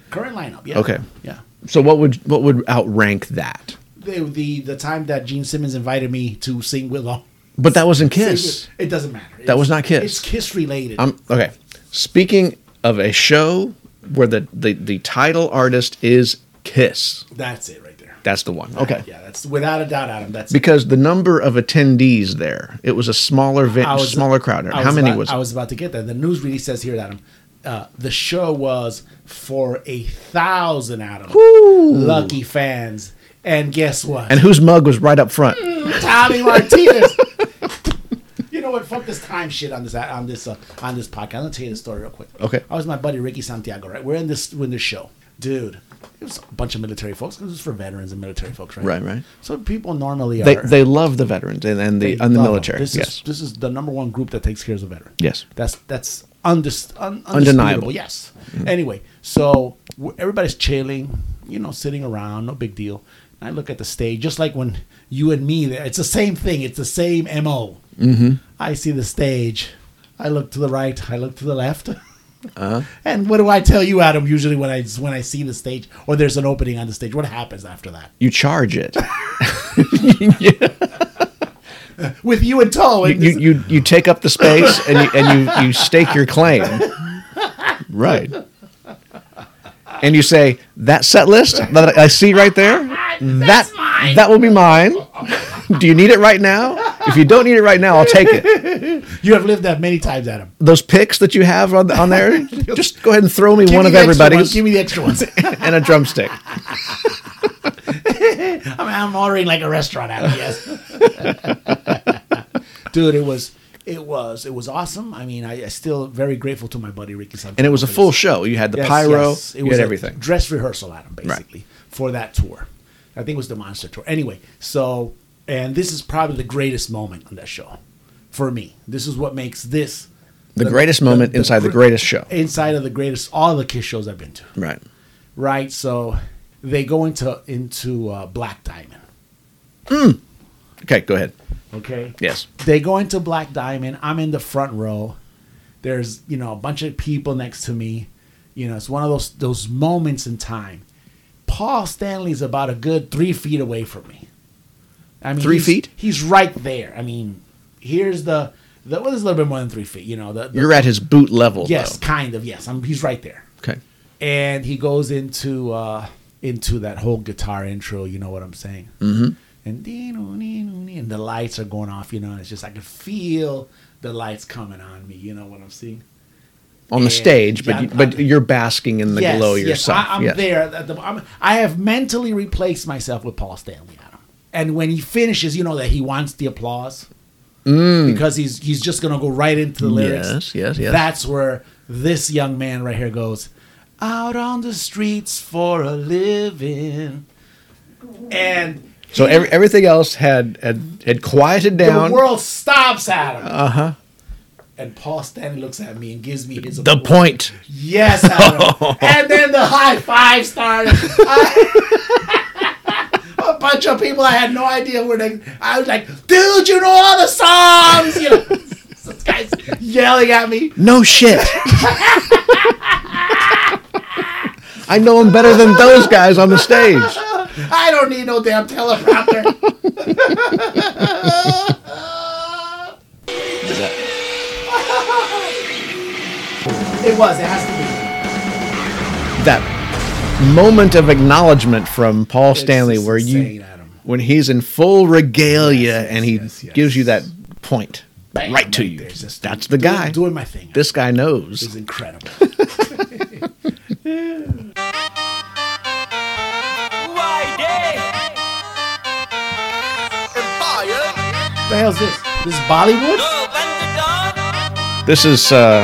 S1: current lineup. Yeah.
S2: Okay.
S1: Yeah.
S2: So what would what would outrank that?
S1: The, the the time that Gene Simmons invited me to sing Willow.
S2: But that was in
S1: Sing
S2: Kiss.
S1: Wi- It doesn't matter.
S2: That was not Kiss.
S1: It's Kiss related.
S2: I'm okay. Speaking of a show where the the, the title artist is Kiss.
S1: that's it right there.
S2: That's the one. Okay.
S1: Yeah, that's without a doubt, Adam. That's
S2: Because the number of attendees there, it was a smaller vi-
S1: I was-
S2: smaller crowd.
S1: I
S2: How many
S1: about-
S2: was?
S1: I was about to get that. The news release says here, Adam. Uh, the show was for a thousand Adam lucky fans, and guess what?
S2: and whose mug was right up front?
S1: Tommy Martinez. you know what? Fuck this time shit on this on this uh, on this podcast. I'll tell you the story real quick.
S2: Okay.
S1: I was my buddy Ricky Santiago. Right, we're in this we're in this show, dude. It was a bunch of military folks. 'cause It was for veterans and military folks, right?
S2: Right, right.
S1: So people normally
S2: They
S1: are.
S2: they love the veterans and, and the
S1: they
S2: and the
S1: love 'em.
S2: military.
S1: This
S2: Yes.
S1: is this is the number one group that takes care of the veteran.
S2: Yes.
S1: That's that's undis- un-
S2: Undeniable.
S1: undeniable. Yes. Anyway, so w- everybody's chilling, you know, sitting around, no big deal. And I look at the stage, just like when you and me, there, it's the same thing. It's the same mo.
S2: Mhm.
S1: I see the stage. I look to the right. I look to the left.
S2: Uh,
S1: and what do I tell you, Adam? Usually, when I when I see the stage or there's an opening on the stage, what happens after that?
S2: you charge it.
S1: with you in tow.
S2: You,
S1: And
S2: you, you, you take up the space and you, and you, you stake your claim. Right. And you say, that set list that I see right there, that, that will be mine. Do you need it right now? If you don't need it right now, I'll take it.
S1: you have lived that many times, Adam.
S2: Those picks that you have on, on there, just go ahead and throw me
S1: Give
S2: one
S1: me
S2: of
S1: the extra
S2: everybody's
S1: ones, Give me the extra ones.
S2: and a drumstick.
S1: I'm, I'm ordering like a restaurant out. Yes, dude, it was it was it was awesome. I mean, I, I still very grateful to my buddy Ricky Santos.
S2: And it was a full show. You had the pyro, you had
S1: a
S2: everything.
S1: dress rehearsal, Adam,
S2: Right.
S1: basically for that tour. I think it was the Monster tour. Anyway, so and this is probably the greatest moment on that show for me. This is what makes this
S2: The greatest moment inside the
S1: gr-
S2: greatest show.
S1: inside of the greatest all the Kiss shows I've been to
S2: Right.
S1: right? So they go into into uh, Black Diamond.
S2: Okay, go ahead.
S1: Okay.
S2: Yes.
S1: They go into Black Diamond. I'm in the front row. There's you know a bunch of people next to me. You know, it's one of those those moments in time. Paul Stanley's about a good three feet away from me. I mean,
S2: Three
S1: he's-
S2: feet?
S1: He's right there. I mean, here's the the well, it's a little bit more than three feet. You know, the, the-
S2: You're at his boot level.
S1: yes,
S2: though.
S1: kind of yes. I'm, he's right there.
S2: Okay.
S1: and he goes into uh into that whole guitar intro you know what i'm saying
S2: Mhm.
S1: and dee-doo, dee-doo, dee, and the lights are going off you know and it's just i can feel the lights coming on me you know what i'm seeing
S2: On the
S1: Yeah.
S2: stage, but
S1: Yeah,
S2: you,
S1: I'm-
S2: but you're basking in the glow yourself.
S1: I, am
S2: Yes.
S1: there at the, I'm, i have mentally replaced myself with paul stanley adam and when he finishes you know that he wants the applause
S2: Mm.
S1: because he's he's just gonna go right into the lyrics.
S2: Yes, yes, yes.
S1: That's where this young man right here goes, out on the streets for a living, and
S2: So every, everything else had, had had quieted down.
S1: the world stops at him.
S2: uh huh.
S1: And Paul Stanley looks at me and gives me his
S2: The
S1: applause.
S2: point.
S1: Yes, Adam. and then the high five started. I- a bunch of people I had no idea where they. I was like, dude, you know all the songs. You know, this guy's yelling at me.
S2: No shit. I know him better than those guys on the stage.
S1: I don't need no damn teleprompter. it was. It has to
S2: That moment of acknowledgement from Paul Stanley,
S1: just
S2: where
S1: insane,
S2: you, when he's in full regalia and he gives you that point
S1: Bam,
S2: right to
S1: right
S2: you.
S1: there. It's just
S2: That's the
S1: be.
S2: guy.
S1: Doing, doing my thing.
S2: this guy knows.
S1: It was incredible. What the hell's this? This is Bollywood?
S2: This is uh,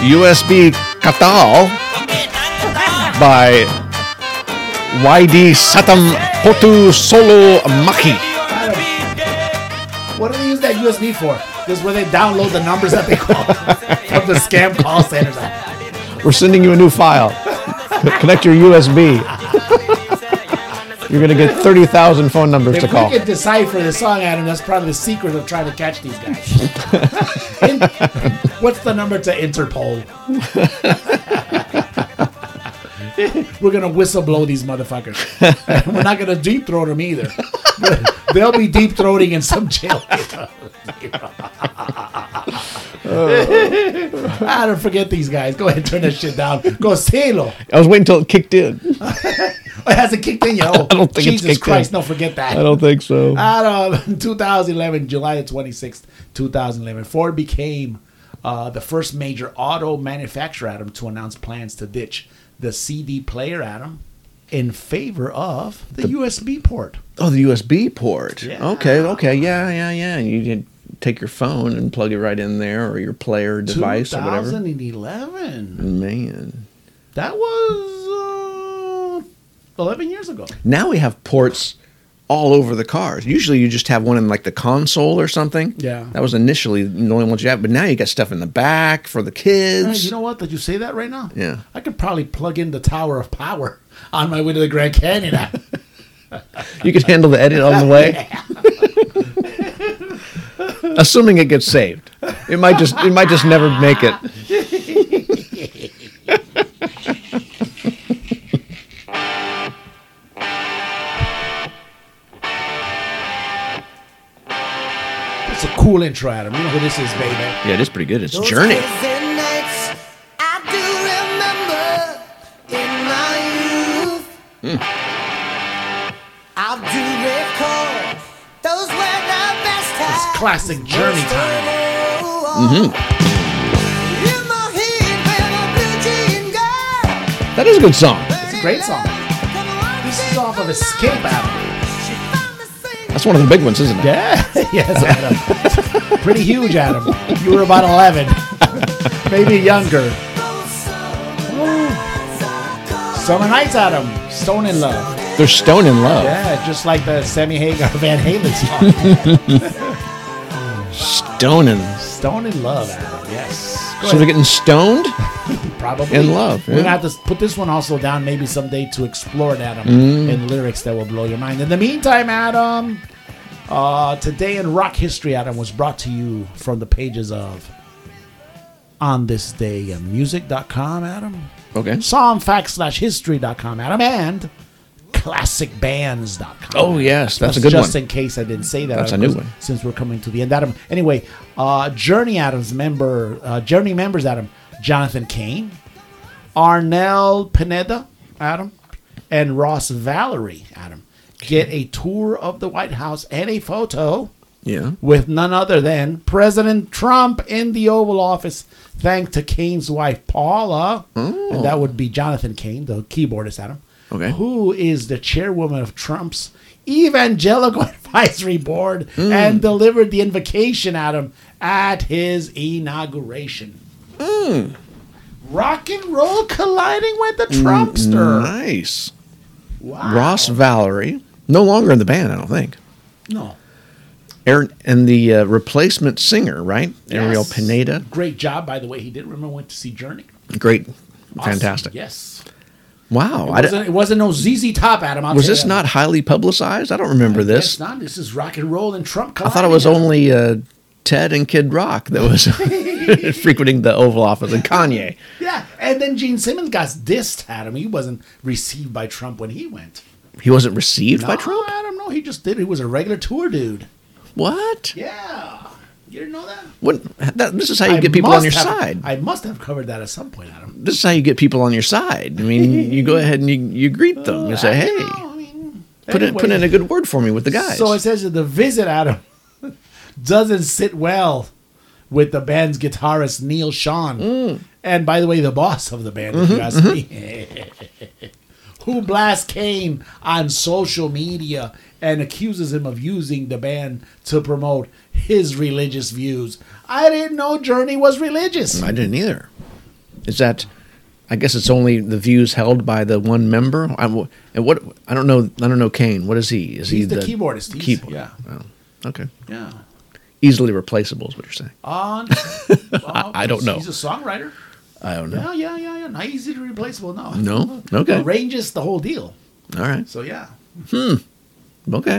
S2: USB Katal by YD Satam Potu Solo Maki.
S1: What do they use that USB for? This is where they download the numbers that they call from the scam call centers.
S2: We're sending you a new file. Connect your USB. You're going to get 30,000 phone numbers
S1: If
S2: to
S1: we
S2: call.
S1: could decipher the song, Adam, that's probably the secret of trying to catch these guys. In- what's the number to Interpol? We're gonna whistle blow these motherfuckers. We're not gonna deep throat them either. They'll be deep throating in some jail. I don't forget these guys. Go ahead, and turn that shit down. Go Salo.
S2: I was waiting until it kicked in.
S1: Oh, it hasn't kicked in yet. Oh,
S2: I don't think it's
S1: Jesus
S2: kicked in.
S1: Christ! No, forget that.
S2: I don't think so.
S1: Out of 2011, July the 26th, 2011, Ford became uh, the first major auto manufacturer, Adam, to announce plans to ditch the CD player, Adam, in favor of the, USB port.
S2: Oh, the USB port.
S1: Yeah.
S2: Okay, okay. Yeah, yeah, yeah. And you did take your phone and plug it right in there or your player device or whatever.
S1: 2011.
S2: Man.
S1: That was uh, 11 years ago.
S2: Now we have ports all over the cars. Usually you just have one in like the console or something.
S1: Yeah.
S2: That was initially the only ones you had, but now you got stuff in the back for the
S1: Uh,
S2: kids.
S1: you know what? Did you say that right now?
S2: yeah.
S1: I could probably plug in the Tower of Power on my way to the Grand Canyon.
S2: You can handle the edit on the way. Assuming it gets saved. It might just it might just never make it.
S1: cool intro, Adam. You know who this is, baby.
S2: Yeah, it is pretty good. It's Journey.
S4: Thursday nights, I do remember in my youth.
S1: Hmm.
S4: I do recall those were the best times.
S1: It's classic Journey time.
S2: Mm-hmm.
S4: In my head, when a blue jean girl
S2: That is a good song.
S1: It's a great song. This is off of Escape Adam.
S2: That's one of the big ones, isn't it?
S1: Yeah. yes, Adam. Pretty huge, Adam. You were about 11, maybe younger. Summer Nights, Adam. Stone in Love.
S2: They're stone in love.
S1: Yeah, just like the Sammy Hagar Van Halen song.
S2: Stone in.
S1: Stone in Love, Adam. Yes. Go
S2: So
S1: ahead.
S2: they're getting stoned.
S1: Probably.
S2: in love,
S1: We're
S2: yeah.
S1: going to have to put this one also down maybe someday to explore it, Adam,
S2: Mm.
S1: in lyrics that will blow your mind. In the meantime, Adam, uh, today in rock history, Adam, was brought to you from the pages of on this day uh, in music.com, Adam,
S2: Okay.
S1: songfacts slash history.com, Adam, and classicbands.com.
S2: Oh yes, that's a good
S1: just
S2: one.
S1: in case I didn't say that.
S2: That's a
S1: because
S2: new one.
S1: Since we're coming to the end, Adam. Anyway, uh, Journey Adams member, uh, Journey members, Adam, Jonathan Kane, Arnell Pineda, Adam, and Ross Valerie, Adam, get a tour of the White House and a photo
S2: Yeah.
S1: with none other than President Trump in the Oval Office, thanks to Kane's wife Paula, and that would be Jonathan Kane, the keyboardist Adam,
S2: Oh. Okay.
S1: who is the chairwoman of Trump's Evangelical Advisory Board,
S2: Hmm.
S1: and delivered the invocation Adam at his inauguration.
S2: Hmm.
S1: Rock and roll colliding with the Trumpster.
S2: Mm-hmm. Nice.
S1: Wow.
S2: Ross Valerie, no longer in the band, I don't think.
S1: No.
S2: Aaron and the uh, replacement singer, right? Ariel
S1: Yes.
S2: Pineda.
S1: Great job, by the way. He did remember went to see Journey.
S2: Great,
S1: Awesome.
S2: fantastic.
S1: Yes.
S2: Wow.
S1: It
S2: I d-
S1: wasn't, it wasn't no ZZ Top, Adam. I'll
S2: was
S1: tell
S2: this
S1: you that.
S2: not highly publicized? I don't remember
S1: It's
S2: this.
S1: not. This is rock and roll and Trump.
S2: I thought it
S1: colliding.
S2: was only uh, Ted and Kid Rock that was frequenting the Oval Office and Kanye.
S1: Yeah, and then Gene Simmons got dissed, Adam. He wasn't received by Trump when he went.
S2: He wasn't received by
S1: No,
S2: Trump.
S1: Adam, no, he just did. He was a regular tour dude.
S2: What?
S1: Yeah, you didn't know that.
S2: What? That, this is how you
S1: I
S2: get people on
S1: must
S2: your
S1: have-
S2: side.
S1: I must have covered that at some point, Adam.
S2: this is how you get people on your side. I mean, you go ahead and you, you greet them. You say, "Hey, put in put
S1: anyway.
S2: in a good word for me with the guys."
S1: So it says that the visit, Adam, doesn't sit well with the band's guitarist Neil Sean,
S2: Mm.
S1: and by the way, the boss of the band, if
S2: Mm-hmm,
S1: you ask me, who blasts Kane on social media and accuses him of using the band to promote his religious views. I didn't know Journey was religious.
S2: I didn't either. Is that? I guess it's only the views held by the one member. I w- and what I don't know. I don't know Kane. What is he? Is he
S1: He's the keyboardist. He's-
S2: Keyboard.
S1: yeah.
S2: Oh, okay.
S1: Yeah.
S2: Easily replaceable is what you're saying.
S1: On,
S2: I don't know.
S1: He's a songwriter.
S2: I don't know.
S1: Yeah, yeah, yeah, yeah. Not easy to replaceable. No.
S2: No? Okay.
S1: Arranges the whole deal.
S2: All right.
S1: So yeah.
S2: Okay.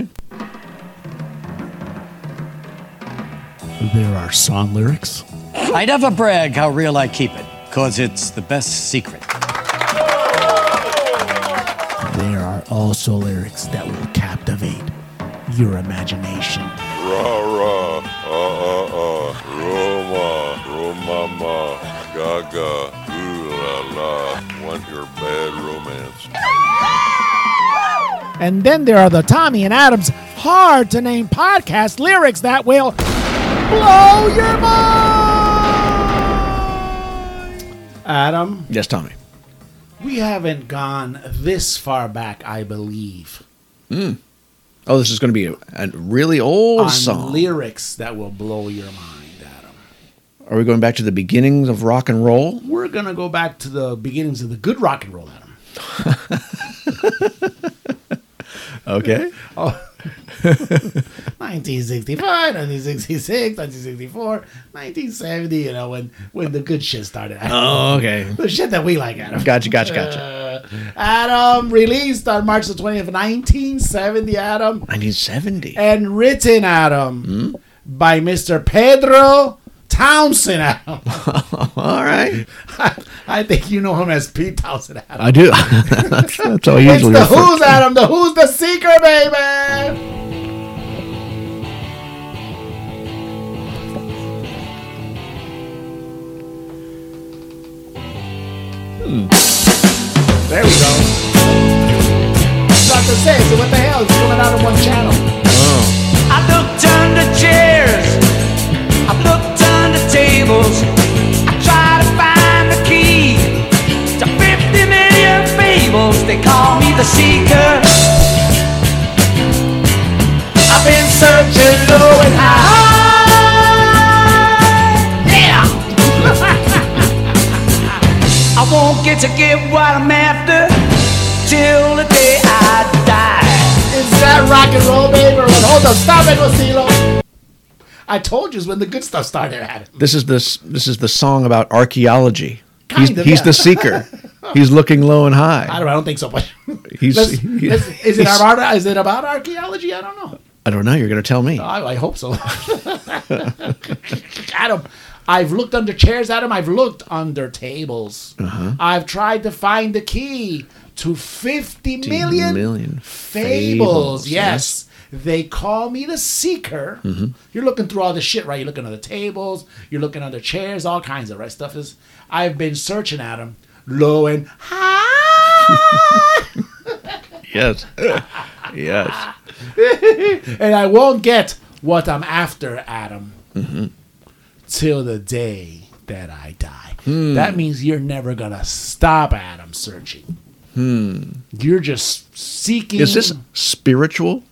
S1: There are song lyrics.
S16: I never brag how real I keep it, cause it's the best secret.
S1: There are also lyrics that will captivate your imagination.
S17: Ra ra, ah ah ah, Roma, Romama, Gaga, ooh la la, want your bad romance.
S1: And then there are the Tommy and Adams hard to name podcast lyrics that will blow your mind. Adam,
S2: Yes, Tommy.
S1: we haven't gone this far back, I believe,
S2: Oh, this is going to be a, a really old
S1: on
S2: song.
S1: lyrics that will blow your mind, Adam.
S2: Are we going back to the beginnings of rock and roll?
S1: We're going to go back to the beginnings of the good rock and roll, Adam.
S2: Okay.
S1: 1965, 1966, 1964, 1970, you know, when, when the good shit started.
S2: Oh, okay.
S1: The shit that we like, Adam.
S2: Gotcha, gotcha, gotcha.
S1: Uh, Adam, released on March the 20th, 1970, Adam,
S2: 1970.
S1: and written, Adam, by Mr. Pedro Townsend, Adam.
S2: All right.
S1: I think you know him as Pete Townsend, Adam.
S2: I do. that's, that's how I
S1: It's
S2: usually
S1: the
S2: refer
S1: Who's,
S2: to it.
S1: Adam. The Who's the Seeker, baby. Hmm. There we go. Dr. Say, so what the hell is coming out of one channel?
S18: I looked under chairs. I looked under tables. I tried to find the key to 50 million fables. They call me the seeker. I've been searching low and high. Yeah. I won't get to get what I'm after till the day I die.
S1: Is that rock and roll, baby? Or what? Hold on, stop it, Rosilo. I told you it's when the good stuff started at
S2: This is this this is the song about archaeology. he's
S1: Kind of,
S2: he's
S1: yeah.
S2: the seeker. he's looking low and high.
S1: I don't. I don't think so much.
S2: He's-
S1: Let's-
S2: he-
S1: let's- is it
S2: he's-
S1: about? Is it about archaeology? I don't know.
S2: I don't know. You're going to tell me.
S1: I, I hope so. Adam, I've looked under chairs, Adam. I've looked under tables.
S2: Uh-huh.
S1: I've tried to find the key to 50 million,
S2: million
S1: fables.
S2: fables,
S1: Yes. They call me the seeker.
S2: Mhm.
S1: You're looking through all this shit, right? You're looking under tables, you're looking under chairs, all kinds of right stuff is. I've been searching Adam, low and
S2: Yes. yes.
S1: and I won't get what I'm after, Adam, till the day that I die.
S2: Hmm.
S1: That means you're never gonna stop, Adam, searching.
S2: Hmm.
S1: You're just seeking.
S2: Is this spiritual?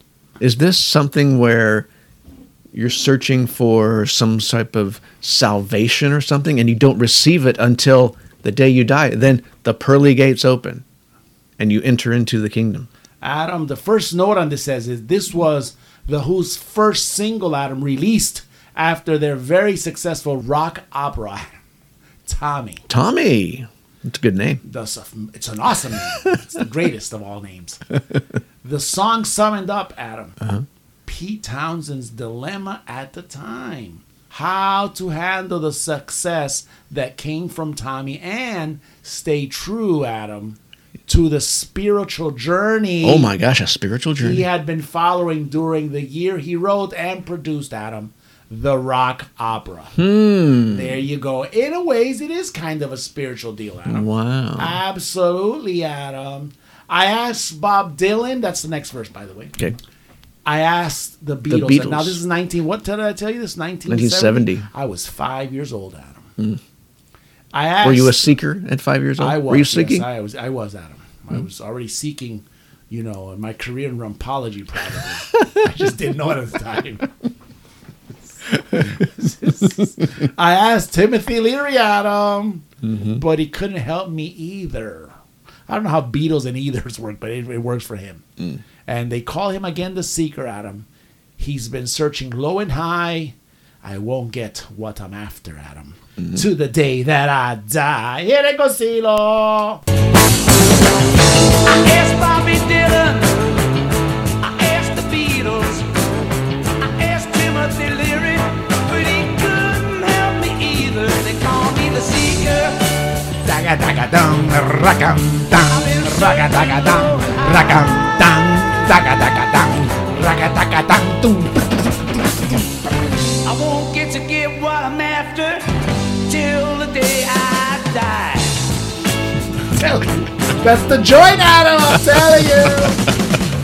S2: Is this something where you're searching for some type of salvation or something and you don't receive it until the day you die? Then the pearly gates open and you enter into the kingdom.
S1: Adam? The first note on this says is this was the Who's first single, Adam, released after their very successful rock opera, Adam. Tommy.
S2: Tommy. That's a good name.
S1: That's a, it's an awesome name. It's the greatest of all names. The song summoned up, Adam.
S2: Uh-huh.
S1: Pete Townsend's dilemma at the time. How to handle the success that came from Tommy and stay true, Adam, to the spiritual journey.
S2: Oh my gosh, a spiritual
S1: He
S2: journey.
S1: had been following during the year he wrote and produced, Adam, the rock opera.
S2: Hmm.
S1: There you go. In a ways, it is kind of a spiritual deal, Adam.
S2: Wow.
S1: Absolutely, Adam. I asked Bob Dylan. That's the next verse, by the way.
S2: Okay.
S1: I asked the Beatles.
S2: Beatles.
S1: and now this is 19. What did I tell you? This 1970.
S2: 1970.
S1: I was five years old, Adam.
S2: Hmm.
S1: I asked.
S2: Were you a seeker at five years old?
S1: I was.
S2: Were you Hmm.
S1: yes,
S2: seeking?
S1: I was. I was Adam. I was already seeking. You know, in my career in rumpology, probably. I just didn't know it at the time. I asked Timothy Leary, Adam,
S2: Mm-hmm.
S1: but he couldn't help me either. I don't know how Beatles and Ethers work, but it, it works for him.
S2: Mm.
S1: And they call him again the Seeker, Adam. He's been searching low and high. I won't get what I'm after, Adam.
S2: Mm-hmm.
S1: To the day that I die. Here they go, Silo.
S18: I asked Bobby Dylan. I asked the Beatles. I asked Timothy Leary, but he couldn't help me either. They call me the seeker.
S1: Daga daga dum, rakam dum, raga daga dum, rakam dum, daga daga dum, raga daga dum, dum.
S18: I won't get to get what I'm after till the day I die.
S1: That's the joint, Adam. I'm telling you.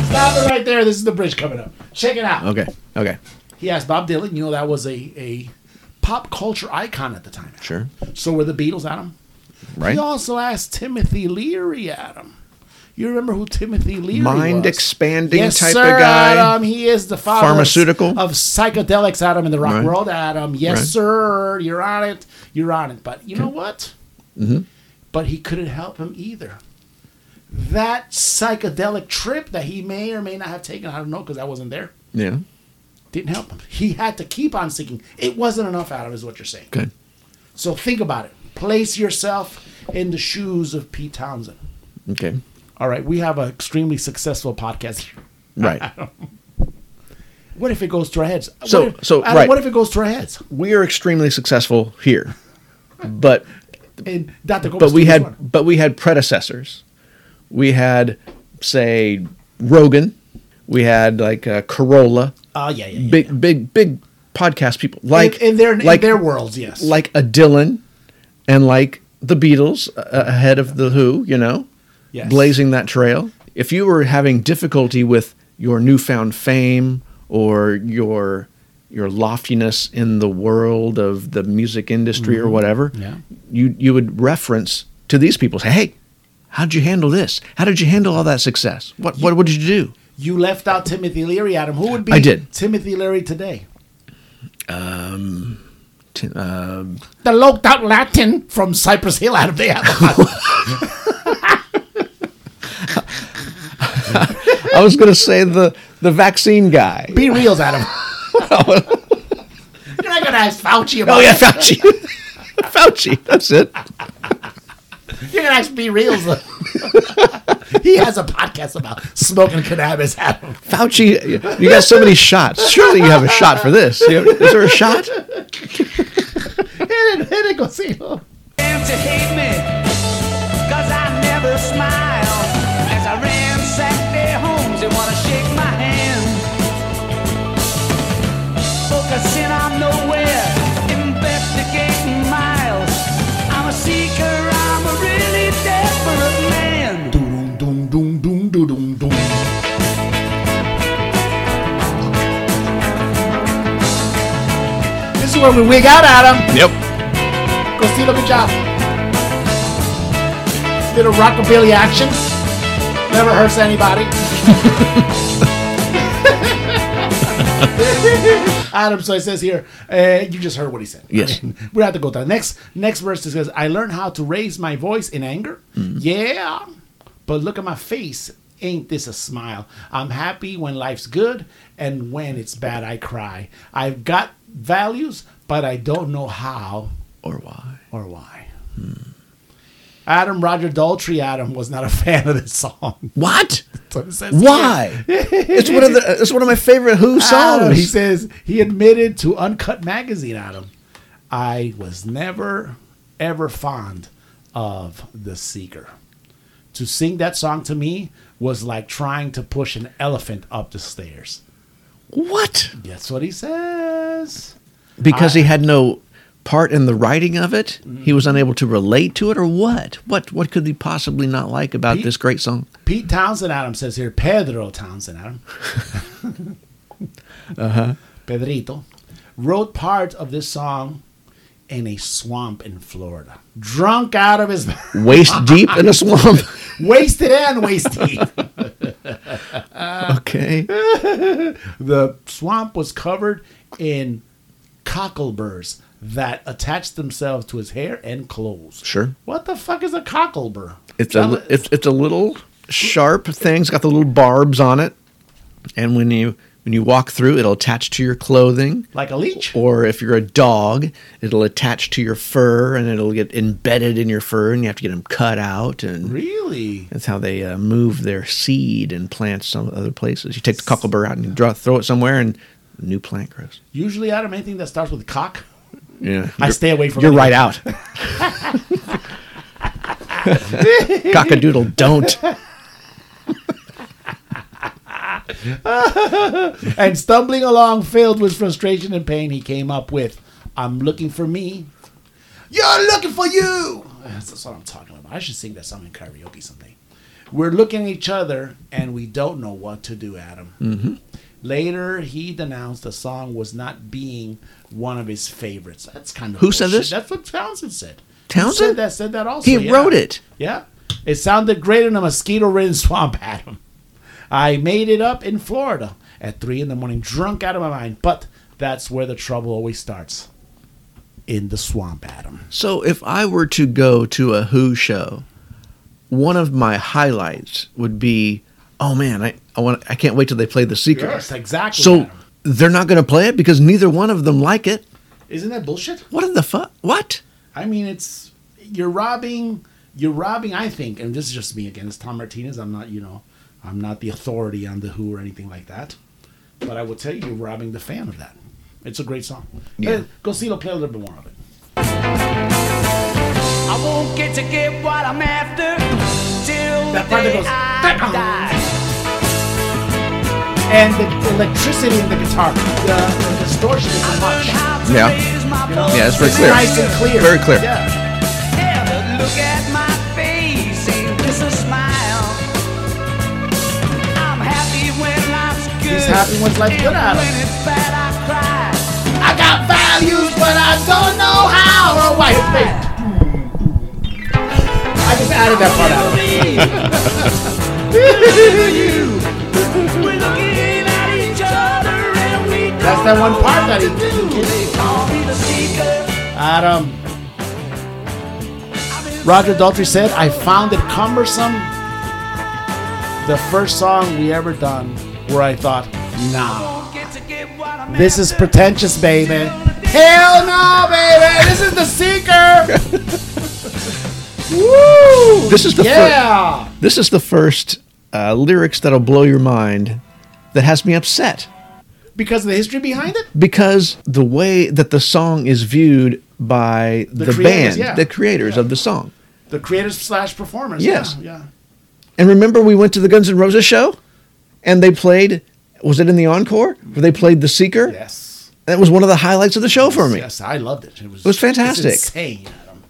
S1: Stop it right there. This is the bridge coming up. Check it out.
S2: Okay. Okay.
S1: He asked Bob Dylan. You know that was a a pop culture icon at the time.
S2: Sure.
S1: So were the Beatles, Adam.
S2: Right.
S1: He also asked Timothy Leary, Adam. You remember who Timothy Leary was?
S2: Mind expanding
S1: yes,
S2: type
S1: sir,
S2: of guy.
S1: Adam. He is the father of-
S2: Pharmaceutical?
S1: of, psychedelics, Adam, in the rock
S2: Right.
S1: world, Adam. Yes,
S2: Right.
S1: sir. You're on it. You're on it. But you know what?
S2: hmm
S1: But he couldn't help him either. That psychedelic trip that he may or may not have taken, I don't know because I wasn't there,
S2: Yeah.
S1: didn't help him. He had to keep on seeking. It wasn't enough, Adam, is what you're saying.
S2: Good.
S1: So think about it. Place yourself in the shoes of Pete Townsend.
S2: Okay.
S1: All right, we have an extremely successful podcast here.
S2: Right.
S1: What if it goes to our heads?
S2: So-
S1: what if,
S2: so,
S1: Adam,
S2: right.
S1: What if it goes to our heads?
S2: we are extremely successful here, but
S1: And Dr. Gomez
S2: but we
S1: Studios
S2: had
S1: One.
S2: but we had predecessors. We had say Rogan. We had like uh, Corolla.
S1: Ah, yeah, yeah, yeah,
S2: big big big podcast people like
S1: in, in their
S2: like
S1: in their worlds, yes.
S2: like a Dylan and like the Beatles uh, ahead of the Who, you know,
S1: Yes.
S2: blazing that trail. If you were having difficulty with your newfound fame or your your loftiness in the world of the music industry or
S1: Mm-hmm.
S19: Mhm.
S2: whatever,
S19: Yeah.
S2: you you would reference to these people. Say, hey, how'd you handle this? How did you handle all that success? What what, what did you do?
S1: You left out Timothy Leary, Adam. Who would be
S2: I did.
S1: Timothy Leary today?
S2: Um, t- um,
S1: The loped out Latin from Cypress Hill, Adam. They have
S2: I was going to say the the vaccine guy.
S1: Be reals, Adam. You're not gonna ask Fauci about.
S2: Oh yeah,
S1: it.
S2: Fauci. Fauci. That's it.
S1: You're gonna ask Be reals. he has a podcast about smoking cannabis, Adam.
S2: Fauci. You got so many shots. Surely you have a shot for this. You- Is there a shot?
S1: Hit it, hit it, go see him.
S18: Damn to hate me, cause I never smile. As I ransack their homes, they wanna shake my hand. Focusing on nowhere, investigating miles. I'm a seeker, I'm a really desperate man.
S1: This is where we wig out, Adam.
S2: Yep.
S1: Go see, look at y'all. Did a rockabilly action. Never hurts anybody. Adam, so it says here, uh, you just heard what he said.
S2: Yes.
S1: we have to go to the next next verse. It says, "I learned how to raise my voice in anger. Yeah, but look at my face. Ain't this a smile? I'm happy when life's good, and when it's bad, I cry. I've got values, but I don't know how
S2: or why
S1: or why." Hmm. Adam Roger Daltrey Adam was not a fan of this song.
S2: What?
S1: That's what it says
S2: Why?
S1: here.
S2: It's one of the. It's one of my favorite Who
S1: Adam, he
S2: songs.
S1: says he admitted to Uncut Magazine, Adam. I was never, ever fond of The Seeker. To sing that song to me was like trying to push an elephant up the stairs.
S2: What?
S1: That's what he says.
S2: Because he had no part in the writing of it. He was unable to relate to it, or what? What? What could he possibly not like about
S1: He-
S2: this great song?
S1: Pete Townsend Adam says here, Pedro Townsend Adam.
S2: Uh huh.
S1: Pedrito, wrote part of this song in a swamp in Florida. Drunk out of his
S2: Waist deep in a swamp.
S1: Wasted and waist deep.
S2: Okay.
S1: the swamp was covered in cockleburs that attached themselves to his hair and clothes.
S2: Sure.
S1: What the fuck is a cocklebur?
S2: It's a
S1: Well,
S2: it's, it's a little sharp thing. It's got the little barbs on it, and when you when you walk through, it'll attach to your clothing
S1: like a leech.
S2: Or if you're a dog, it'll attach to your fur, and it'll get embedded in your fur, and you have to get them cut out. And
S1: Really?
S2: that's how they uh, move their seed and plant some other places. You take the cocklebur out and you draw, throw it somewhere, and a new plant grows.
S1: Usually, Adam, anything that starts with cock.
S2: Yeah,
S1: I stay away from
S2: You're
S1: it.
S2: right out. Cockadoodle, don't.
S1: and stumbling along, filled with frustration and pain, he came up with, "I'm looking for me. You're looking for you." That's what I'm talking about. I should sing that song in karaoke someday. We're looking at each other, and we don't know what to do, Adam.
S2: Mhm.
S1: Later, he denounced the song was not being one of his favorites. That's kind of
S2: Who said
S1: bullshit.
S2: this?
S1: That's what Townsend said. He said
S2: Townsend?
S1: that said that also.
S2: He
S1: yeah.
S2: wrote it.
S1: Yeah, it sounded great in a mosquito-ridden swamp, Adam. I made it up in Florida at three in the morning, drunk out of my mind. But that's where the trouble always starts, in the swamp, Adam.
S2: So if I were to go to a Who show, one of my highlights would be, oh man, I, I want I can't wait till they play the secret.
S1: Yes, exactly,
S2: So
S1: Adam.
S2: they're not going to play it because neither one of them like it.
S1: Isn't that bullshit?
S2: What in the fuck? What?
S1: I mean, it's you're robbing. You're robbing. I think, and this is just me again. It's Tom Martinez. I'm not, you know, I'm not the authority on the Who or anything like that. But I will tell you, you're robbing the fan of that. It's a great song.
S18: Yeah.
S1: Yeah. Go see. They'll play a little bit more of it.
S18: I won't get to get what I'm after till
S1: That
S18: the
S1: part that
S18: day
S1: goes,
S18: I die.
S1: And the electricity in the guitar, the, the distortion is
S18: Uh-huh.
S1: much.
S2: Yeah. Yeah, it's very clear.
S1: Nice and clear.
S2: Very clear.
S1: Yeah.
S18: Yeah, the Look at my face and this a smile. I'm happy when life's good.
S1: He's happy when life's good,
S18: and
S1: Adam.
S18: When it's bad, I cry.
S1: I got values, but I don't know how. Oh, why? Wait. Hmm. I just added that part out. That's that one part that he. Adam. Roger Daltrey said, I found it cumbersome. The first song we ever done where I thought, nah. This is pretentious, baby. Hell no, baby! This is the seeker! Woo!
S2: This is the
S1: Yeah!
S2: first. This is the first uh, lyrics that'll blow your mind, that has me upset
S1: Because of the history behind it?
S2: because the way that the song is viewed by the,
S1: The creators,
S2: band,
S1: yeah.
S2: the creators of the song.
S1: The creators slash performers.
S2: Yes.
S1: Yeah, yeah.
S2: And remember, we went to the Guns N' Roses show, and they played. Was it in the encore where they played "The Seeker"?
S1: Yes.
S2: That was one of the highlights of the show for me.
S1: Yes, I loved it. It was,
S2: It was
S1: it's
S2: fantastic.
S1: insane, Adam.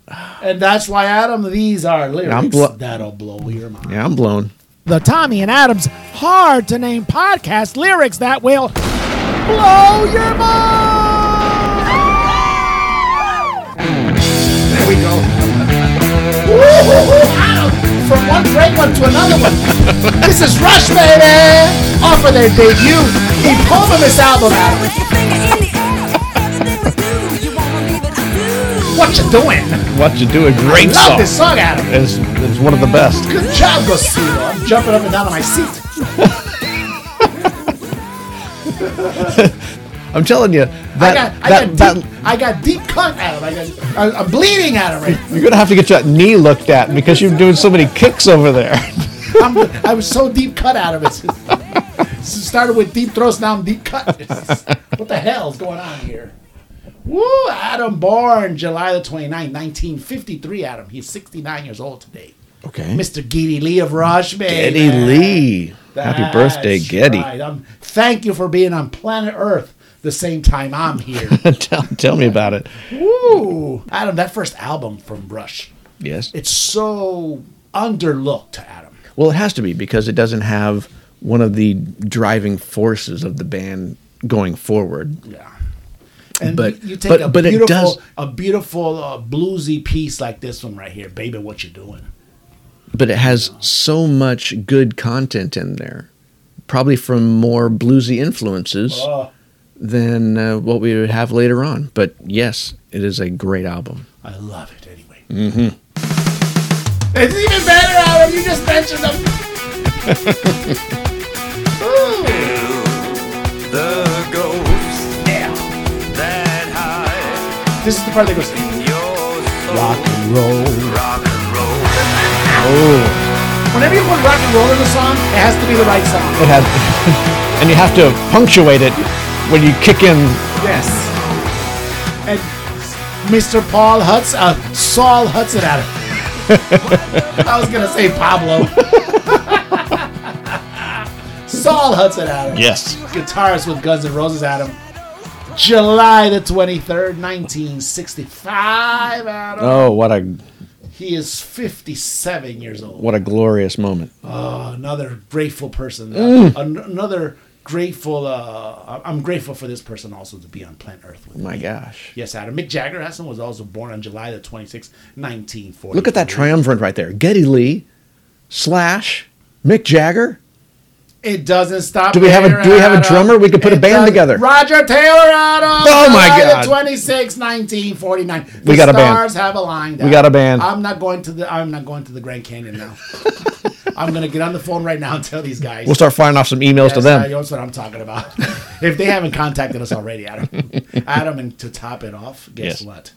S1: And that's why, Adam, these are lyrics
S2: I'm blo-
S1: that'll blow your mind.
S2: Yeah, I'm blown.
S10: The Tommy and Adams Hard to Name podcast lyrics that will blow your
S1: There we go. Woo-hoo-hoo, Adam, From one great one to another one. this is Rush, baby! Off of their debut eponymous album, Adam. What you doing?
S2: What you do a great
S1: I love
S2: song.
S1: this song, Adam.
S2: It's, it's one of the best.
S1: Good job, Gosilo. I'm jumping up and down on my seat.
S2: I'm telling you
S1: I
S2: that
S1: got, I,
S2: that,
S1: got
S2: that
S1: deep, I got deep cut out of I got, I, I'm bleeding out of right
S2: you're gonna have to get that knee looked at because you're doing so many kicks over there.
S1: I'm, I was so deep cut out of it. It Started with deep throats, now I'm deep cut. It's just- what the hell is going on here? Woo! Adam born July the 29th, 1953. Adam, he's 69 years old today.
S2: Okay.
S1: Mr. Geddy Lee of Rush, baby.
S2: Geddy Lee. Happy
S1: That's
S2: birthday, Geddy.
S1: right. Um, thank you for being on planet Earth the same time I'm here.
S2: tell, tell me about it.
S1: Woo! Adam, that first album from Rush,
S2: Yes.
S1: it's so underlooked, Adam.
S2: Well, it has to be because it doesn't have one of the driving forces of the band going forward.
S1: Yeah. And
S2: But-
S1: you take
S2: but-
S1: a,
S2: but it
S1: beautiful,
S2: does-
S1: a beautiful, uh, bluesy piece like this one right here, baby. What you doing?
S2: But it has so much good content in there, probably from more bluesy influences
S1: Oh.
S2: than uh, what we would have later on. But yes, it is a great album.
S1: I love it anyway.
S2: Mm-hmm.
S1: It's even better, Adam. You just mentioned them.
S9: The ghost that hides
S1: This is the part that goes rock and roll.
S9: rock and roll.
S2: Oh,
S1: Whenever you put rock and roll in a song, it has to be the right song.
S2: it has, and you have to punctuate it when you kick in.
S1: Yes. And Mr. Paul Hudson, uh, Saul Hudson at it. I was gonna say Pablo. Saul Hudson Adam.
S2: Yes.
S1: Guitarist with Guns N' Roses Adam. July the 23rd, 1965 Adam.
S2: Oh, what a
S1: He is 57 years old.
S2: what a glorious moment. Oh
S1: Another grateful person. uh,
S2: Mm.
S1: an- another grateful uh, I- I'm grateful for this person also to be on planet Earth with me.
S2: My gosh.
S1: Yes, Adam. Mick Jagger Hudson was also born on July the 26th, 1940.
S2: Look at that triumvirate right there. Getty Lee slash Mick Jagger.
S1: It doesn't stop.
S2: Do we have a-
S1: there,
S2: do we have a
S1: Adam.
S2: drummer? We could put a
S1: It
S2: band
S1: does-
S2: together.
S1: uh, Roger Taylor uh, Adam.
S2: Oh, my
S1: July
S2: God.
S1: The 26th, 1949. The
S2: We got a band.
S1: Stars have aligned.
S2: We got a band.
S1: I'm not going to the I'm not going to the Grand Canyon now. I'm gonna get on the phone right now and tell these guys.
S2: We'll start firing off some emails to
S1: Yes,
S2: them.
S1: I- That's what I'm talking about. if they haven't contacted us already, Adam. Adam, and to top it off, guess
S2: Yes.
S1: what?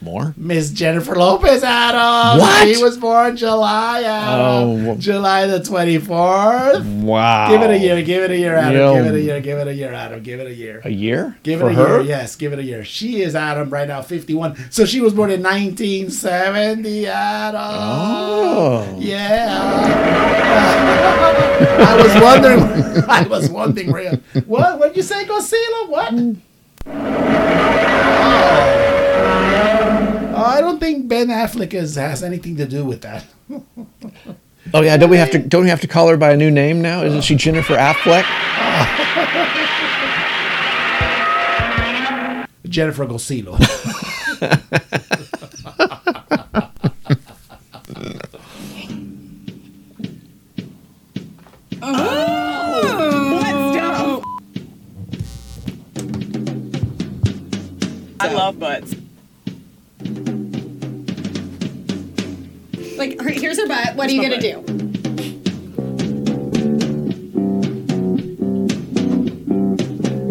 S2: More?
S1: Miss Jennifer Lopez Adams.
S2: What?
S1: She was born July, Adam.
S2: Oh, wh-
S1: July the 24th.
S2: Wow.
S1: Give it a year. Give it a year, Adam.
S2: Yo.
S1: Give it a year. Give it a year, Adam. Give it a year.
S2: A year?
S1: Give it
S2: For
S1: a
S2: her?
S1: year. Yes, give it a year. She is Adam right now, 51. So she was born in 1970, Adam.
S2: Oh.
S1: Yeah. I was wondering. I was wondering. Where, what? What'd you say, Gosila? What? Oh. I don't think Ben Affleck is, has anything to do with that.
S2: Oh yeah, don't we have to don't we have to call her by a new name now? Isn't she Jennifer Affleck?
S1: Jennifer Gosilo.
S20: I love butts.
S21: Like, her- here's her butt. What are you gonna do?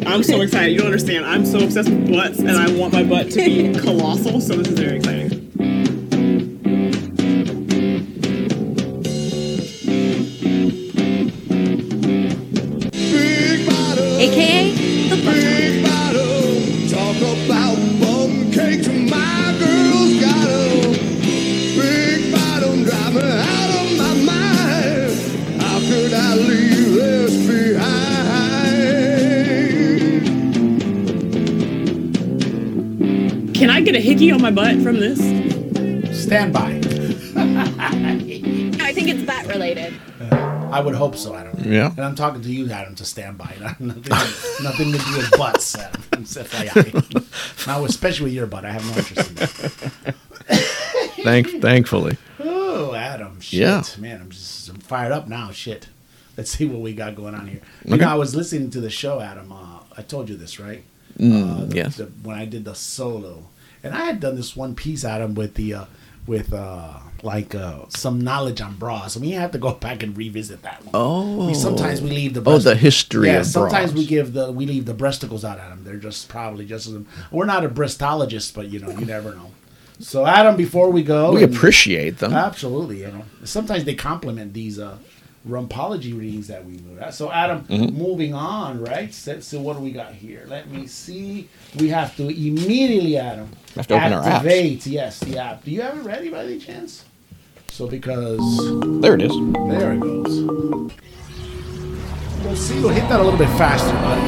S20: I'm so excited. You don't understand. I'm so obsessed with butts, and I want my butt to be colossal. So this is very exciting.
S21: AKA the butt.
S9: Talk about bum cake to my girl's got a big bottom driving out of my mind. How could I leave this behind?
S20: Can I get a hickey on my butt from this?
S1: Stand by.
S21: I think it's butt related.
S1: I would hope so, Adam.
S2: Yeah.
S1: And I'm talking to you, Adam, to stand by. Not- Nothing, nothing to do with butts, Adam. It's FYI. Now, especially with your butt. I have no interest in that.
S2: Thank thankfully.
S1: Oh, Adam. Shit.
S2: Yeah.
S1: Man, I'm just I'm fired up now. Shit. Let's see what we got going on here. You
S2: Okay.
S1: know, I was listening to the show, Adam. Uh, I told you this, right?
S2: Mm,
S1: Uh, the-
S2: yes.
S1: the- when I did the solo, and I had done this one piece, Adam, with the uh, with uh, like uh, some knowledge on bras. I mean, you have to go back and revisit that one.
S2: Oh.
S1: We- sometimes we leave the
S2: Oh, the history
S1: Yeah,
S2: of
S1: sometimes
S2: bras.
S1: we give the we leave the breasticles out, Adam. They're just probably just as we're not a breastologist, but you know, you never know. So, Adam, before we go,
S2: we
S1: and-
S2: appreciate them.
S1: Absolutely, you know. Sometimes they complement these uh, rumpology readings that we do. So, Adam,
S2: Mhm.
S1: moving on, right? So, so what do we got here? Let me see. We have to immediately, Adam,
S2: Have to open our apps.
S1: activate. Yes, the app. Do you have it ready by any chance? So, because
S2: There it is.
S1: there it goes. We'll see. We'll hit that a little bit faster, buddy.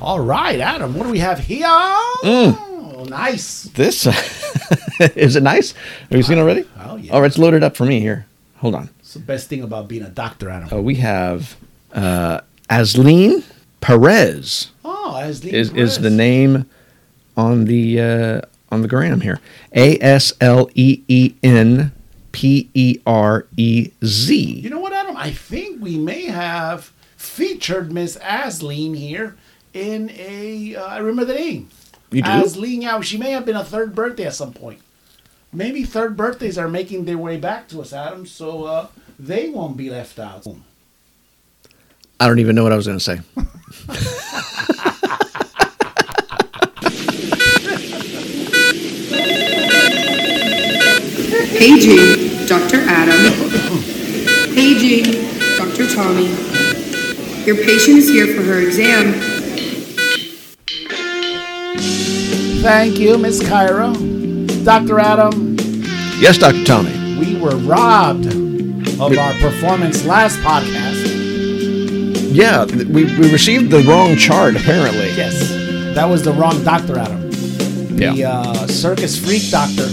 S1: All right, Adam. What do we have here?
S2: Mm.
S1: Oh, nice.
S2: This is it nice? Have you seen already?
S1: Oh, yeah.
S2: All right, it's loaded up for me here. Hold on.
S1: It's the best thing about being a doctor, Adam.
S2: Uh, we have uh, Asleen Perez.
S1: Oh, Asleen
S2: is,
S1: Perez.
S2: is the name on the uh, on the gram here. A S L E E N P E R E Z.
S1: You know what, Adam? I think we may have featured Miss Asleen here in a. Uh, I remember the name.
S2: You do?
S1: Asleen Yao. She may have been a third birthday at some point. Maybe third birthdays are making their way back to us, Adam. So uh, they won't be left out.
S2: I don't even know what I was going to say.
S22: Paging Dr. Adam. Paging Dr. Tommy. Your patient is here for her exam.
S1: Thank you, Miss Cairo. Dr. Adam,
S2: Yes, Dr. Tommy.
S1: we were robbed of our performance last podcast.
S2: Yeah, th- we, we received the wrong chart apparently.
S1: Yes, that was the wrong doctor, Adam.
S2: Yeah.
S1: The uh, circus freak doctor.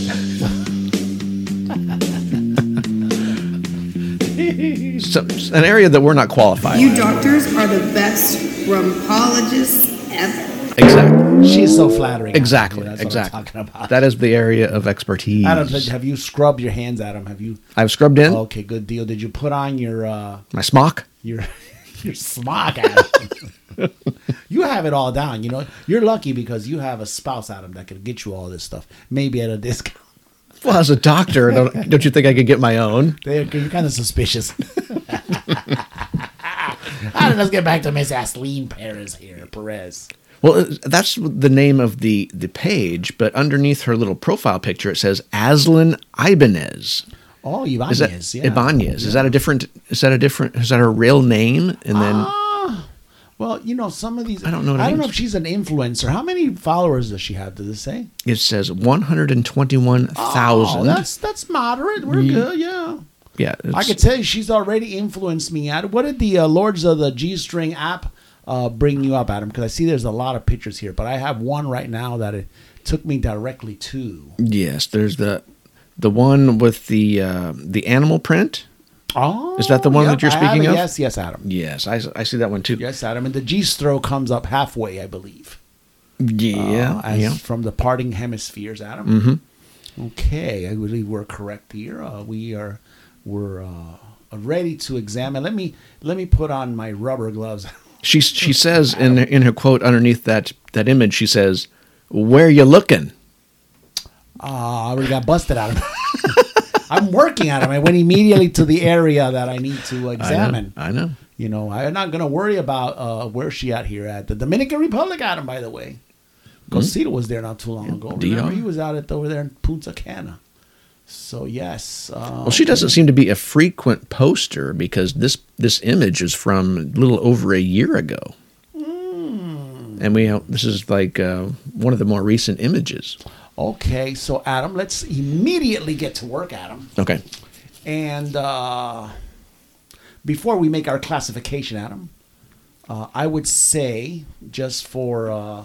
S2: So, an area that we're not qualified.
S22: You doctors are the best rumpologists ever.
S2: Exactly.
S1: She's so flattering.
S2: Exactly.
S1: That's what I'm
S2: exactly.
S1: talking about.
S2: That is the area of expertise.
S1: Adam, have you scrubbed your hands, Adam? Have you? oh,
S2: I've scrubbed in
S1: Okay, good deal. Did you put on your uh
S2: my smock.
S1: your your smock, Adam? you have it all down. You know, you're lucky because you have a spouse, Adam, that can get you all this stuff, maybe at a discount.
S2: Well, as a doctor, don't, don't you think I could get my own?
S1: They're, you're kind of suspicious. Adam, let's get back to Miss Asleen Perez here, Perez.
S2: Well, uh, that's the name of the the page, but underneath her little profile picture, it says Aslan Ibanez.
S1: Oh,
S2: Is
S1: Ibanez.
S2: that
S1: yeah.
S2: Ibanez? Is that a different? Is that a different? Is that her real name? And then
S1: Ah, Well, you know, some of these. I
S2: don't know what it
S1: I don't know
S2: means.
S1: if she's an influencer. How many followers does she have? Does it say?
S2: it says one hundred and twenty-one
S1: Oh,
S2: thousand.
S1: that's that's moderate. We're
S2: Mm.
S1: good. Yeah.
S2: yeah,
S1: I
S2: it's-
S1: could tell you she's already influenced me. Adam. What did the uh, Lords of the G String app uh, bring you up, Adam? Because I see there's a lot of pictures here, but I have one right now that it took me directly to.
S2: Yes, there's the the one with the uh, the animal print.
S1: Oh,
S2: is that the one
S1: yep,
S2: that you're
S1: I have
S2: speaking
S1: it.
S2: of?
S1: Yes, yes, Adam.
S2: Yes, I, I see that one too.
S1: Yes, Adam. And the G Stro comes up halfway, I believe.
S2: Yeah,
S1: Uh, as
S2: yeah.
S1: From the parting hemispheres, Adam.
S2: Mhm.
S1: Okay, I believe we're correct here. Uh, we are we're uh, ready to examine. Let me let me put on my rubber gloves.
S2: She she says in in her quote underneath that that image, she says, "Where you looking?"
S1: Ah, I already got busted out of I'm working at him. I went immediately to the area that I need to examine.
S2: I know.
S1: You know, I'm not going to worry about uh, where she at here at the Dominican Republic, Adam, by the way.
S2: Hmm?
S1: Cosito was there not too long ago. Remember,
S2: DR.
S1: he was out at over there in Punta Cana. So, yes. Uh,
S2: Well, she doesn't seem to be a frequent poster because this this image is from a little over a year ago,
S1: Hmm.
S2: and we this is like uh, one of the more recent images.
S1: Okay, so, Adam, let's immediately get to work, Adam.
S2: Okay,
S1: And uh, before we make our classification, Adam, uh, I would say just for uh,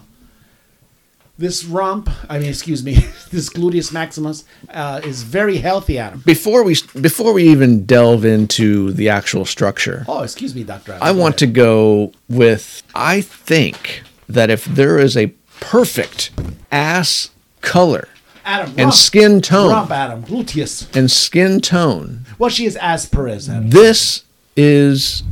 S1: this rump, I mean, excuse me, this gluteus maximus uh, is very healthy, Adam.
S2: before we before we even delve into the actual structure,
S1: Oh, excuse me, Doctor.
S2: I want to go with I think that if there is a perfect ass color
S1: Adam
S2: and skin tone
S1: Rump, Adam. Gluteus.
S2: and skin tone,
S1: Well, she is as Perez, Adam.
S2: this is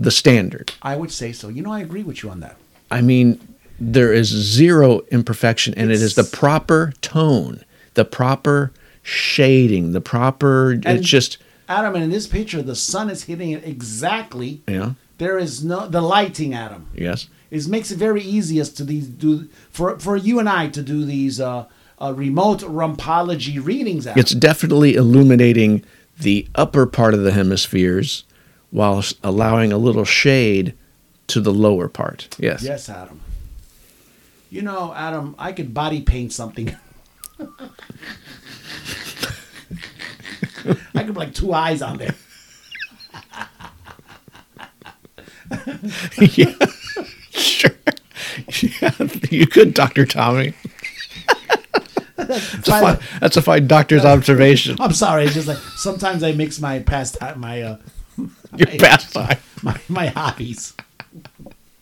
S2: the standard.
S1: I would say so. You know, I agree with you on that.
S2: I mean, there is zero imperfection, and it is the proper tone, the proper shading, the proper.
S1: And-
S2: it's just
S1: Adam, and in this picture, the sun is hitting it exactly.
S2: yeah,
S1: There is no the lighting, Adam.
S2: yes,
S1: It makes it very easy as to these do for for you and I to do these uh, uh, remote rumpology readings. Adam.
S2: it's definitely illuminating the upper part of the hemispheres, while s- allowing a little shade to the lower part. Yes,
S1: yes, Adam. You know, Adam, I could body paint something. I could put like two eyes on there.
S2: yeah, sure. Yeah, you could, Doctor Tommy. that's, a fine, that's a fine doctor's observation.
S1: I'm sorry, it's just like sometimes I mix my past my uh,
S2: Your
S1: my-
S2: pastime.
S1: my, my hobbies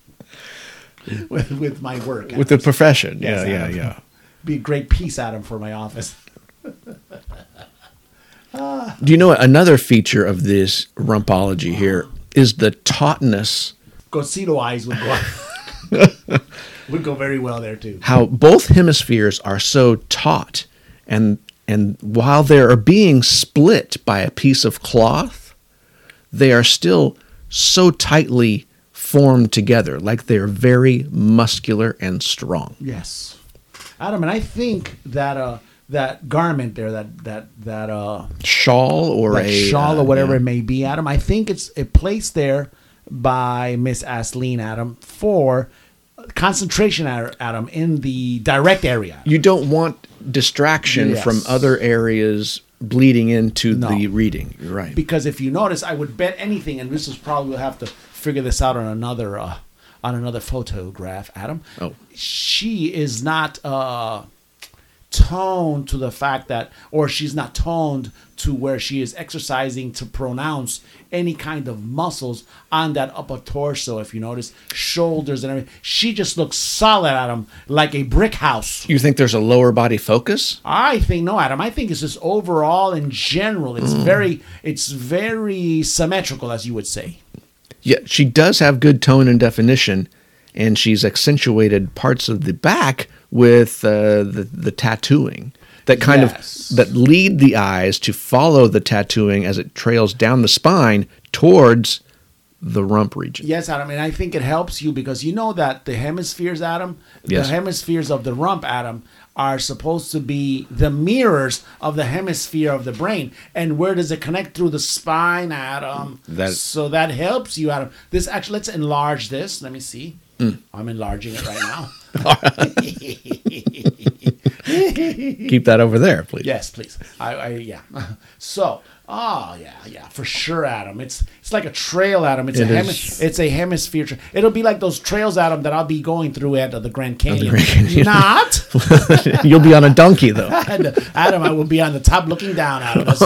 S1: with with my work. Adam.
S2: with the profession.
S1: Yes,
S2: yeah, yeah,
S1: Adam.
S2: yeah.
S1: be a great piece, Adam, for my office.
S2: Do you know what? Another feature of this rumpology here is the tautness,
S1: Cosito eyes would go would go very well there too.
S2: how both hemispheres are so taut, and and while they are being split by a piece of cloth, they are still so tightly formed together, like they are very muscular and strong.
S1: Yes, Adam, and I think that uh that garment there, that that that uh
S2: Shawl or
S1: that
S2: a
S1: shawl
S2: uh,
S1: or whatever
S2: yeah.
S1: it may be, Adam, I think it's a place there by Miss Asleen, Adam, for concentration, Ad- Adam, in the direct area.
S2: You don't want distraction
S1: Yes.
S2: from other areas bleeding into the reading. You're right.
S1: because if you notice, I would bet anything, and this is probably we'll have to figure this out on another uh, on another photograph, Adam.
S2: Oh.
S1: she is not uh, toned to the fact that, or she's not toned to where she is exercising to pronounce any kind of muscles on that upper torso. If you notice, shoulders and everything, she just looks solid, Adam, like a brick house.
S2: You think there's a lower body focus?
S1: I think no, Adam. I think it's just overall in general. It's very, it's very symmetrical, as you would say.
S2: Yeah, she does have good tone and definition, and she's accentuated parts of the back with uh, the the tattooing that kind
S1: Yes.
S2: of that lead the eyes to follow the tattooing as it trails down the spine towards the rump region.
S1: Yes, Adam, and I think it helps you because you know that the hemispheres, Adam,
S2: Yes.
S1: the hemispheres of the rump, Adam, are supposed to be the mirrors of the hemisphere of the brain. And where does it connect through the spine, Adam?
S2: That-
S1: so that helps you, Adam. This actually, let's Mm. enlarge this. Let me see. I'm enlarging it right now.
S2: Keep that over there, please.
S1: Yes, please. I, I yeah. So, oh yeah, yeah, for sure, Adam. It's it's like a trail, Adam. It's
S2: It
S1: a
S2: is.
S1: hemi- it's a hemisphere. Tra- It'll be like those trails, Adam, that I'll be going through at the Grand Canyon.
S2: Grand Canyon.
S1: Not. uh,
S2: You'll be on a donkey though.
S1: Adam, I will be on the top looking down, Adam, as,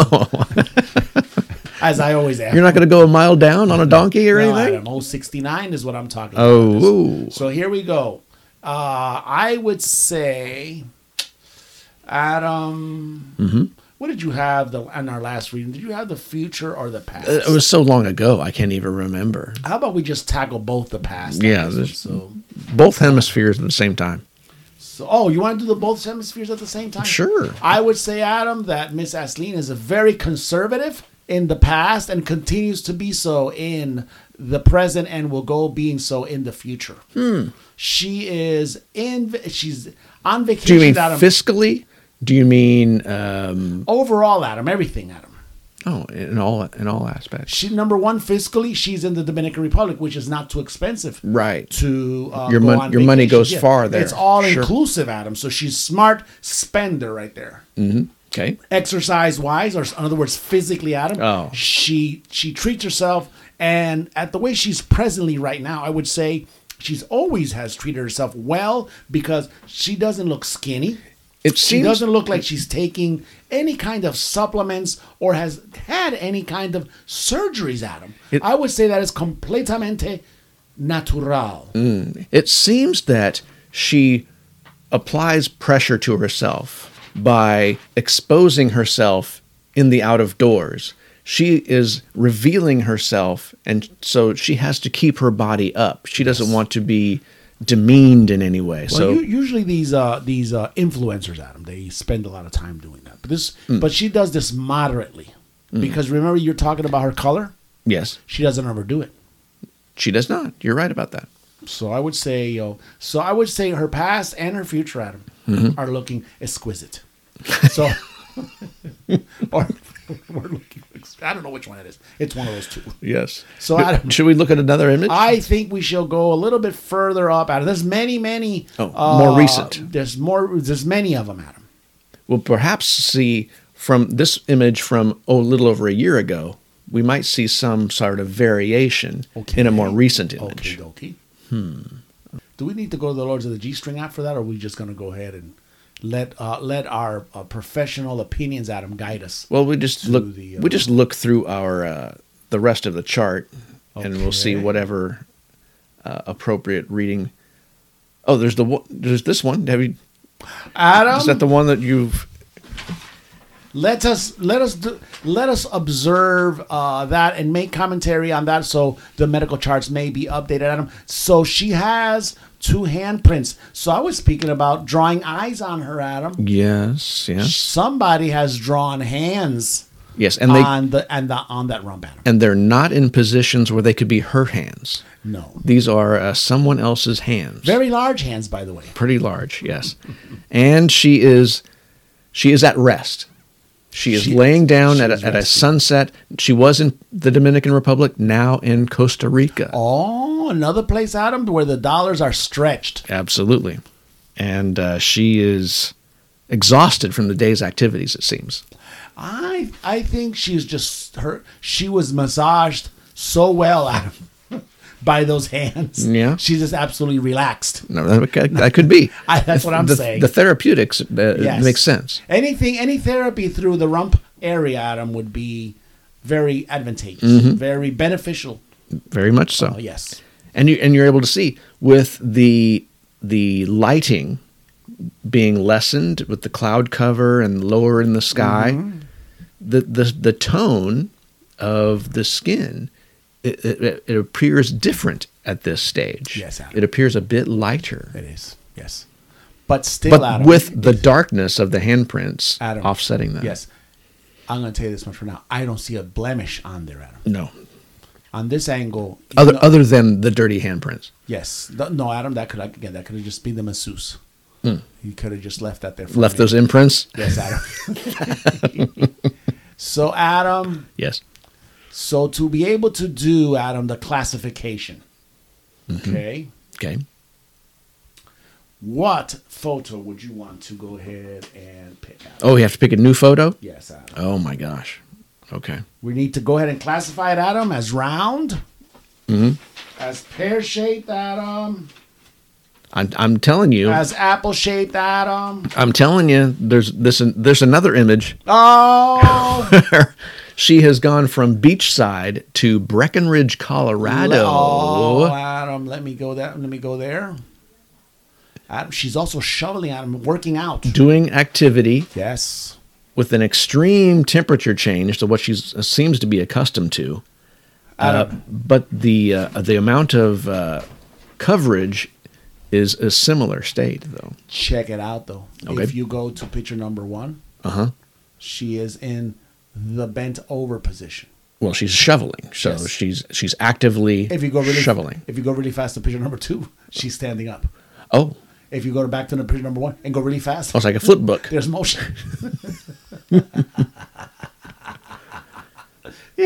S1: as I always am.
S2: You're not going to go a mile down on a donkey or
S1: No,
S2: anything.
S1: Adam, 069 is what I'm talking about.
S2: Oh,
S1: So here we go. Uh, I would say, Adam,
S2: Mhm.
S1: what did you have the, in our last reading? Did you have the future or the past?
S2: it was so long ago. I can't even remember.
S1: How about we just tackle both the past? and
S2: Yeah,
S1: this one?
S2: there's-
S1: So,
S2: both hemispheres at the same time.
S1: so, oh, you want to do the both hemispheres at the same time?
S2: Sure.
S1: I would say, Adam, that Miss Asleen is a very conservative in the past and continues to be so in the present and will go being so in the future.
S2: Hmm.
S1: She is in. She's on
S2: Do you
S1: vacation.
S2: mean
S1: Adam.
S2: fiscally? Do you mean um,
S1: Overall, Adam, everything, Adam.
S2: oh in all in all aspects?
S1: She number one fiscally. She's in the Dominican Republic, which is not too expensive.
S2: Right.
S1: To uh,
S2: Your
S1: go
S2: mon-
S1: on
S2: your money
S1: vacation.
S2: goes far there.
S1: It's all
S2: Sure.
S1: inclusive, Adam. So she's smart spender right there.
S2: Mm-hmm. Okay.
S1: Exercise wise, or in other words, physically, Adam.
S2: Oh.
S1: She she treats herself, and at the way she's presently right now, I would say she's always has treated herself well because she doesn't look skinny.
S2: It
S1: she
S2: seems-
S1: doesn't look like she's taking any kind of supplements or has had any kind of surgeries, Adam.
S2: It-
S1: I would say that is completamente natural.
S2: Mm. It seems that she applies pressure to herself by exposing herself in the out of doors. She is revealing herself, and so she has to keep her body up. She doesn't want to be demeaned in any way.
S1: Well,
S2: so
S1: u- usually these uh, these uh, influencers, Adam, they spend a lot of time doing that. But this,
S2: Mm.
S1: but she does this moderately,
S2: Mm.
S1: because remember you're talking about her color.
S2: yes,
S1: She doesn't overdo it.
S2: she does not. You're right about that.
S1: So I would say, you know, so I would say her past and her future, Adam,
S2: Mhm.
S1: are looking exquisite. So, or we're looking. ex- I don't know which one it is. It's one of those two.
S2: Yes.
S1: So,
S2: Sh-
S1: Adam-
S2: should we look at another image?
S1: I think we shall go a little bit further up, Adam. There's many, many. uh,
S2: Oh, more recent.
S1: There's more. There's many of them, Adam.
S2: we'll perhaps see from this image from oh, a little over a year ago, we might see some sort of variation in a more recent image.
S1: Okey-dokey.
S2: Hmm.
S1: Do we need to go to the Lords of the G String app for that, or are we just going to go ahead and let uh, let our uh, professional opinions, Adam, guide us?
S2: Well, we just
S1: to
S2: look.
S1: the,
S2: we
S1: uh,
S2: just look through our uh, the rest of the chart, and we'll see
S1: Okay.
S2: whatever uh, appropriate reading. Oh, there's the one. There's this one. Have you?
S1: Adam,
S2: Is that the one that you've?
S1: let us let us do, let us observe uh, that and make commentary on that, so the medical charts may be updated, Adam. So she has two handprints. So I was speaking about drawing eyes on her, Adam.
S2: Yes. Yes.
S1: Somebody has drawn hands.
S2: Yes, and they-
S1: on the and the on that rump, Adam.
S2: And they're not in positions where they could be her hands.
S1: No.
S2: These are uh, someone else's hands.
S1: Very large hands, by the way.
S2: pretty large yes and she is she is at rest she is laying down at a, at a sunset she was in the dominican republic now in costa rica
S1: Oh, another place, Adam, where the dollars are stretched.
S2: absolutely and uh, she is exhausted from the day's activities it seems
S1: I I think she's just her. She was massaged so well, Adam, by those hands.
S2: Yeah.
S1: she's just absolutely relaxed.
S2: no that, that- that could be
S1: I- that's what I'm
S2: the,
S1: saying.
S2: the therapeutics uh,
S1: Yes.
S2: makes sense
S1: Anything, any therapy through the rump area, Adam, would be very advantageous,
S2: Mhm.
S1: very beneficial.
S2: very much so
S1: Oh, yes.
S2: and you and you're able to see with the the lighting being lessened with the cloud cover and lower in the sky
S1: Mm-hmm.
S2: the, the the tone of the skin it, it, it appears different at this stage
S1: Yes, Adam.
S2: it appears a bit lighter
S1: It is yes but still
S2: but
S1: Adam,
S2: with the darkness of the handprints
S1: Adam,
S2: offsetting that
S1: Yes, I'm going to tell you this much for now. I don't see a blemish on there, Adam.
S2: no
S1: On this angle, you
S2: other
S1: know-
S2: other than the dirty handprints
S1: Yes. Th- No, Adam, that could again that could have just been the masseuse.
S2: Hmm.
S1: You could have just left that there. a
S2: left
S1: minute.
S2: those imprints
S1: Yes, Adam. so Adam,
S2: yes
S1: so to be able to do
S2: Mm-hmm.
S1: Adam the classification,
S2: Mhm.
S1: okay,
S2: okay
S1: What photo would you want to go ahead and pick out?
S2: Oh, we have to pick a new photo?
S1: Yes, Adam.
S2: Oh, my gosh. Okay.
S1: We need to go ahead and classify it, Adam, as round,
S2: hmm
S1: as pear shaped, Adam,
S2: I'm, I'm telling you.
S1: as apple shaped, Adam.
S2: I'm telling you, there's this. There's another image.
S1: Oh,
S2: she has gone from beachside to Breckenridge, Colorado.
S1: Oh, Adam, let me go that. Let me go there. Adam, she's also shoveling. Adam, working out.
S2: doing activity
S1: Yes.
S2: with an extreme temperature change to what she seems to be accustomed to. Uh, but the uh, the amount of uh, coverage is a similar state, though.
S1: Check it out though.
S2: Okay.
S1: If you go to picture number one,
S2: Uh huh.
S1: she is in the bent over position.
S2: Well, she's shoveling, so
S1: Yes.
S2: she's she's actively
S1: If you go really
S2: shoveling.
S1: if you go really fast to picture number two, she's standing up.
S2: Oh,
S1: If you go back to the picture number one and go really fast,
S2: Oh, it's like a flip book.
S1: There's motion.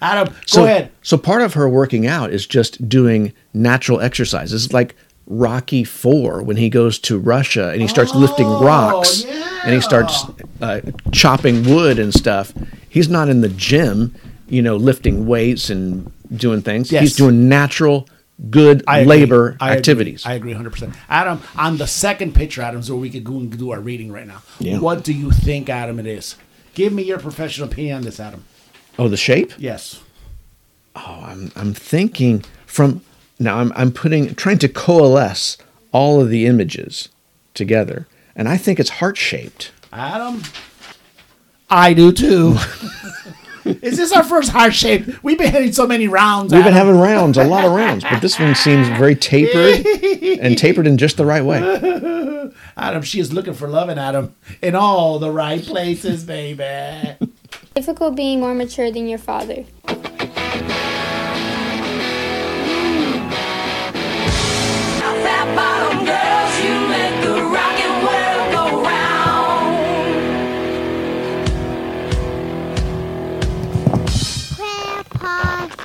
S1: Adam, go
S2: so,
S1: ahead.
S2: So part of her working out is just doing natural exercises, It's like Rocky Four when he goes to Russia and he starts lifting
S1: Oh,
S2: rocks and he starts uh, chopping wood and stuff. He's not in the gym, you know, lifting weights and doing things.
S1: Yes.
S2: He's doing natural, good
S1: I agree.
S2: labor
S1: I agree.
S2: activities.
S1: I agree 100%. Adam, on the second picture, Adam, so we could go and do our reading right now.
S2: Yeah.
S1: What do you think, Adam, it is? Give me your professional opinion on this, Adam.
S2: Oh, the shape.
S1: Yes.
S2: Oh, I'm I'm thinking from now. I'm I'm putting trying to coalesce all of the images together, and I think it's heart shaped.
S1: Adam? I do too. is this our first heart shape? We've been hitting so many rounds.
S2: We've been having rounds, a lot of rounds, but this one seems very tapered and tapered in just the right way.
S1: having. Adam, she is looking for love in Adam in all the right places, baby.
S23: Difficult being more mature than your father.
S18: Fat bottom girls, you make the rockin' world go round.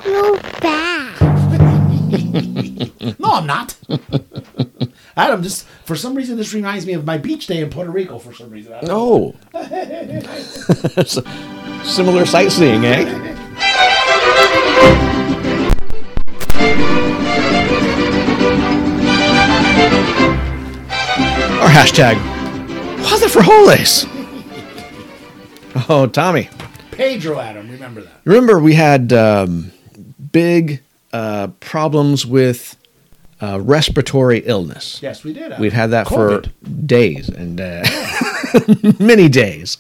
S24: You back.
S1: No, I'm not. Adam, this for some reason this reminds me of my beach day in Puerto Rico. For some reason, Adam.
S2: Oh, So, similar sightseeing, eh? Our hashtag, Father Frijoles. Oh, Tommy.
S1: Pedro, Adam, remember that?
S2: Remember, we had um, big uh, problems with uh, respiratory illness.
S1: Yes, we did. Adam.
S2: We've had that
S1: COVID.
S2: for days and uh, many days.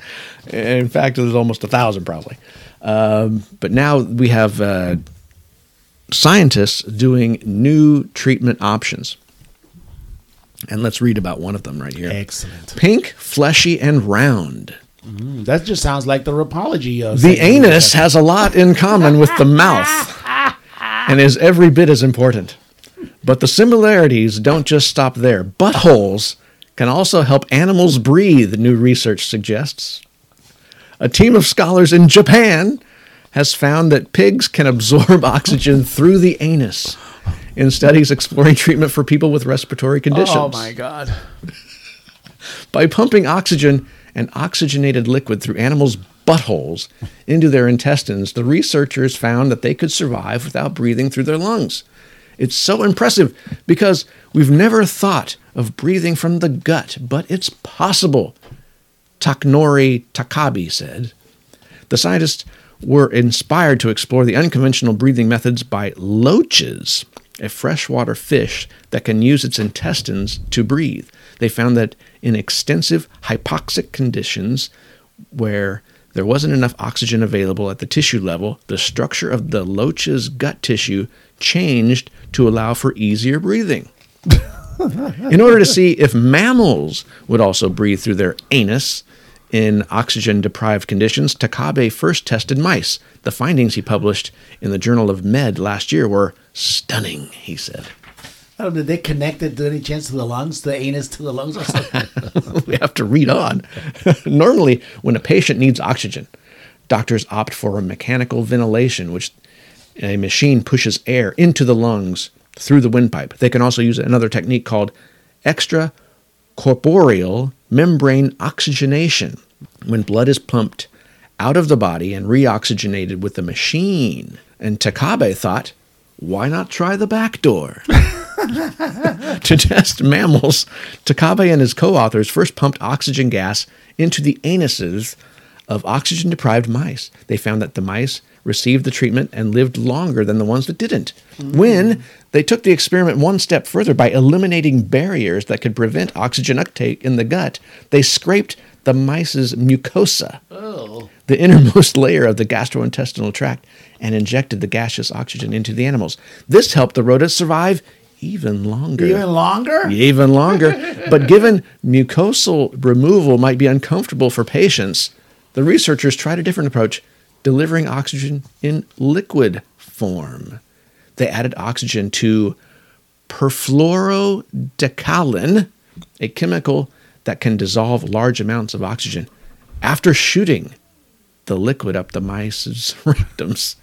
S2: In fact, it was almost a thousand, probably. Um, but now we have uh, scientists doing new treatment options. And let's read about one of them right here.
S1: Excellent.
S2: Pink, fleshy, and round.
S1: Mm, that just sounds like the rapology. Uh,
S2: The
S1: segment.
S2: anus has a lot in common with the mouth and is every bit as important. But the similarities don't just stop there. Buttholes can also help animals breathe, new research suggests. A team of scholars in Japan has found that pigs can absorb oxygen through the anus in studies exploring treatment for people with respiratory conditions.
S1: Oh my god!
S2: By pumping oxygen and oxygenated liquid through animals' buttholes into their intestines, the researchers found that they could survive without breathing through their lungs. It's so impressive because we've never thought of breathing from the gut, but it's possible, Taknori Takabe said. The scientists were inspired to explore the unconventional breathing methods by loaches, a freshwater fish that can use its intestines to breathe. They found that in extensive hypoxic conditions where there wasn't enough oxygen available at the tissue level, the structure of the loach's gut tissue changed to allow for easier breathing. In order to see if mammals would also breathe through their anus in oxygen deprived conditions, Takabe first tested mice. The findings he published in the Journal of Med last year were stunning, he said.
S1: Adam, did they connect it to any chance to the lungs, the anus to the lungs, or something?
S2: we have to read on. Normally, when a patient needs oxygen, doctors opt for a mechanical ventilation, which a machine pushes air into the lungs through the windpipe. They can also use another technique called extra corporeal membrane oxygenation when blood is pumped out of the body and reoxygenated with a machine. And Takabe thought, why not try the back door? to test mammals, Takabe and his co authors first pumped oxygen gas into the anuses of oxygen deprived mice. They found that the mice received the treatment and lived longer than the ones that didn't. When they took the experiment one step further by eliminating barriers that could prevent oxygen uptake in the gut, they scraped the mice's mucosa,
S1: Oh.
S2: the innermost layer of the gastrointestinal tract, and injected the gaseous oxygen into the animals. This helped the rodents survive even longer.
S1: Even longer?
S2: Even longer. but given mucosal removal might be uncomfortable for patients, the researchers tried a different approach, delivering oxygen in liquid form. They added oxygen to perfluorodecalin, a chemical that can dissolve large amounts of oxygen. After shooting the liquid up the mice's rectums,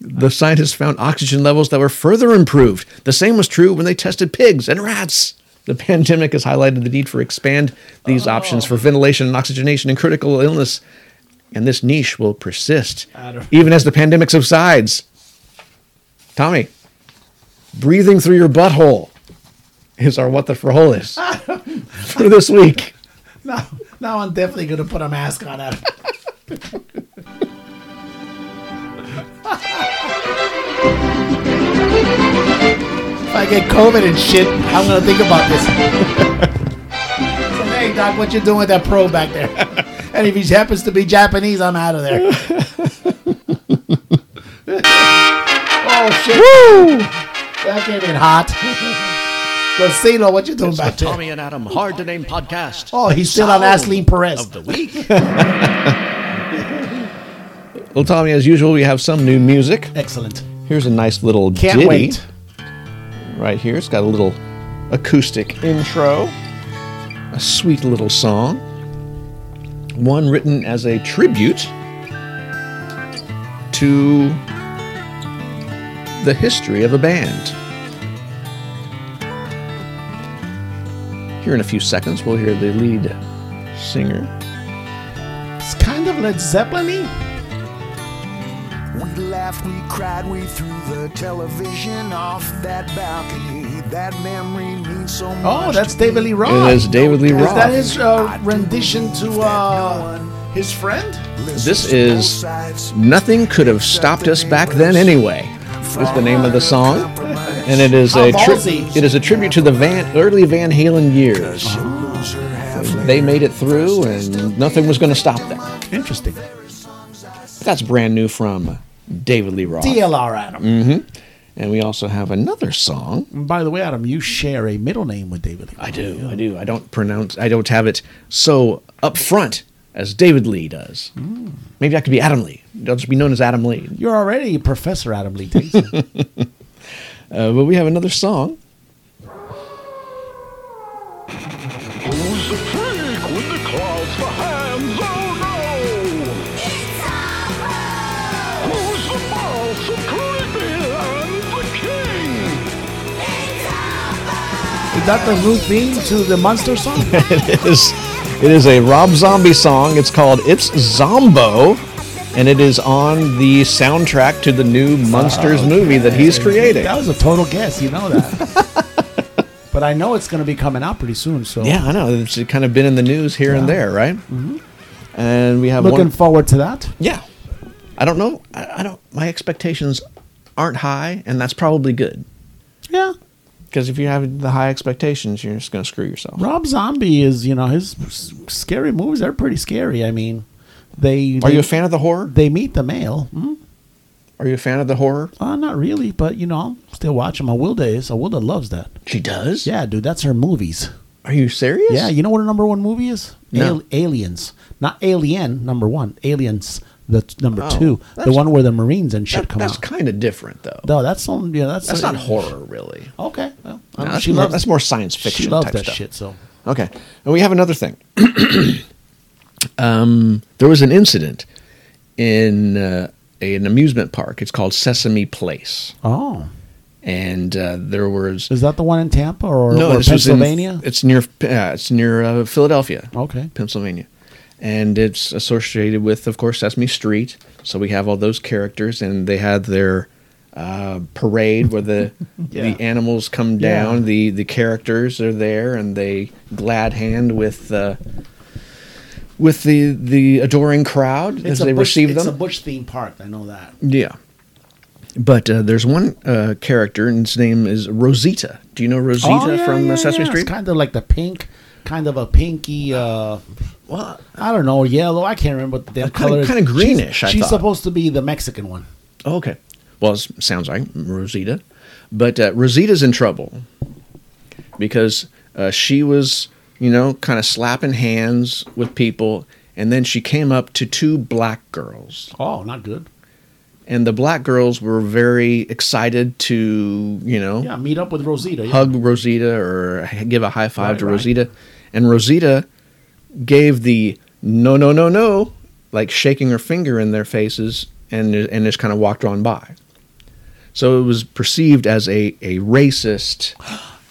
S2: the scientists found oxygen levels that were further improved. The same was true when they tested pigs and rats. The pandemic has highlighted the need for expand these options for ventilation and oxygenation in critical illness, and this niche will persist
S1: I don't-
S2: even as the pandemic subsides. Tommy, breathing through your butthole is our what the frijoles for this week.
S1: Now, now I'm definitely gonna put a mask on. Adam. if I get COVID and shit, I'm gonna think about this. So, hey, doc, what you doing with that pro back there? and if he happens to be Japanese, I'm out of there. oh shit! Woo! That came in hot. Casino, what you doing
S2: It's the
S1: back there?
S2: Tommy and Adam Hard to Name podcast.
S1: Oh, he's still on
S2: Ashley
S1: Asleen Perez.
S2: of the week. well, Tommy, as usual, we have some new music.
S1: Excellent.
S2: Here's a nice little
S1: Can't
S2: ditty
S1: wait.
S2: right here. It's got a little acoustic intro, a sweet little song, one written as a tribute to the history of a band. Here in a few seconds, we'll hear the lead singer.
S1: It's kind of Led Zeppelin.
S25: We laughed, we cried, we threw the television off that balcony. That memory means so much.
S1: Oh, that's David Lee Roth.
S2: It is David Lee
S1: Is
S2: Roth.
S1: that his uh, rendition to uh, his friend?
S2: This is Nothing Could Have Stopped Us Back Then Anyway. Is the name of the song, and it is a
S1: How
S2: tri-
S1: ballsy.
S2: it is a tribute to the Van early Van Halen years. They made it through, and nothing was going to stop them.
S1: Interesting.
S2: That's brand new from David Lee Roth.
S1: DLR Adam.
S2: hmm And we also have another song.
S1: And By the way, Adam, you share a middle name with David Lee.
S2: I do, I do. I don't pronounce. I don't have it so up front as David Lee does. Maybe I could be Adam Lee. I'll just be known as Adam Lee.
S1: You're already Professor Adam Lee Dixon.
S2: Uh, but we have another song.
S1: is that the root theme to the monster song?
S2: it is it is a Rob Zombie song. It's called It's Zombo, and it is on the soundtrack to the new Monsters movie that he's creating.
S1: that was a total guess. You know that. but I know it's going to be coming out pretty soon. So
S2: Yeah, I know. It's kind of been in the news here and there, right? And we have
S1: Mm-hmm. looking
S2: one.
S1: forward to that.
S2: yeah, I don't know. I, I don't. My expectations aren't high, and that's probably good.
S1: Yeah.
S2: Because if you have the high expectations, you're just going to screw yourself.
S1: Rob Zombie is, you know, his s- scary movies are pretty scary. I mean, they.
S2: Are
S1: they-
S2: you a fan of the horror?
S1: They meet the male. Hmm?
S2: Are you a fan of the horror?
S1: Uh, not really, but you know, I'm still watching. My Wilda is. So Wilda loves that.
S2: She does.
S1: Yeah, dude, that's her movies.
S2: Are you serious?
S1: Yeah, you know what her number one movie is?
S2: No.
S1: Aliens. Not Alien, number one. Aliens, the t- number
S2: Oh,
S1: two. The
S2: that's-
S1: one where the Marines and shit
S2: That-
S1: come
S2: that's
S1: out.
S2: kind of different, though.
S1: no, that's on. Yeah, that's
S2: That's
S1: uh,
S2: not horror, really.
S1: Okay. Well, I
S2: No,
S1: mean,
S2: that's,
S1: she
S2: more,
S1: loves
S2: that's more science fiction.
S1: She loves
S2: type
S1: that
S2: stuff.
S1: shit. So
S2: Okay, and we have another thing. um, there was an incident in uh, an amusement park. It's called Sesame Place,
S1: oh,
S2: and uh, there was
S1: Is that the one in Tampa or,
S2: no,
S1: or
S2: this was in-
S1: Pennsylvania?
S2: it's near uh, it's near uh, Philadelphia.
S1: Okay.
S2: Pennsylvania, and it's associated with, of course, Sesame Street. So we have all those characters, and they had their uh, parade where the the animals come
S1: Yeah.
S2: down. The the characters are there, and they glad hand with. Uh, with the, the adoring crowd as
S1: a
S2: they
S1: Bush,
S2: receive them.
S1: It's a Bush theme park. I know that.
S2: Yeah. But uh, there's one uh, character, and his name is Rosita. Do you know Rosita
S1: Oh,
S2: from uh, Sesame Street?
S1: It's kind of like the pink, kind of a pinky. Uh,
S2: well,
S1: I don't know, yellow. I can't remember what the damn
S2: Uh, kinda-
S1: color. is.
S2: kinda
S1: She's-
S2: greenish, I
S1: She's
S2: thought.
S1: supposed to be the Mexican one.
S2: Oh, okay. Well, it sounds like Rosita. But uh, Rosita's in trouble because uh, she was, you know, kind of slapping hands with people, and then she came up to two black girls.
S1: Oh, not good.
S2: And the black girls were very excited to, you know,
S1: Yeah, meet up with Rosita. yeah.
S2: hug Rosita or give a high five
S1: Right,
S2: to
S1: right.
S2: Rosita. And Rosita gave the no, no, no, no, like shaking her finger in their faces and, and just kind of walked on by. So it was perceived as a, a racist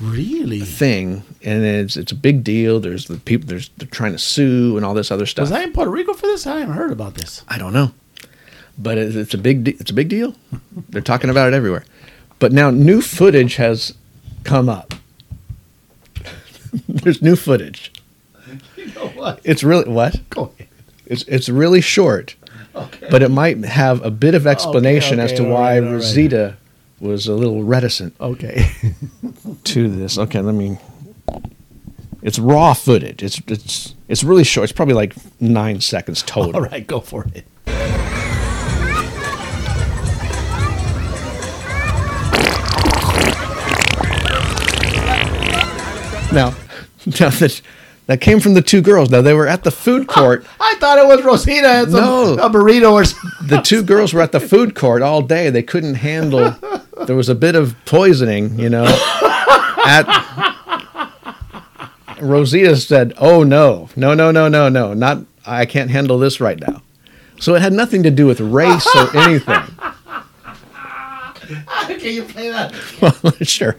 S1: really
S2: thing, and it's it's a big deal. There's the people there's they're trying to sue and all this other stuff.
S1: Was I in Puerto Rico for this? I haven't heard about this.
S2: I don't know, but it, it's a big de- it's a big deal. They're talking about it everywhere. But now new footage has come up. There's new footage.
S1: You know what?
S2: It's really what?
S1: Go ahead.
S2: It's it's really short, but it might have a bit of explanation
S1: okay,
S2: as to
S1: all
S2: why
S1: right, all right.
S2: Rosita was a little reticent
S1: Okay.
S2: to this. Okay, let me. It's raw footage. It's it's it's really short. It's probably like nine seconds total.
S1: All right, go for it.
S2: Now, now that that came from the two girls. Now they were at the food court.
S1: I thought it was Rosita and some,
S2: No.
S1: a burrito or something.
S2: the two girls were at the food court all day. They couldn't handle. There was a bit of poisoning, you know. At Rosita said, "Oh no, no, no, no, no, no! Not I can't handle this right now." So it had nothing to do with race or anything.
S1: Can you play that?
S2: well, sure.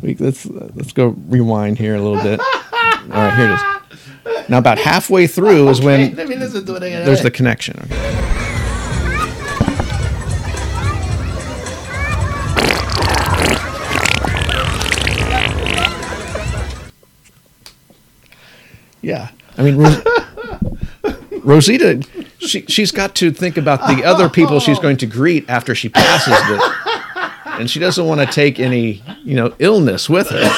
S2: We, let's let's go rewind here a little bit. All right, here it is. Now, about halfway through is when
S1: Let me listen to it again.
S2: there's the connection. Okay. Yeah, I mean, Ros- Rosita, she she's got to think about the other people she's going to greet after she passes this, and she doesn't want to take any you know illness with her.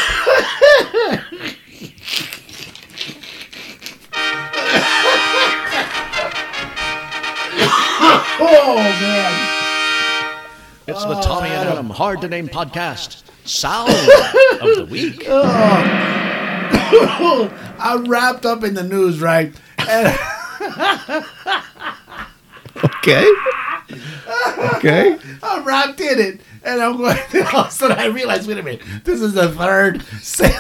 S1: Oh man.
S26: It's the Tommy and Adam Hard to Name podcast. Sound of the week.
S1: I'm wrapped up in the news, right? And
S2: Okay. Okay.
S1: I'm wrapped in it. And I'm going to all of a sudden I realize, wait a minute, this is the third se-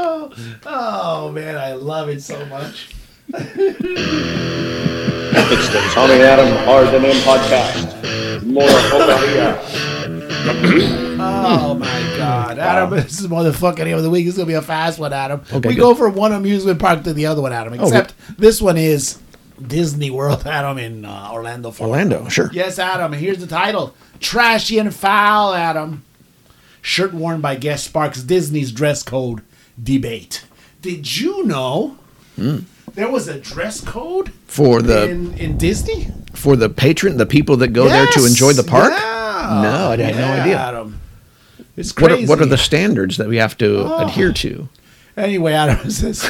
S1: Oh man, I love it so much.
S27: It's the Tommy and Adam Hard to Name podcast. More Hokaria.
S1: Oh my god. Adam, this is motherfucking name of the week. This is gonna be a fast one, Adam.
S2: Okay,
S1: we
S2: good.
S1: go from one amusement park to the other one, Adam.
S2: Oh, good.
S1: Except this one is Disney World, Adam, in uh, Orlando, Florida.
S2: Orlando, sure.
S1: Yes, Adam. and Here's the title Trashy and Foul, Adam. Shirt worn by guest sparks Disney's dress code debate. Did you know there was a dress code
S2: For Hmm. the-
S1: in, in Disney?
S2: For the patron, the people that go there to
S1: Yes,
S2: enjoy the park?
S1: yeah.
S2: No, I had no
S1: Yeah,
S2: idea.
S1: Adam. It's
S2: What
S1: crazy. Oh.
S2: are, what are the standards that we have to adhere to?
S1: Anyway, Adam says,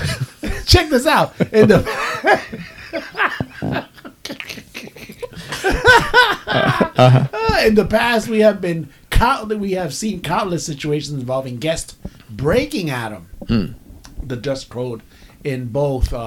S1: check this out. In the Uh, in the past, we have been count- we have seen countless situations involving guests breaking Adam the dress code in both uh,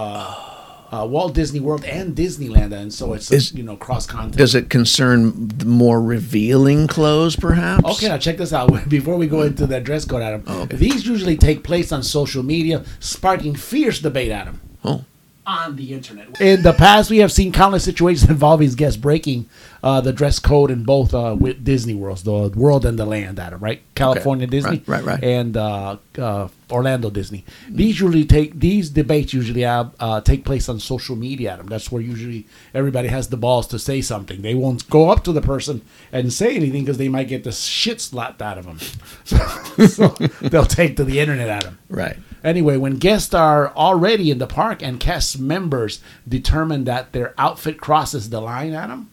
S1: uh, Walt Disney World and Disneyland, and so it's
S2: Is-
S1: you know cross content.
S2: Does it concern the more revealing clothes, perhaps?
S1: Okay, now check this out. Before we go into the dress code, Adam, these usually take place on social media, sparking fierce debate, Adam.
S2: Oh.
S1: on the internet. In the past, we have seen countless situations involving guests breaking uh, the dress code in both uh, with Disney worlds, the world and the land, Adam, right? California
S2: Okay.
S1: Disney,
S2: Right, right, right.
S1: and uh, uh, Orlando Disney. These usually take these debates usually uh, uh, take place on social media, Adam. That's where usually everybody has the balls to say something. They won't go up to the person and say anything because they might get the shit slapped out of them. So, they'll take to the internet, Adam.
S2: Right.
S1: Anyway, when guests are already in the park and cast members determine that their outfit crosses the line at them,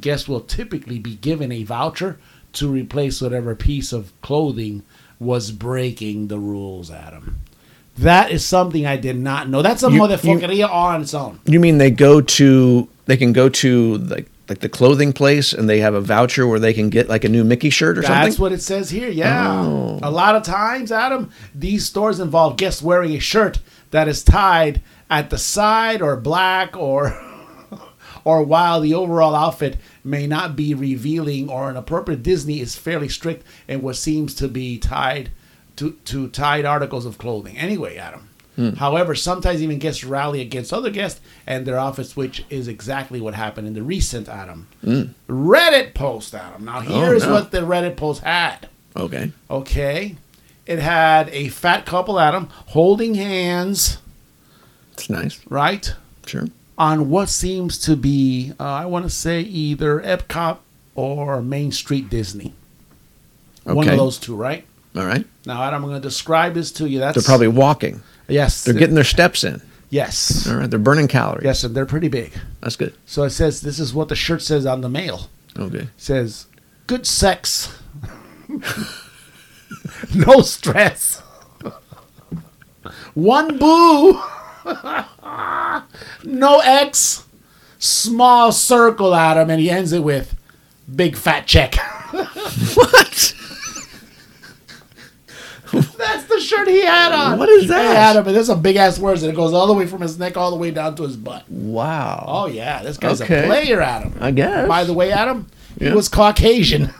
S1: guests will typically be given a voucher to replace whatever piece of clothing was breaking the rules at them. That is something I did not know. That's a
S2: You-
S1: motherfuckeria all on its own.
S2: You mean they go to they can go to like like the clothing place and they have a voucher where they can get like a new Mickey shirt or
S1: That's
S2: something?
S1: what it says here. Yeah.
S2: Oh.
S1: A lot of times, Adam, these stores involve guests wearing a shirt that is tied at the side or black or or while the overall outfit may not be revealing or inappropriate, Disney is fairly strict in what seems to be tied to, to tied articles of clothing. Anyway, Adam.
S2: Hmm.
S1: However, sometimes even guests rally against other guests and their outfits, which is exactly what happened in the recent Adam
S2: Mm.
S1: Reddit post, Adam. Now
S2: Oh,
S1: here's
S2: no.
S1: what the Reddit post had.
S2: Okay.
S1: Okay, it had a fat couple, Adam, holding hands,
S2: It's nice.
S1: right,
S2: Sure.
S1: on what seems to be, uh, I want to say, either Epcot or Main Street Disney. One
S2: Okay.
S1: of those two, right?
S2: All right.
S1: Now, Adam, I'm going to describe this to you. That's
S2: They're probably walking.
S1: Yes.
S2: They're getting their steps in.
S1: yes,
S2: All right. They're burning calories.
S1: yes, and they're pretty big.
S2: That's good.
S1: So it says this is what the shirt says on the mail.
S2: Okay.
S1: says, "Good sex, no stress, one boo, no X, small circle." Adam, and he ends it with, "Big fat check."
S2: what?
S1: That's the shirt he had on.
S2: What is
S1: Hey,
S2: that?
S1: Adam, and there's some big ass words, and it goes all the way from his neck all the way down to his butt.
S2: Wow.
S1: Oh yeah, this guy's
S2: Okay.
S1: a player, Adam.
S2: I guess.
S1: By the way, Adam,
S2: Yeah.
S1: he was Caucasian.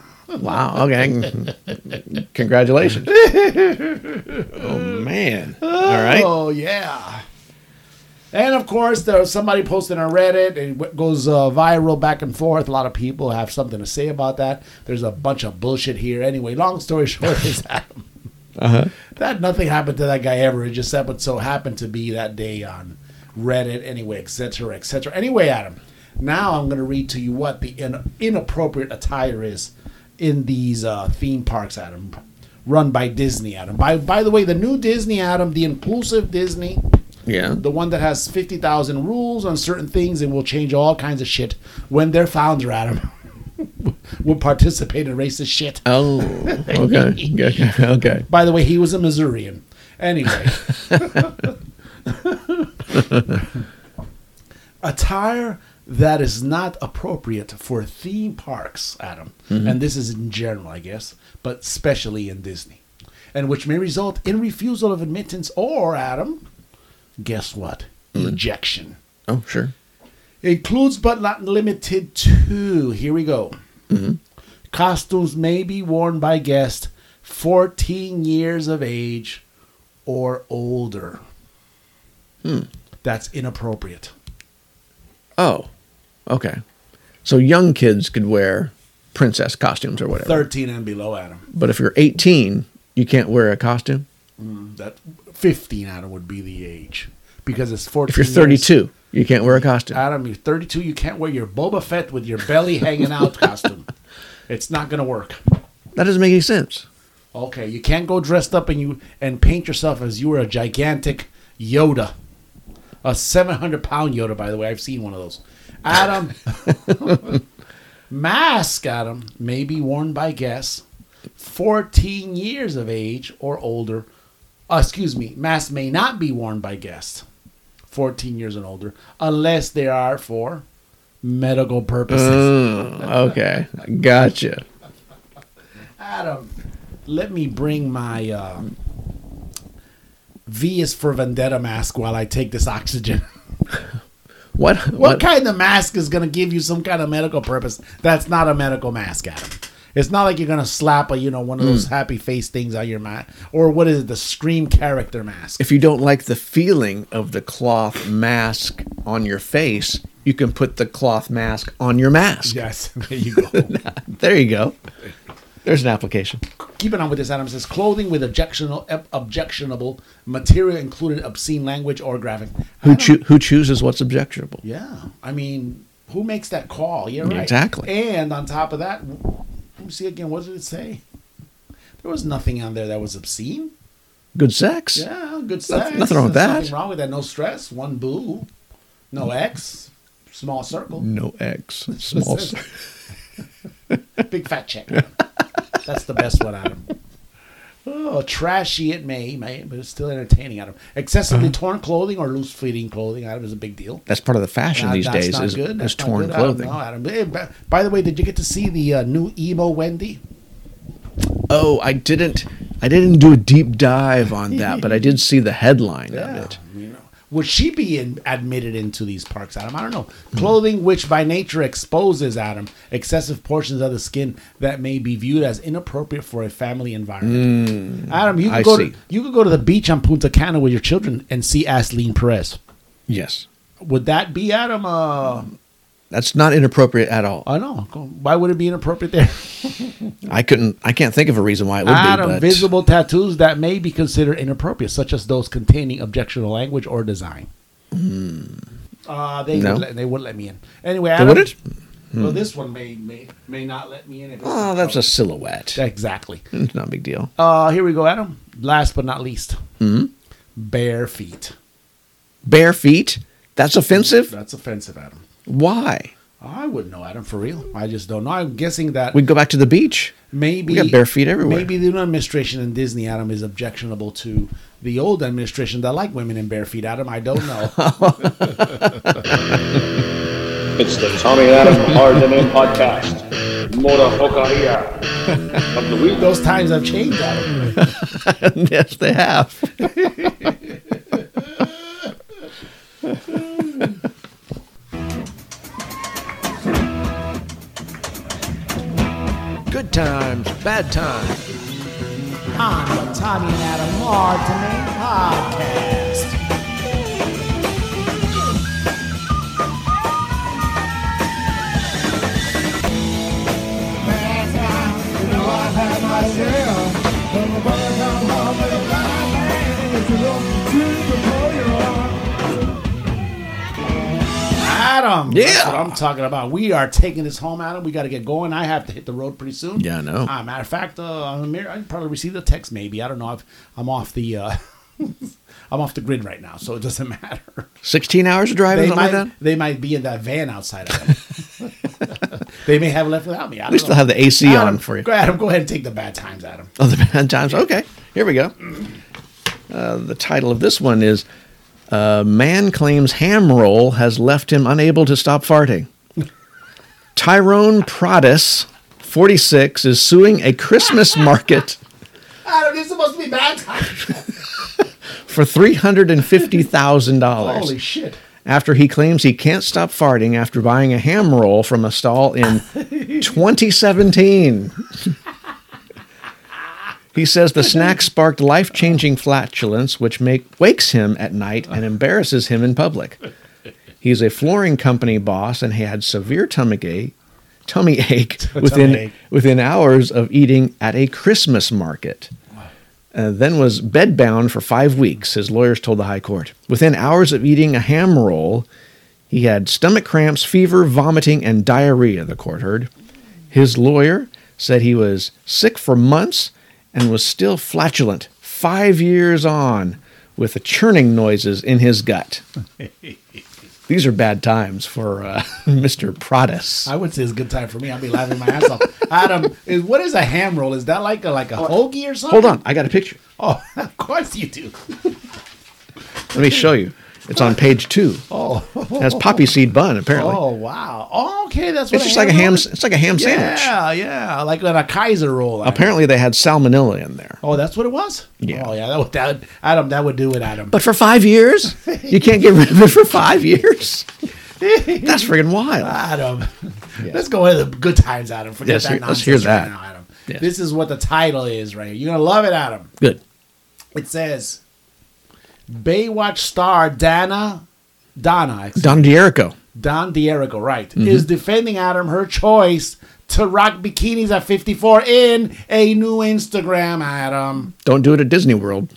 S2: Wow. Okay. Congratulations. Oh man. All right.
S1: Oh yeah. And of course, there was somebody posted on Reddit. It w- goes uh, viral back and forth. A lot of people have something to say about that. There's a bunch of bullshit here. Anyway, long story short is that,
S2: Uh-huh.
S1: that nothing happened to that guy ever. It just happened so happened to be that day on Reddit. Anyway, etc. Cetera, etc. Cetera. Anyway, Adam. Now I'm going to read to you what the in- inappropriate attire is in these uh, theme parks, Adam, run by Disney, Adam. By by the way, the new Disney, Adam, the inclusive Disney.
S2: Yeah.
S1: The one that has 50,000 rules on certain things and will change all kinds of shit when their founder, Adam, will participate in racist shit.
S2: Oh. Okay. Okay. Okay.
S1: By the way, he was a Missourian. Anyway. Attire that is not appropriate for theme parks, Adam.
S2: Mhm.
S1: And this is in general, I guess, but especially in Disney. And which may result in refusal of admittance or, Adam, guess what? Ejection.
S2: Oh sure.
S1: Includes but not limited to, here we go.
S2: Mm-hmm.
S1: Costumes may be worn by guests 14 years of age or older.
S2: Hmm.
S1: That's inappropriate.
S2: Oh. Okay. So young kids could wear princess costumes or whatever.
S1: 13 and below, Adam.
S2: But if you're 18, you can't wear a costume.
S1: Mm, that 15, Adam, would be the age. Because it's 14
S2: If you're
S1: years.
S2: 32, you can't wear a costume.
S1: Adam, you're 32, you can't wear your Boba Fett with your belly hanging out costume. It's not going to work.
S2: That doesn't make any sense.
S1: Okay, you can't go dressed up and you and paint yourself as you were a gigantic Yoda, a seven hundred pound Yoda. By the way, I've seen one of those. Adam, mask Adam may be worn by guests fourteen years of age or older. Uh, excuse me, mask may not be worn by guests fourteen years and older unless they are for medical purposes.
S2: Oh, okay. Gotcha.
S1: Adam, let me bring my uh, V is for Vendetta mask while I take this oxygen.
S2: What?
S1: what kind of mask is going to give you some kind of medical purpose? That's not a medical mask, Adam. It's not like you're gonna slap a you know one of
S2: Mm.
S1: those happy face things on your mat or what is it the scream character mask.
S2: If you don't like the feeling of the cloth mask on your face, you can put the cloth mask on your mask.
S1: Yes, there you go.
S2: there you go. There's an application.
S1: Keeping on with this, Adam says clothing with objectionable, objectionable material included obscene language or graphic. I
S2: Who
S1: don't-
S2: choo- who chooses what's objectionable?
S1: Yeah, I mean, who makes that call? Yeah, right.
S2: Exactly.
S1: And on top of that, let me see again. What did it say? There was nothing on there that was obscene.
S2: Good sex.
S1: Yeah, good
S2: Noth-
S1: sex.
S2: nothing wrong with
S1: There's
S2: that.
S1: Nothing wrong with that. No stress. One boo. No X. Small circle.
S2: No X. Small. s-
S1: Big fat check. That's the best one, Adam. Oh, trashy it may, may, but it's still entertaining, Adam. Excessively
S2: Uh-huh.
S1: torn clothing or loose fleeting clothing, Adam, is a big deal.
S2: That's part of the fashion
S1: Nah,
S2: these
S1: that's
S2: days
S1: not
S2: is,
S1: good.
S2: is
S1: That's not
S2: torn
S1: good. I don't
S2: clothing.
S1: know, Adam. Hey, b- by the way, did you get to see the uh, new emo Wendy?
S2: Oh, I didn't. I didn't do a deep dive on that, but I did see the headline of it.
S1: You know, would she be in, admitted into these parks, Adam? I don't know.
S2: Hmm.
S1: Clothing which by nature exposes, Adam, excessive portions of the skin that may be viewed as inappropriate for a family environment. Adam, you
S2: Hmm. I
S1: could go
S2: see.
S1: to you could go to the beach on Punta Cana with your children and see Asleen Perez.
S2: Yes,
S1: Would that be Adam? Uh,
S2: that's not inappropriate at all.
S1: I know. Why would it be inappropriate there?
S2: I couldn't. I can't think of a reason why it would
S1: Adam,
S2: be. But
S1: visible tattoos that may be considered inappropriate, such as those containing objectionable language or design. Uh, they
S2: Hmm. No.
S1: would let, they would let me in anyway.
S2: They
S1: Adam,
S2: would it?
S1: Well,
S2: Hmm.
S1: this one may may may not let me in. If it's
S2: Oh, that's a silhouette.
S1: Exactly.
S2: It's not a big deal.
S1: Uh, here we go, Adam. Last but not least,
S2: hmm
S1: bare feet.
S2: Bare feet. That's offensive.
S1: That's offensive, Adam.
S2: Why?
S1: I wouldn't know, Adam, for real. I just don't know. I'm guessing that
S2: We'd go back to the beach.
S1: Maybe
S2: We got bare feet everywhere.
S1: Maybe the new administration in Disney, Adam, is objectionable to the old administration that like women in bare feet, Adam. I don't know.
S5: It's the Tommy Adam Hard to Name Podcast. Mora Hokaria. Of the week.
S1: Those times have changed, Adam.
S2: yes, they have. Good times, bad times.
S4: On the Tommy and Adam Hard to Name Podcast.
S1: Adam. That's
S2: Yeah.
S1: what I'm talking about. We are taking this home, Adam. We got to get going. I have to hit the road pretty soon.
S2: Yeah, I know.
S1: Uh, matter of fact, uh, I'm here- I probably received a text. Maybe I don't know. I've, I'm off the. Uh, I'm off the grid right now, so it doesn't matter.
S2: 16 hours of driving,
S1: They
S2: something
S1: might,
S2: like that?
S1: they might be in that van outside. Adam. they may have left without me. I don't
S2: We still
S1: know.
S2: have the AC
S1: Adam,
S2: on for you.
S1: Go, Adam, go ahead and take the bad times, Adam.
S2: Oh, the bad times. Okay, here we go. Uh, the title of this one is uh, Man Claims Ham Roll Has Left Him Unable to Stop Farting. Tyrone Prodis, 46, is suing a Christmas market
S1: Adam, this is supposed to be bad times.
S2: for $350,000.
S1: Holy shit.
S2: after he claims he can't stop farting after buying a ham roll from a stall in 2017. he says the snack sparked life changing flatulence, which make, wakes him at night and embarrasses him in public. He's a flooring company boss and he had severe tummy ache, tummy ache within,
S1: ache.
S2: within hours of eating at a Christmas market uh, then was bedbound for five weeks, his lawyers told the High Court. Within hours of eating a ham roll, he had stomach cramps, fever, vomiting, and diarrhea, the court heard. His lawyer said he was sick for months and was still flatulent five years on with the churning noises in his gut. These are bad times for uh, Mr. Prodis.
S1: I would say it's a good time for me. I'd be laughing my ass off. Adam, is, what is a ham roll? Is that like a like a hoagie or something?
S2: Oh. Hold on, I got a picture.
S1: Oh, of course you do.
S2: Let me show you. It's on page two.
S1: Oh,
S2: It has poppy seed bun, apparently.
S1: Oh wow. Oh, okay, that's what
S2: It's just like a ham.
S1: roll
S2: s-
S1: is?
S2: It's like a ham sandwich.
S1: Yeah, yeah, like on a Kaiser roll. Adam.
S2: Apparently, they had salmonella in there.
S1: Oh, that's what it was.
S2: Yeah.
S1: Oh yeah, that would that would- Adam that would do it, Adam.
S2: But for five years, you can't get rid of it for five years. That's friggin' wild.
S1: Adam. Let's go into the good times, Adam. Forget
S2: Yes,
S1: that
S2: let's
S1: nonsense
S2: hear
S1: right
S2: that.
S1: now, Adam.
S2: Yes.
S1: This is what the title is right here. You're gonna love it, Adam.
S2: Good.
S1: It says Baywatch star Dana Donna ex-
S2: Don Dierico.
S1: Don Dierico, right,
S2: Mhm.
S1: is defending Adam her choice to rock bikinis at 54 in a new Instagram, Adam.
S2: Don't do it at Disney World.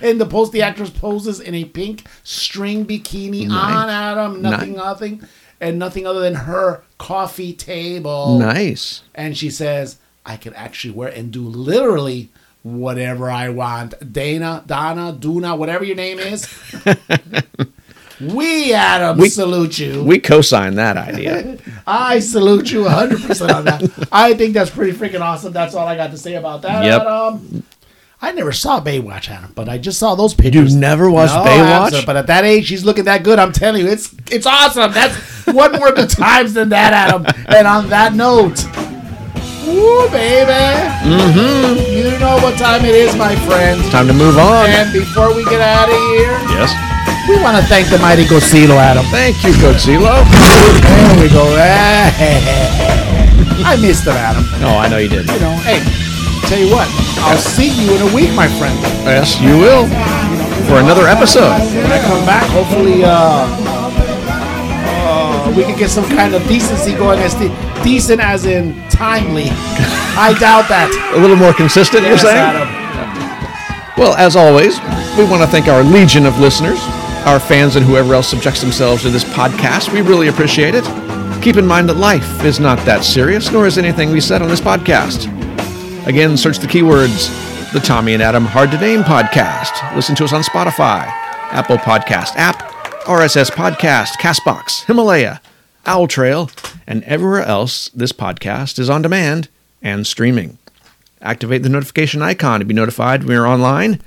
S1: In the post, the actress poses in a pink string bikini on Adam, nothing,
S2: Nice.
S1: nothing, and nothing other than her coffee table.
S2: Nice.
S1: And she says, "I can actually wear and do literally whatever I want." Dana, Donna, Duna, whatever your name is. we Adam
S2: We-
S1: salute you.
S2: We co-sign that idea.
S1: I salute you 100% on that. I think that's pretty freaking awesome. That's all I got to say about that.
S2: Yep.
S1: Adam. I never saw Baywatch, Adam, but I just saw those
S2: You've
S1: pictures.
S2: never watched
S1: No,
S2: Baywatch?
S1: Adam, but at that age, she's looking that good. I'm telling you, it's it's awesome. That's one more good times than that, Adam. And on that note, woo, baby,
S2: mm-hmm.
S1: you know what time it is, my friends.
S2: Time to move on.
S1: And before we get out of here,
S2: yes.
S1: we want to thank the mighty Gosilo, Adam.
S2: Thank you, Godzilla.
S1: There we go. I missed him, Adam.
S2: Oh, I know you did.
S1: You know, hey, tell you what, I'll see you in a week, my friend.
S2: Yes, you will. For another episode.
S1: When I come back, hopefully, uh, uh, we can get some kind of decency going as de- decent as in timely. I doubt that.
S2: A little more consistent,
S1: Yes,
S2: you're saying?
S1: Adam.
S2: Well, as always, we want to thank our legion of listeners, our fans, and whoever else subjects themselves to this podcast. We really appreciate it. Keep in mind that life is not that serious, nor is anything we said on this podcast. Again, search the keywords the Tommy and Adam Hard to Name podcast. Listen to us on Spotify, Apple Podcast app, RSS Podcast, Castbox, Himalaya, Owl Trail, and everywhere else this podcast is on demand and streaming. Activate the notification icon to be notified when we're online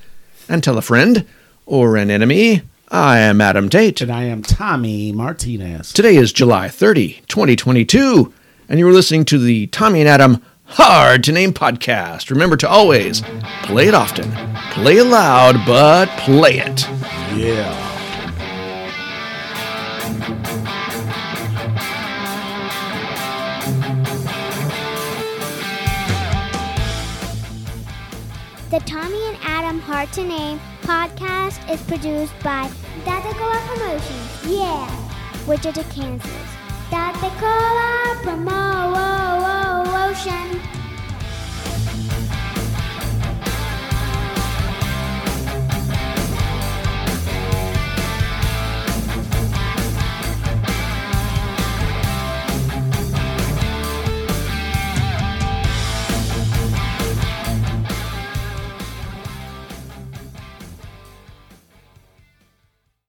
S2: and tell a friend or an enemy. I am Adam Tate.
S1: And I am Tommy Martinez.
S2: Today is July 30, 2022, and you're listening to the Tommy and Adam Hard to Name podcast. Remember to always play it often, play it loud, but play it.
S1: Yeah.
S24: The Tommy and Adam Hard to Name podcast is produced by Datacola Promotions, yeah, Wichita, Kansas. Datacola